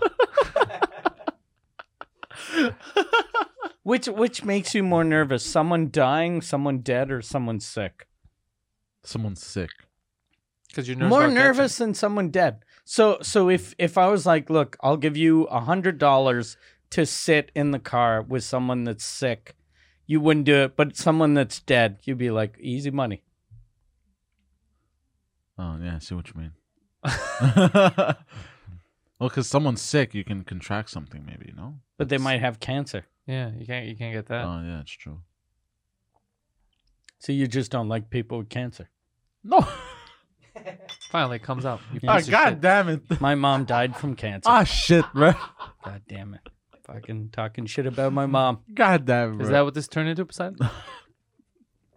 Speaker 2: Which which makes you more nervous? Someone dying, someone dead, or someone sick?
Speaker 3: Someone's sick.
Speaker 1: Because you're nervous
Speaker 2: more
Speaker 1: about catching-
Speaker 2: nervous than someone dead. So so if if I was like, look, I'll give you a hundred dollars to sit in the car with someone that's sick, you wouldn't do it. But someone that's dead, you'd be like, easy money.
Speaker 3: Oh yeah, I see what you mean. well, because someone's sick, you can contract something, maybe you know.
Speaker 2: But they
Speaker 3: That's-
Speaker 2: might have cancer.
Speaker 1: Yeah, you can't you can't get that.
Speaker 3: Oh yeah, it's true.
Speaker 2: So you just don't like people with cancer.
Speaker 3: No.
Speaker 1: Finally, it comes out. You
Speaker 3: Oh,
Speaker 2: Ah,
Speaker 1: piece of shit.
Speaker 3: damn it.
Speaker 2: My mom died from cancer.
Speaker 3: Ah shit, bro.
Speaker 2: God damn it. Fucking talking shit about my mom.
Speaker 3: God damn it.
Speaker 1: Is that what this turned into, Poseidon?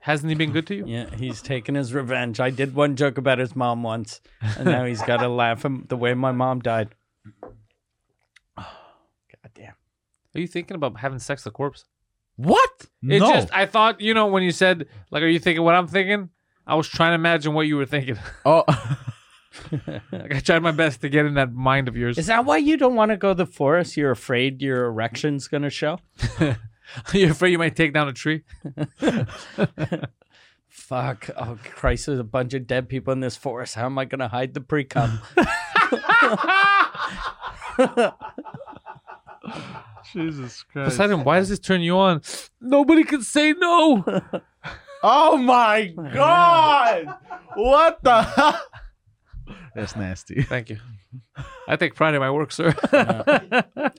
Speaker 1: Hasn't he been good to you?
Speaker 2: Yeah, he's taking his revenge. I did one joke about his mom once, and now he's got to laugh at the way my mom died. God damn.
Speaker 1: Are you thinking about having sex with a corpse?
Speaker 3: What?
Speaker 1: It
Speaker 3: no.
Speaker 1: just I thought, you know, when you said like are you thinking what I'm thinking? I was trying to imagine what you were thinking.
Speaker 3: Oh.
Speaker 1: like I tried my best to get in that mind of yours.
Speaker 2: Is that why you don't want to go to the forest? You're afraid your erection's going to show?
Speaker 1: You're afraid you might take down a tree?
Speaker 2: Fuck. Oh, Christ, there's a bunch of dead people in this forest. How am I going to hide the pre cum?
Speaker 3: Jesus Christ.
Speaker 1: Poseidon, why does this turn you on? Nobody can say no.
Speaker 3: Oh my god! what the? That's nasty.
Speaker 1: Thank you. I take pride in my work, sir.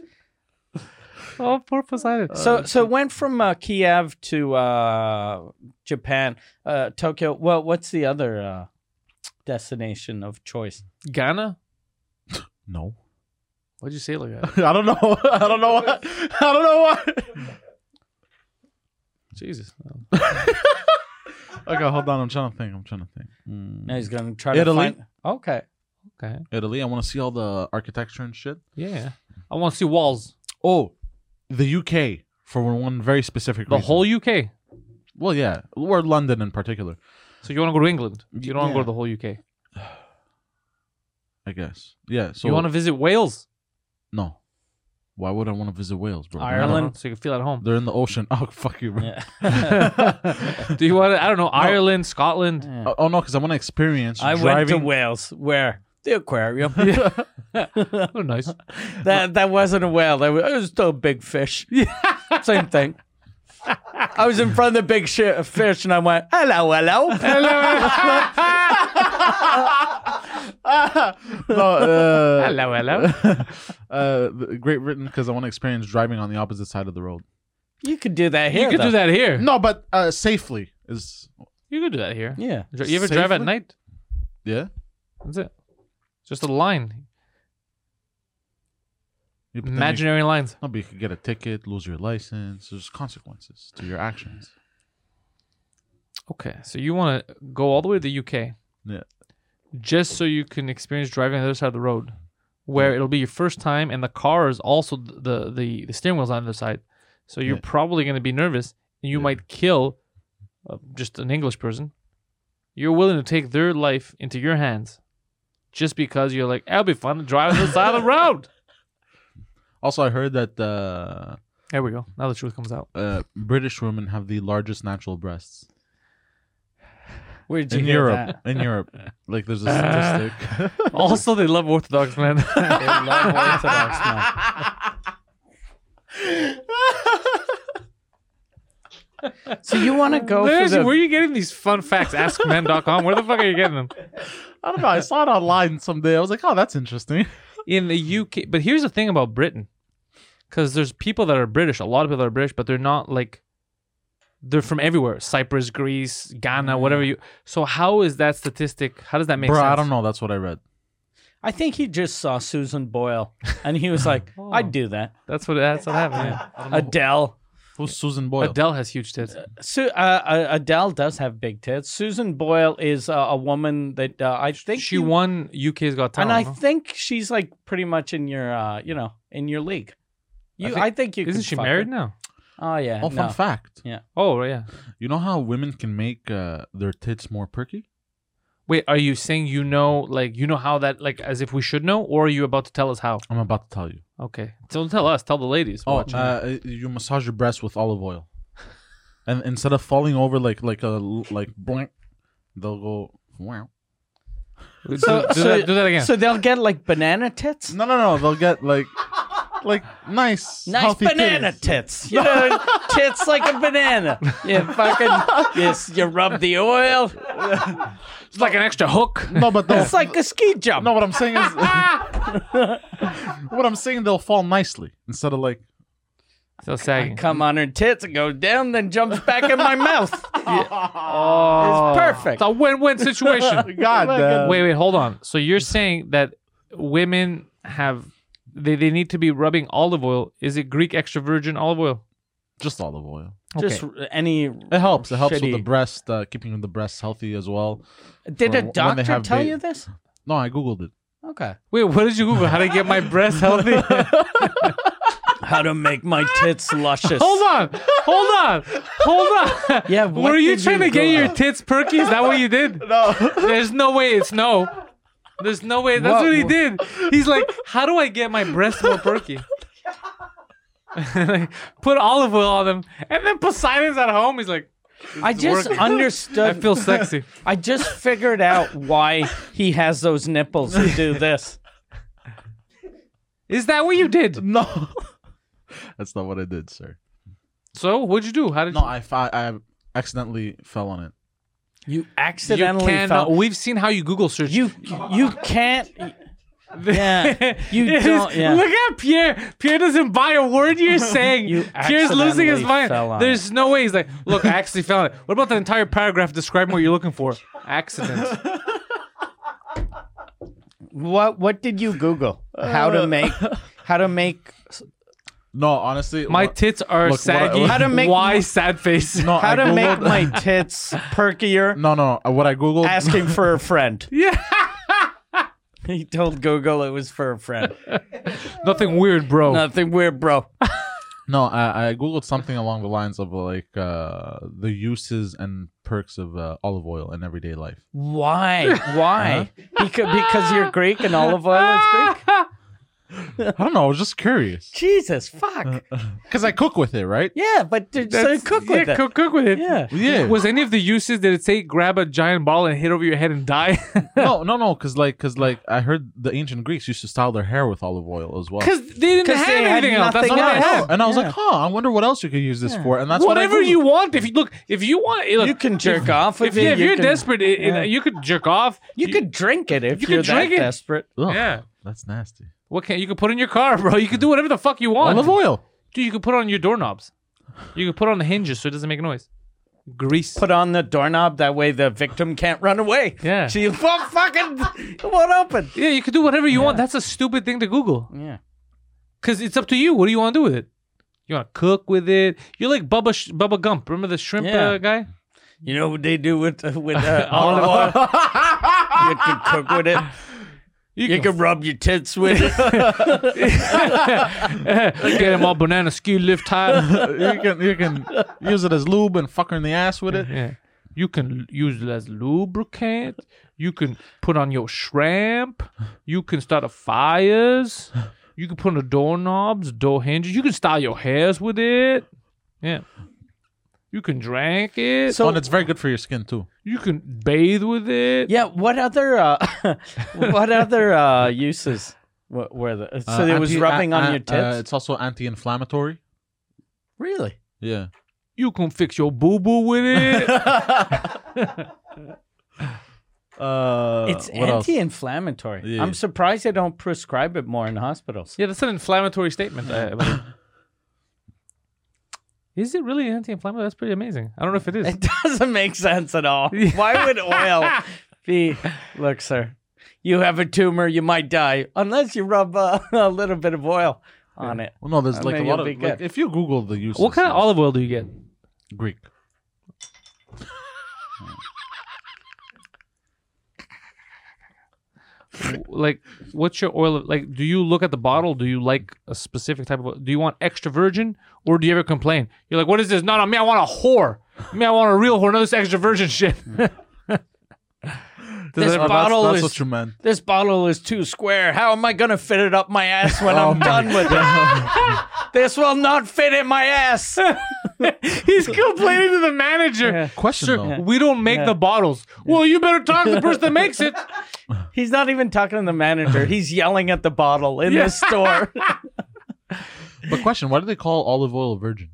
Speaker 1: oh, poor Poseidon.
Speaker 2: So, so it went from uh, Kiev to uh, Japan, uh, Tokyo. Well, what's the other uh, destination of choice?
Speaker 1: Ghana?
Speaker 3: No.
Speaker 1: Why'd you say it like that?
Speaker 3: I don't know. I don't know why. I don't know why.
Speaker 1: Jesus.
Speaker 3: Okay, hold on. I'm trying to think. I'm trying to think. Mm.
Speaker 2: Now he's gonna try
Speaker 3: Italy?
Speaker 2: to find. Okay.
Speaker 1: Okay.
Speaker 3: Italy. I want to see all the architecture and shit.
Speaker 1: Yeah. I want to see walls.
Speaker 3: Oh, the UK for one very specific
Speaker 1: The
Speaker 3: reason.
Speaker 1: whole UK.
Speaker 3: Well, yeah, or London in particular,
Speaker 1: So you want to go to England? You don't want to go
Speaker 3: Yeah.
Speaker 1: to the whole UK.
Speaker 3: I guess. Yeah. So
Speaker 1: you want to visit Wales,
Speaker 3: no. Why would I want to visit Wales, bro?
Speaker 1: I don't
Speaker 2: Ireland?
Speaker 1: know, so you can feel at home.
Speaker 3: They're in the ocean. Oh fuck you, bro.
Speaker 1: Do you want? To, I don't know. Ireland, Scotland.
Speaker 2: Yeah.
Speaker 3: Oh, oh, no, because I want to experience
Speaker 2: I went to
Speaker 3: driving.
Speaker 2: Wales. Where? The aquarium.
Speaker 1: Oh, nice.
Speaker 2: that that wasn't a whale. That was, it was still a big fish. Same thing. I was in front of the big shi fish and I went, hello, hello.
Speaker 3: no, uh,
Speaker 1: Hello, hello.
Speaker 3: uh, the- Great Britain because I want to experience driving on the opposite side of the road.
Speaker 2: you could do that here.
Speaker 1: you could do
Speaker 2: though.
Speaker 1: that here.
Speaker 3: No, but uh, safely is
Speaker 1: You could do that here.
Speaker 2: Yeah.
Speaker 1: Dri- You ever drive at
Speaker 3: Safely?
Speaker 1: night?
Speaker 3: yeah.
Speaker 1: That's it. Just a line.
Speaker 3: You- but then you-
Speaker 1: Imaginary lines.
Speaker 3: No, but you could get a ticket, lose your license. There's consequences to your actions.
Speaker 1: Okay. So you want to go all the way to the UK.
Speaker 3: Yeah.
Speaker 1: Just so you can experience driving on the other side of the road, where it'll be your first time, and the car is also th- the the, the steering wheel's on the other side. So you're
Speaker 3: Yeah.
Speaker 1: probably going to be nervous, and you
Speaker 3: Yeah.
Speaker 1: might kill uh, just an English person. You're willing to take their life into your hands, just because you're like, "It'll be fun to drive on the side of the road."
Speaker 3: Also, I heard that uh,
Speaker 1: There we go. Now the truth comes out.
Speaker 3: uh, British women have the largest natural breasts
Speaker 2: Where did you
Speaker 3: in
Speaker 2: hear
Speaker 3: Europe.
Speaker 2: that?
Speaker 3: In Europe, like there's a statistic.
Speaker 1: also, they love Orthodox men.
Speaker 2: They love Orthodox men. So you want to go for
Speaker 1: Seriously,
Speaker 2: the
Speaker 1: where are you getting these fun facts? AskMen.com. Where the fuck are you getting them?
Speaker 3: I don't know. I saw it online someday. I was like, oh, that's interesting.
Speaker 1: in the UK. But here's the thing about Britain, because there's people that are British. A lot of people that are British, but they're not like they're from everywhere: Cyprus, Greece, Ghana, whatever you. So how is that statistic? How does that make
Speaker 3: Bro,
Speaker 1: sense?
Speaker 3: I don't know. That's what I read.
Speaker 2: I think he just saw Susan Boyle and he was like,
Speaker 1: Oh.
Speaker 2: I'd do that.
Speaker 1: That's what that's what happened. yeah.
Speaker 2: Adele.
Speaker 3: Who's Susan Boyle?
Speaker 1: Adele has huge tits.
Speaker 2: Su- uh, uh, Adele does have big tits. Susan Boyle is uh, a woman that uh, I think
Speaker 1: She
Speaker 2: you-
Speaker 1: won UK's Got
Speaker 2: and
Speaker 1: Talent.
Speaker 2: I
Speaker 1: no?
Speaker 2: think she's like pretty much in your, uh, you know, in your league. You, I
Speaker 1: think-
Speaker 2: think, you.
Speaker 1: Isn't
Speaker 2: could
Speaker 1: she
Speaker 2: fuck
Speaker 1: married
Speaker 2: her.
Speaker 1: now?
Speaker 2: Oh yeah.
Speaker 3: oh, fun
Speaker 2: no.
Speaker 3: fact.
Speaker 1: Oh yeah.
Speaker 3: You know how women can make uh, their tits more perky?
Speaker 1: Wait, are you saying you know, like you know how that, like as if we should know, or are you about to tell us how?
Speaker 3: I'm about to tell you.
Speaker 1: Okay, don't tell us. Tell the ladies.
Speaker 3: Oh,
Speaker 1: watching.
Speaker 3: uh, you massage your breast with olive oil, and instead of falling over like like a like blank, they'll go wow.
Speaker 1: do,
Speaker 2: So-
Speaker 1: do that, do that again.
Speaker 2: So they'll get like banana tits.
Speaker 3: No, no, no. They'll get like like nice,
Speaker 2: Nice
Speaker 3: healthy
Speaker 2: banana
Speaker 3: titties.
Speaker 2: tits. You know, tits like a banana. You fucking yes. You rub the oil.
Speaker 1: it's like an extra hook.
Speaker 3: No, but they'll,
Speaker 2: It's like a ski jump.
Speaker 3: no. What I'm saying is, what I'm saying, they'll fall nicely instead of like.
Speaker 1: So sagging.
Speaker 2: Come on her tits and goes down, then jumps back in my mouth.
Speaker 1: Oh,
Speaker 2: It's perfect. uh,
Speaker 1: It's a win-win situation.
Speaker 3: God damn.
Speaker 1: wait, wait, hold on. So you're saying that women have they, they need to be rubbing olive oil. Is it Greek extra virgin olive oil?
Speaker 3: Just olive oil.
Speaker 2: Just r- any.
Speaker 3: It helps. It helps with the
Speaker 2: Oh, Shitty.
Speaker 3: breast, uh, keeping the breasts healthy as well.
Speaker 2: Did
Speaker 3: for
Speaker 2: a
Speaker 3: when they
Speaker 2: doctor
Speaker 3: have
Speaker 2: tell
Speaker 3: ba-
Speaker 2: you this?
Speaker 3: No, I googled it.
Speaker 2: Okay.
Speaker 1: Wait, what did you Google? How to get my breasts healthy?
Speaker 2: How to make my tits luscious.
Speaker 1: hold on, hold on, hold on.
Speaker 2: Yeah, what
Speaker 1: were you
Speaker 2: did
Speaker 1: trying
Speaker 2: you
Speaker 1: to get
Speaker 2: Google?
Speaker 1: your tits perky? Is that what you did?
Speaker 3: No,
Speaker 1: There's no way it's no. There's no way. That's what,
Speaker 2: What-
Speaker 1: he
Speaker 2: what-
Speaker 1: did. He's like, how do I get my breasts more perky? Like, Put olive oil on them, and then Poseidon's at home. He's like,
Speaker 2: I just
Speaker 1: working.
Speaker 2: understood.
Speaker 1: I feel sexy.
Speaker 2: I just figured out why he has those nipples to do this.
Speaker 1: Is that what you did?
Speaker 3: no. That's not what I did, sir.
Speaker 1: So what'd you do? How did
Speaker 3: No,
Speaker 1: you?
Speaker 3: I, fi- I accidentally fell on it.
Speaker 2: You
Speaker 1: You
Speaker 2: accidentally
Speaker 1: cannot-
Speaker 2: fell.
Speaker 1: We've seen how you Google search.
Speaker 2: You you can't. Yeah, you
Speaker 1: It is-
Speaker 2: don't. Yeah.
Speaker 1: Look at Pierre. Pierre doesn't buy a word you're saying.
Speaker 2: You
Speaker 1: Pierre's losing his
Speaker 2: accidentally
Speaker 1: mind.
Speaker 2: fell on
Speaker 1: There's no way. He's like, look, I actually found it. What about the entire paragraph describing what you're looking for? Accident.
Speaker 2: What what did you Google? How to make how to make
Speaker 3: No, honestly,
Speaker 1: My
Speaker 3: wha-
Speaker 1: tits are
Speaker 3: Look, what-
Speaker 1: saggy.
Speaker 3: what- How
Speaker 2: to make-
Speaker 1: Why sad face?
Speaker 3: no,
Speaker 2: how
Speaker 3: I
Speaker 2: to make
Speaker 3: googled-
Speaker 2: my tits perkier.
Speaker 3: no, no, no. What I googled,
Speaker 2: Asking for a friend.
Speaker 1: Yeah.
Speaker 2: He told Google it was for a friend.
Speaker 1: Nothing weird, bro.
Speaker 2: Nothing weird, bro.
Speaker 3: no, I, I googled something along the lines of like uh, the uses and perks of uh, olive oil in everyday life.
Speaker 2: Why? Why? Because because you're Greek and olive oil is Greek.
Speaker 3: I don't know. I was just curious
Speaker 2: Jesus, fuck.
Speaker 3: because I cook with it, right?
Speaker 2: Yeah, but dude, so
Speaker 1: That's-
Speaker 2: cook
Speaker 1: yeah,
Speaker 2: with it.
Speaker 1: Cook, cook with it.
Speaker 2: Yeah.
Speaker 3: Yeah.
Speaker 1: Was any of the uses did it say grab a giant ball and hit over your head and die?
Speaker 3: no, no, no. Because like, because like, I heard the ancient Greeks used to style their hair with olive oil as well.
Speaker 1: Because they didn't
Speaker 2: 'Cause
Speaker 1: have
Speaker 2: they had
Speaker 1: anything else. That's all
Speaker 2: nothing
Speaker 1: they
Speaker 2: else.
Speaker 1: had.
Speaker 3: and I was
Speaker 2: Yeah.
Speaker 3: like, huh. I wonder what else you could use this for. And that's what I
Speaker 1: Whatever
Speaker 3: googled.
Speaker 1: you want. If you look, if you want, eh, look,
Speaker 2: You can jerk
Speaker 1: if,
Speaker 2: off
Speaker 1: If,
Speaker 2: with it.
Speaker 1: yeah, if
Speaker 2: you
Speaker 1: you're
Speaker 2: can-
Speaker 1: desperate, it, it-
Speaker 2: yeah.
Speaker 1: you could jerk off.
Speaker 2: You could drink it if
Speaker 1: you
Speaker 2: you
Speaker 1: could
Speaker 2: are
Speaker 1: drink it.
Speaker 2: that desperate.
Speaker 3: Ugh,
Speaker 1: Yeah.
Speaker 3: that's nasty.
Speaker 1: What can you could put in your car, bro? You could do whatever the fuck you want.
Speaker 3: Olive oil.
Speaker 1: Dude, you could put it on your doorknobs. You could put it on the hinges so it doesn't make noise. Grease.
Speaker 2: Put on the doorknob that way the victim can't run away.
Speaker 1: Yeah.
Speaker 2: She won't fucking it won't open.
Speaker 1: yeah, you could do whatever you want. That's a stupid thing to Google.
Speaker 2: Yeah.
Speaker 1: Cause it's up to you. What do you want to do with it? You want to cook with it? You're like Bubba Sh- Bubba Gump. Remember the shrimp
Speaker 2: Yeah.
Speaker 1: uh, guy?
Speaker 2: You know what they do with with uh, olive oil? you can cook with it. You, can, rub your tits with it.
Speaker 1: Get him all banana skew lift high.
Speaker 3: you can you can use it as lube and fuck her in the ass with it.
Speaker 1: yeah. You can l- use it as lubricant. You can put on your shrimp. You can start a fires. You can put on the doorknobs, door hinges. You can style your hairs with it. Yeah. You can drink it.
Speaker 3: Oh,
Speaker 2: so
Speaker 3: and it's very good for your skin too.
Speaker 1: you can bathe with it.
Speaker 2: yeah, what other uh, what other uh, uses were were the so
Speaker 3: Uh,
Speaker 2: it was
Speaker 3: anti-
Speaker 2: rubbing
Speaker 3: uh,
Speaker 2: on
Speaker 3: uh,
Speaker 2: your tits?
Speaker 3: uh, it's also anti-inflammatory.
Speaker 2: really?
Speaker 3: Yeah.
Speaker 1: You can fix your boo boo with it.
Speaker 3: Uh,
Speaker 2: it's
Speaker 3: what else?
Speaker 2: anti-inflammatory.
Speaker 3: Yeah.
Speaker 2: I'm surprised they don't prescribe it more in hospitals.
Speaker 1: Yeah, that's an inflammatory statement. I believe. is it really anti-inflammatory? That's pretty amazing. I don't know if it is.
Speaker 2: It doesn't make sense at all. Why would oil be? Look, sir, you have a tumor, you might die unless you rub uh, a little bit of oil on it.
Speaker 3: Well, no, there's
Speaker 2: I
Speaker 3: like a
Speaker 2: mean,
Speaker 3: lot
Speaker 2: you'll
Speaker 3: of
Speaker 2: be
Speaker 3: like,
Speaker 2: good.
Speaker 3: if you Google the use.
Speaker 1: what kind of olive oil do you get?
Speaker 3: Greek?
Speaker 1: Like, what's your oil? of- Like, do you look at the bottle? Do you like a specific type of? oil? Do you want extra virgin, or do you ever complain? You're like, what is this? No, no, me, I want a whore. Me, I want a real whore. No, this extra virgin shit.
Speaker 2: This
Speaker 3: Oh, that's-
Speaker 2: bottle
Speaker 3: that's,
Speaker 2: is
Speaker 3: what you meant.
Speaker 2: this bottle is too square. How am I gonna fit it up my ass when I'm done with it? this will not fit in my ass.
Speaker 1: He's complaining to the manager.
Speaker 3: Question though.
Speaker 1: We don't make the bottles. Well, you better talk to the person that makes it.
Speaker 2: He's not even talking to the manager. He's yelling at the bottle in the store.
Speaker 3: But question: Why do they call olive oil virgin?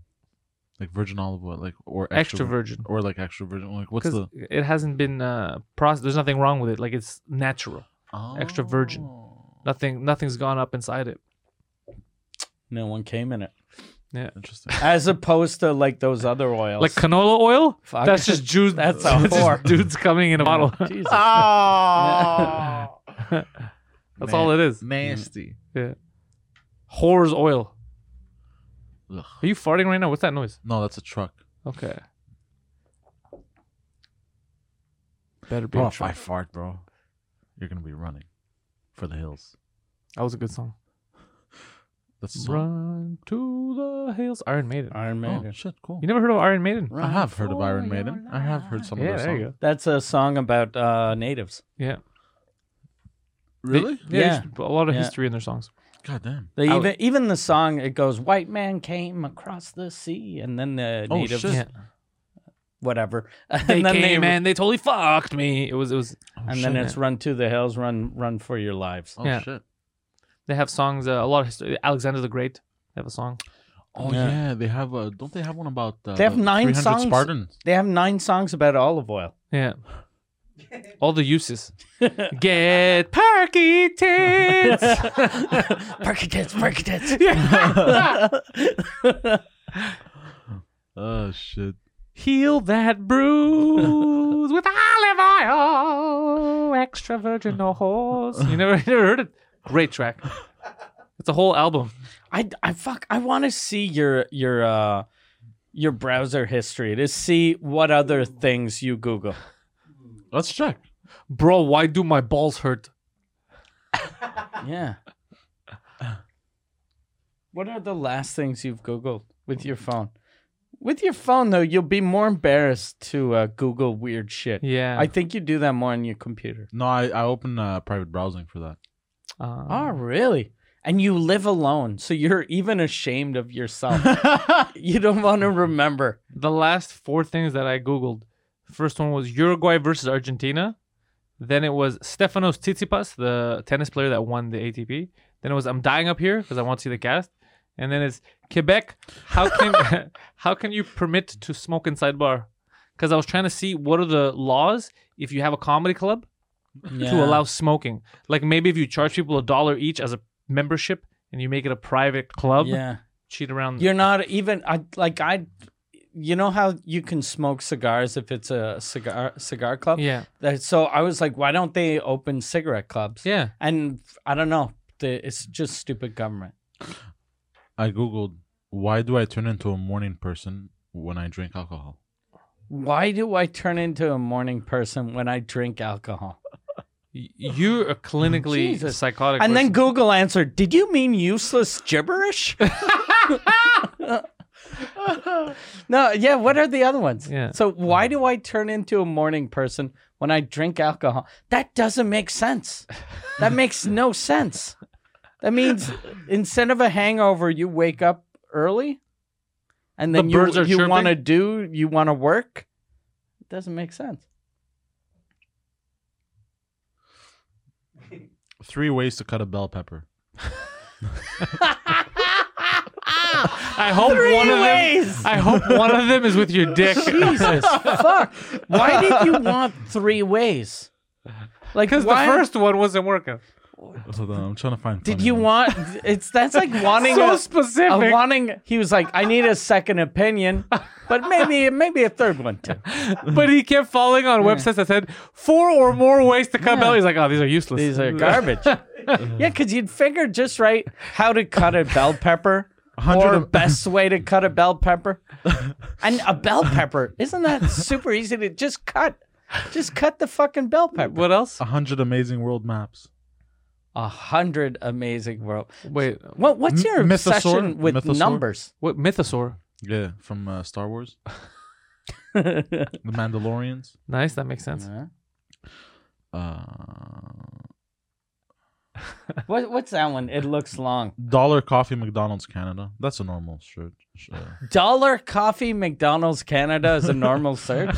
Speaker 3: Like virgin olive oil, like or extra,
Speaker 1: Extra virgin.
Speaker 3: or like extra virgin. Like what's
Speaker 1: because
Speaker 3: the
Speaker 1: it hasn't been uh processed there's nothing wrong with it like it's natural extra virgin.
Speaker 3: Oh,
Speaker 1: nothing nothing's gone up inside it
Speaker 2: no one came in it.
Speaker 3: Interesting.
Speaker 2: As opposed to like those other oils.
Speaker 1: like canola oil
Speaker 2: Fuck.
Speaker 1: that's just juice
Speaker 2: That's a
Speaker 1: just
Speaker 2: whore.
Speaker 1: dudes coming in a bottle
Speaker 2: Jesus.
Speaker 1: that's all it is
Speaker 3: Nasty.
Speaker 1: yeah whore's oil
Speaker 3: Ugh.
Speaker 1: are you farting right now what's that noise
Speaker 3: No, that's a truck.
Speaker 1: okay better be
Speaker 3: Bro,
Speaker 1: a
Speaker 3: if I
Speaker 1: truck.
Speaker 3: fart, Oh, bro, you're gonna be running for the hills.
Speaker 1: that was a good song
Speaker 3: That's so-
Speaker 1: run to the hills iron maiden
Speaker 2: Iron
Speaker 3: Oh,
Speaker 2: Maiden.
Speaker 3: shit, cool.
Speaker 1: you never heard of iron maiden
Speaker 3: I have heard of Iron Maiden. I have heard some
Speaker 1: yeah
Speaker 3: of their
Speaker 1: there you go
Speaker 3: songs.
Speaker 2: That's a song about uh, natives.
Speaker 1: yeah
Speaker 3: Really?
Speaker 1: They- yeah,
Speaker 2: Yeah.
Speaker 1: there's a lot of
Speaker 2: Yeah.
Speaker 1: history in their songs.
Speaker 3: God damn.
Speaker 2: They
Speaker 1: I-
Speaker 2: even even the song it goes, "White man came across the sea," and then the
Speaker 3: Oh,
Speaker 2: natives,
Speaker 3: shit.
Speaker 1: Yeah.
Speaker 2: whatever, and
Speaker 1: They
Speaker 2: then
Speaker 1: came
Speaker 2: they,
Speaker 1: and they totally fucked me. It was it was.
Speaker 2: and
Speaker 3: Oh, shit.
Speaker 2: then it's "Run to the hills, run, run for your lives."
Speaker 3: Oh
Speaker 1: Yeah.
Speaker 3: shit.
Speaker 1: They have songs. Uh, a lot of history. Alexander the Great. They have a song.
Speaker 3: Oh
Speaker 2: Yeah.
Speaker 3: yeah. they have. Uh, don't they have one about? Uh,
Speaker 2: They have nine
Speaker 3: 300
Speaker 2: songs.
Speaker 3: Spartans.
Speaker 2: They have nine songs about olive oil.
Speaker 1: Yeah. All the uses. Get perky tits.
Speaker 2: Perky tits, perky tits.
Speaker 3: Oh shit.
Speaker 1: Heal that bruise with olive oil. Extra virgin horse. You never, you never heard it. Great track. It's a whole album.
Speaker 2: I, I fuck I want to see your your uh your browser history to see what other things you Google.
Speaker 3: Let's check.
Speaker 1: Bro, why do my balls hurt?
Speaker 2: Yeah. What are the last things you've Googled with your phone? With your phone though, you'll be more embarrassed to uh, Google weird shit.
Speaker 1: Yeah.
Speaker 2: I think you do that more on your computer.
Speaker 3: No, I I open uh, private browsing for that.
Speaker 1: Um,
Speaker 2: Oh, really? And you live alone, so you're even ashamed of yourself. you don't want to remember.
Speaker 1: the last four things that I googled. First one was Uruguay versus Argentina. Then it was Stefanos Tsitsipas, the tennis player that won the ATP. Then it was I'm dying up here because I want to see the cast. And then it's Quebec. How can how can you permit to smoke inside bar? Because I was trying to see what are the laws if you have a comedy club to allow smoking. Like maybe if you charge people a dollar each as a membership and you make it a private club,
Speaker 2: Yeah.
Speaker 1: cheat around.
Speaker 2: You're not even I like I you know how you can smoke cigars if it's a cigar cigar club?
Speaker 1: yeah,
Speaker 2: That- So I was like, why don't they open cigarette clubs?
Speaker 1: yeah.
Speaker 2: And I don't know. The, it's just stupid government.
Speaker 3: I googled why do I turn into a morning person when I drink alcohol?
Speaker 2: Why do I turn into a morning person when I drink alcohol?
Speaker 1: Y- You're a clinically
Speaker 2: Jesus.
Speaker 1: psychotic.
Speaker 2: And then
Speaker 1: person.
Speaker 2: Google answered, did you mean useless gibberish? no, yeah, what are the other ones?
Speaker 1: Yeah.
Speaker 2: So why do I turn into a morning person when I drink alcohol? That doesn't make sense. That makes no sense. That means instead of a hangover, you wake up early and then
Speaker 1: The
Speaker 2: you,
Speaker 1: birds are
Speaker 2: you
Speaker 1: chirping?
Speaker 2: want to do, you want to work. It doesn't make sense.
Speaker 3: Three ways to cut a bell pepper.
Speaker 1: I hope
Speaker 2: Three
Speaker 1: one of
Speaker 2: ways.
Speaker 1: them. I hope one of them is with your dick.
Speaker 2: Jesus fuck. Why did you want three ways? Like
Speaker 1: Because the
Speaker 2: why-
Speaker 1: first one wasn't working.
Speaker 3: Hold on, I'm trying to find.
Speaker 2: did
Speaker 3: funny
Speaker 2: you
Speaker 3: ones.
Speaker 2: want it's that's like wanting
Speaker 1: So
Speaker 2: a,
Speaker 1: specific.
Speaker 2: a wanting he was like, I need a second opinion, but maybe maybe a third one too.
Speaker 1: but he kept falling on websites that said four or more ways to cut belly. He's like, oh, these are useless.
Speaker 2: These are garbage. yeah, because you'd figure just right how to cut a bell pepper.
Speaker 3: hundred
Speaker 2: Or
Speaker 3: of-
Speaker 2: best way to cut a bell pepper. And a bell pepper, isn't that super easy to just cut? Just cut the fucking bell pepper.
Speaker 1: What else? Oh,
Speaker 3: A hundred amazing world maps.
Speaker 2: A hundred amazing world.
Speaker 1: Wait,
Speaker 2: What what's
Speaker 3: M-
Speaker 2: your
Speaker 3: Mythosaur?
Speaker 2: obsession with
Speaker 3: Mythosaur?
Speaker 2: numbers?
Speaker 1: what? Mythosaur.
Speaker 3: Yeah, from uh, Star Wars, The Mandalorians.
Speaker 1: Nice. That makes sense.
Speaker 3: Uh,
Speaker 2: What what's that one? It looks long.
Speaker 3: Dollar Coffee McDonald's Canada. That's a normal shirt. sh- uh,
Speaker 2: Dollar Coffee McDonald's Canada is a normal search.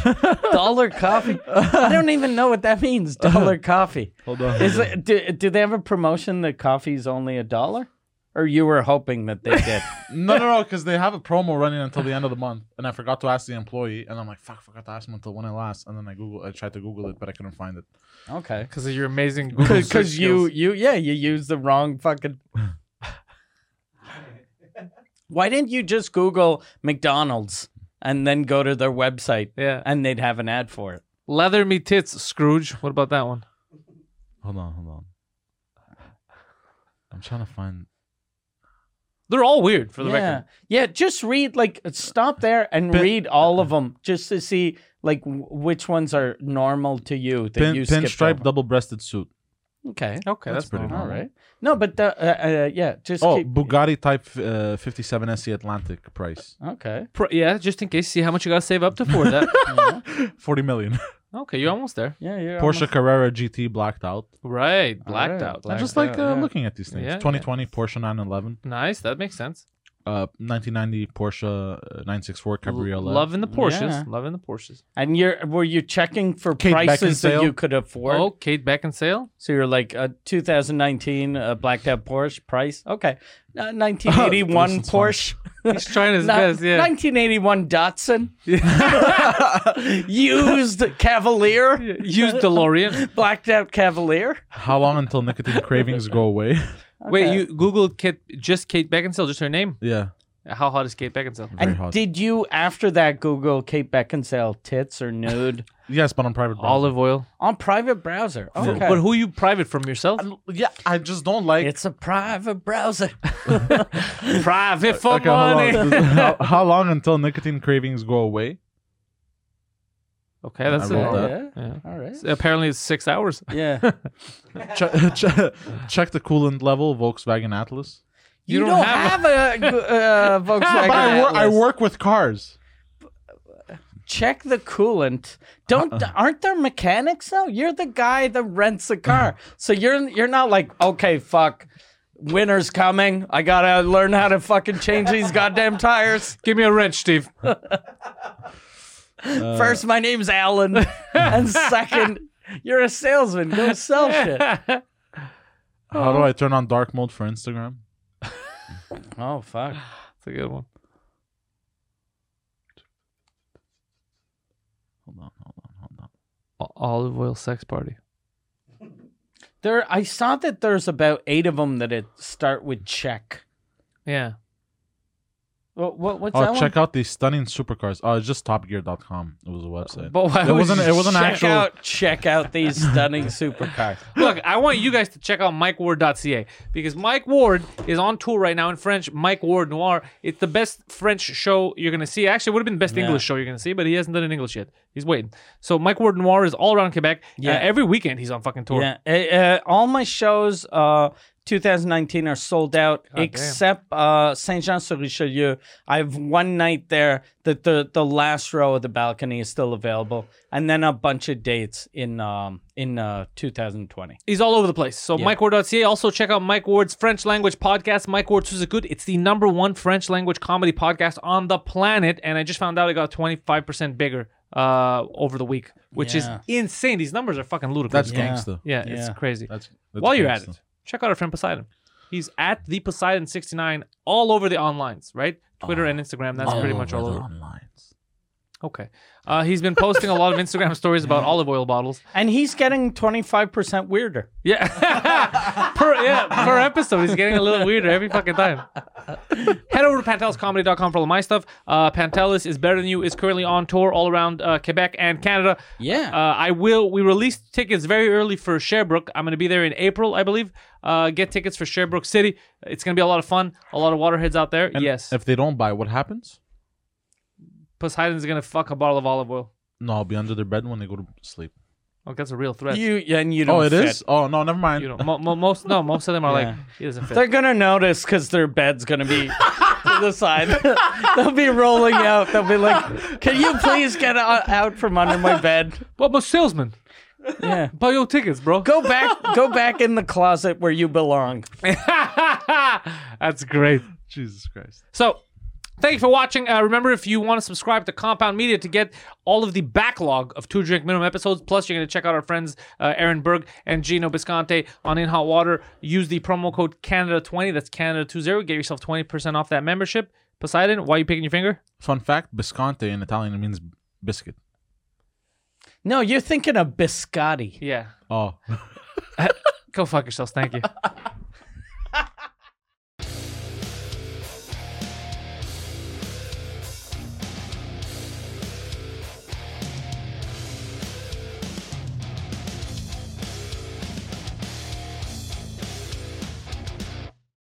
Speaker 2: Dollar Coffee. I don't even know what that means. Dollar Coffee.
Speaker 3: Hold on.
Speaker 2: Is it, do, do they have a promotion that coffee's only a dollar? Or you were hoping that they did?
Speaker 3: No, no, no, because they have a promo running until the end of the month, and I forgot to ask the employee, and I'm like, fuck, forgot to ask him until when it lasts, and then I Google, I tried to Google it, but I couldn't find it.
Speaker 2: Okay.
Speaker 1: Because of your amazing Google search
Speaker 2: Because you
Speaker 1: skills.
Speaker 2: you yeah you used the wrong fucking. Why didn't you just Google McDonald's and then go to their website
Speaker 1: Yeah.
Speaker 2: and they'd have an ad for it?
Speaker 1: Leather me tits, Scrooge. What about that one?
Speaker 3: Hold on, hold on. I'm trying to find.
Speaker 1: They're all weird for the
Speaker 2: yeah.
Speaker 1: record.
Speaker 2: Yeah, just read like stop there and read all of them just to see like w- which ones are normal to you that
Speaker 3: Pin,
Speaker 2: you skipped
Speaker 3: pinstripe
Speaker 2: over.
Speaker 3: double-breasted suit.
Speaker 2: Okay.
Speaker 1: Okay, that's,
Speaker 3: pretty
Speaker 1: normal.
Speaker 2: All right. No, but the, uh, uh, yeah, just
Speaker 3: Oh,
Speaker 2: keep
Speaker 3: Bugatti Type uh, 57 SE Atlantic price,
Speaker 2: Okay.
Speaker 1: Pro- yeah, just in case. See how much you gotta save up to for that.
Speaker 3: 40 million.
Speaker 1: okay, you're almost there.
Speaker 2: Yeah, yeah.
Speaker 3: Porsche Carrera GT blacked out.
Speaker 1: Right, blacked
Speaker 2: right,
Speaker 1: out.
Speaker 3: I
Speaker 2: blacked
Speaker 3: just like
Speaker 2: out,
Speaker 3: uh,
Speaker 2: yeah.
Speaker 3: looking at these things.
Speaker 1: Yeah, yeah.
Speaker 3: 2020 Porsche 911,
Speaker 1: Nice, that makes sense.
Speaker 3: uh, 1990 Porsche uh, 964 Cabriolet.
Speaker 1: L- loving the Porsches,
Speaker 2: Yeah.
Speaker 1: loving the Porsches.
Speaker 2: And you're were you checking for
Speaker 3: Kate
Speaker 2: prices that
Speaker 3: Beckinsale.
Speaker 2: you could afford?
Speaker 1: Oh, Kate Beckinsale.
Speaker 2: So you're like uh, a 2019 uh, blacked out Porsche price. Okay. Uh, 1981
Speaker 3: This is funny.
Speaker 2: Porsche.
Speaker 1: He's trying his
Speaker 2: Not-
Speaker 1: best. Yeah,
Speaker 2: 1981 Datsun. Used Cavalier.
Speaker 1: use DeLorean.
Speaker 2: Blacked out Cavalier.
Speaker 3: How long until nicotine cravings go away?
Speaker 1: Wait, you googled Kate, just Kate Beckinsale, just her name.
Speaker 3: yeah.
Speaker 1: How hot is Kate Beckinsale?
Speaker 3: Very
Speaker 2: And
Speaker 3: hot.
Speaker 2: did you after that Google Kate Beckinsale tits or nude
Speaker 3: yes, but on private. browser.
Speaker 1: Olive oil.
Speaker 2: on private browser? Okay.
Speaker 1: But who you private from yourself?
Speaker 3: I don't- yeah, I just don't like.
Speaker 2: it's a private browser.
Speaker 1: private for
Speaker 3: Okay, hold on. how, how long until nicotine cravings go away?
Speaker 1: Okay, that's
Speaker 3: I
Speaker 1: it.
Speaker 3: wrote that.
Speaker 2: yeah.
Speaker 1: Yeah.
Speaker 2: All right.
Speaker 1: Apparently, it's six hours.
Speaker 2: Yeah.
Speaker 3: Check, check, check the coolant level, Volkswagen Atlas.
Speaker 2: You, don't, have, a uh, Volkswagen.
Speaker 3: But I, wor- I
Speaker 2: Atlas.
Speaker 3: work with cars.
Speaker 2: Check the coolant. Don't
Speaker 3: Uh-uh.
Speaker 2: aren't there mechanics though? You're the guy that rents the car, so you're you're not like okay, fuck. Winter's coming. I gotta learn how to fucking change these goddamn tires.
Speaker 1: Give me a wrench, Steve.
Speaker 3: Uh.
Speaker 2: First, my name's Alan, and second, you're a salesman. Go sell shit.
Speaker 3: Uh, How do I turn on dark mode for Instagram?
Speaker 2: Oh fuck.
Speaker 1: That's a good one.
Speaker 3: Hold on, hold on, hold on.
Speaker 1: O- Olive oil sex party.
Speaker 2: There, I saw that there's about eight of them that it start with check.
Speaker 1: Yeah.
Speaker 2: What, what what's
Speaker 3: Oh,
Speaker 2: that
Speaker 3: check
Speaker 2: one? out.
Speaker 3: out these stunning supercars. Oh, it's just topgear.com. It was a website.
Speaker 1: But why
Speaker 3: It
Speaker 1: would
Speaker 3: wasn't-
Speaker 1: you
Speaker 3: it wasn't
Speaker 1: check
Speaker 3: an
Speaker 2: Check
Speaker 3: actual-
Speaker 2: out, check out these stunning supercars.
Speaker 1: Look, I want you guys to check out MikeWard.ca because Mike Ward is on tour right now in French. Mike Ward Noir. It's the best French show you're gonna see. Actually, it would have been the best English show you're gonna see, but he hasn't done an English yet. He's waiting. So Mike Ward Noir is all around Quebec. Yeah.
Speaker 2: Yeah.
Speaker 1: every weekend he's on fucking tour.
Speaker 2: Yeah, uh, uh, all my shows, uh, 2019 are sold out
Speaker 1: damn.
Speaker 2: except uh, Saint Jean sur Richelieu. I have one night there that the the last row of the balcony is still available, and then a bunch of dates in um in uh 2020.
Speaker 1: He's all over the place. So MikeWard.ca. Also check out Mike Ward's French language podcast, Mike Ward Susa Good. It's the number one French language comedy podcast on the planet, and I just found out it got 25 percent bigger uh, over the week, which
Speaker 2: Yeah.
Speaker 1: is insane. These numbers are fucking ludicrous.
Speaker 3: That's
Speaker 2: Yeah.
Speaker 3: gangster.
Speaker 1: Yeah, it's
Speaker 2: Yeah.
Speaker 1: crazy.
Speaker 3: That's, that's
Speaker 1: While you're at it,
Speaker 3: gangsta.
Speaker 1: check out our friend Poseidon. He's at the Poseidon sixty nine all over the onlines, right? Twitter and Instagram. That's pretty much all
Speaker 3: Oh, the
Speaker 1: over.
Speaker 3: onlines.
Speaker 1: Okay, uh, he's been posting a lot of Instagram stories about olive oil bottles.
Speaker 2: And he's getting 25% weirder.
Speaker 1: Yeah, per yeah per episode, he's getting a little weirder every fucking time. Head over to panteliscomedy.com for all my stuff. Uh, Pantelis is better than you is currently on tour all around uh, Quebec and Canada.
Speaker 2: Yeah.
Speaker 1: Uh, I will. We released tickets very early for Sherbrooke. I'm going to be there in April, I believe. Uh, get tickets for Sherbrooke City. It's going to be a lot of fun. A lot of waterheads out there.
Speaker 3: And
Speaker 1: yes.
Speaker 3: If they don't buy, what happens?
Speaker 1: Poseidon's going to fuck a bottle of olive oil.
Speaker 3: No, I'll be under their bed when they go to sleep.
Speaker 1: Oh, that's a real threat. You,
Speaker 2: Uh, you and you don't
Speaker 3: Oh, it is.
Speaker 2: fit.
Speaker 3: Oh no, never mind.
Speaker 1: know, mo- mo- most no, most of them are like
Speaker 2: Yeah.
Speaker 1: he doesn't fit.
Speaker 2: They're gonna notice because their bed's gonna be to the side. They'll be rolling out. They'll be like, "Can you please get o- out from under my bed?"
Speaker 1: But but salesman,
Speaker 2: Yeah.
Speaker 1: buy your tickets, bro.
Speaker 2: Go back. Go back in the closet where you belong.
Speaker 1: That's great.
Speaker 3: Jesus Christ.
Speaker 1: So, thank you for watching. Uh, remember, if you want to subscribe to Compound Media to get all of the backlog of Two Drink Minimum episodes, plus you're going to check out our friends uh, Aaron Berg and Gino Bisconte on In Hot Water. Use the promo code Canada20. That's Canada20. Get yourself 20% off that membership. Poseidon, why are you picking your finger?
Speaker 3: Fun fact: Bisconte in Italian means biscuit.
Speaker 2: No, you're thinking of biscotti.
Speaker 1: Yeah.
Speaker 3: Oh,
Speaker 1: Go fuck yourselves. Thank you.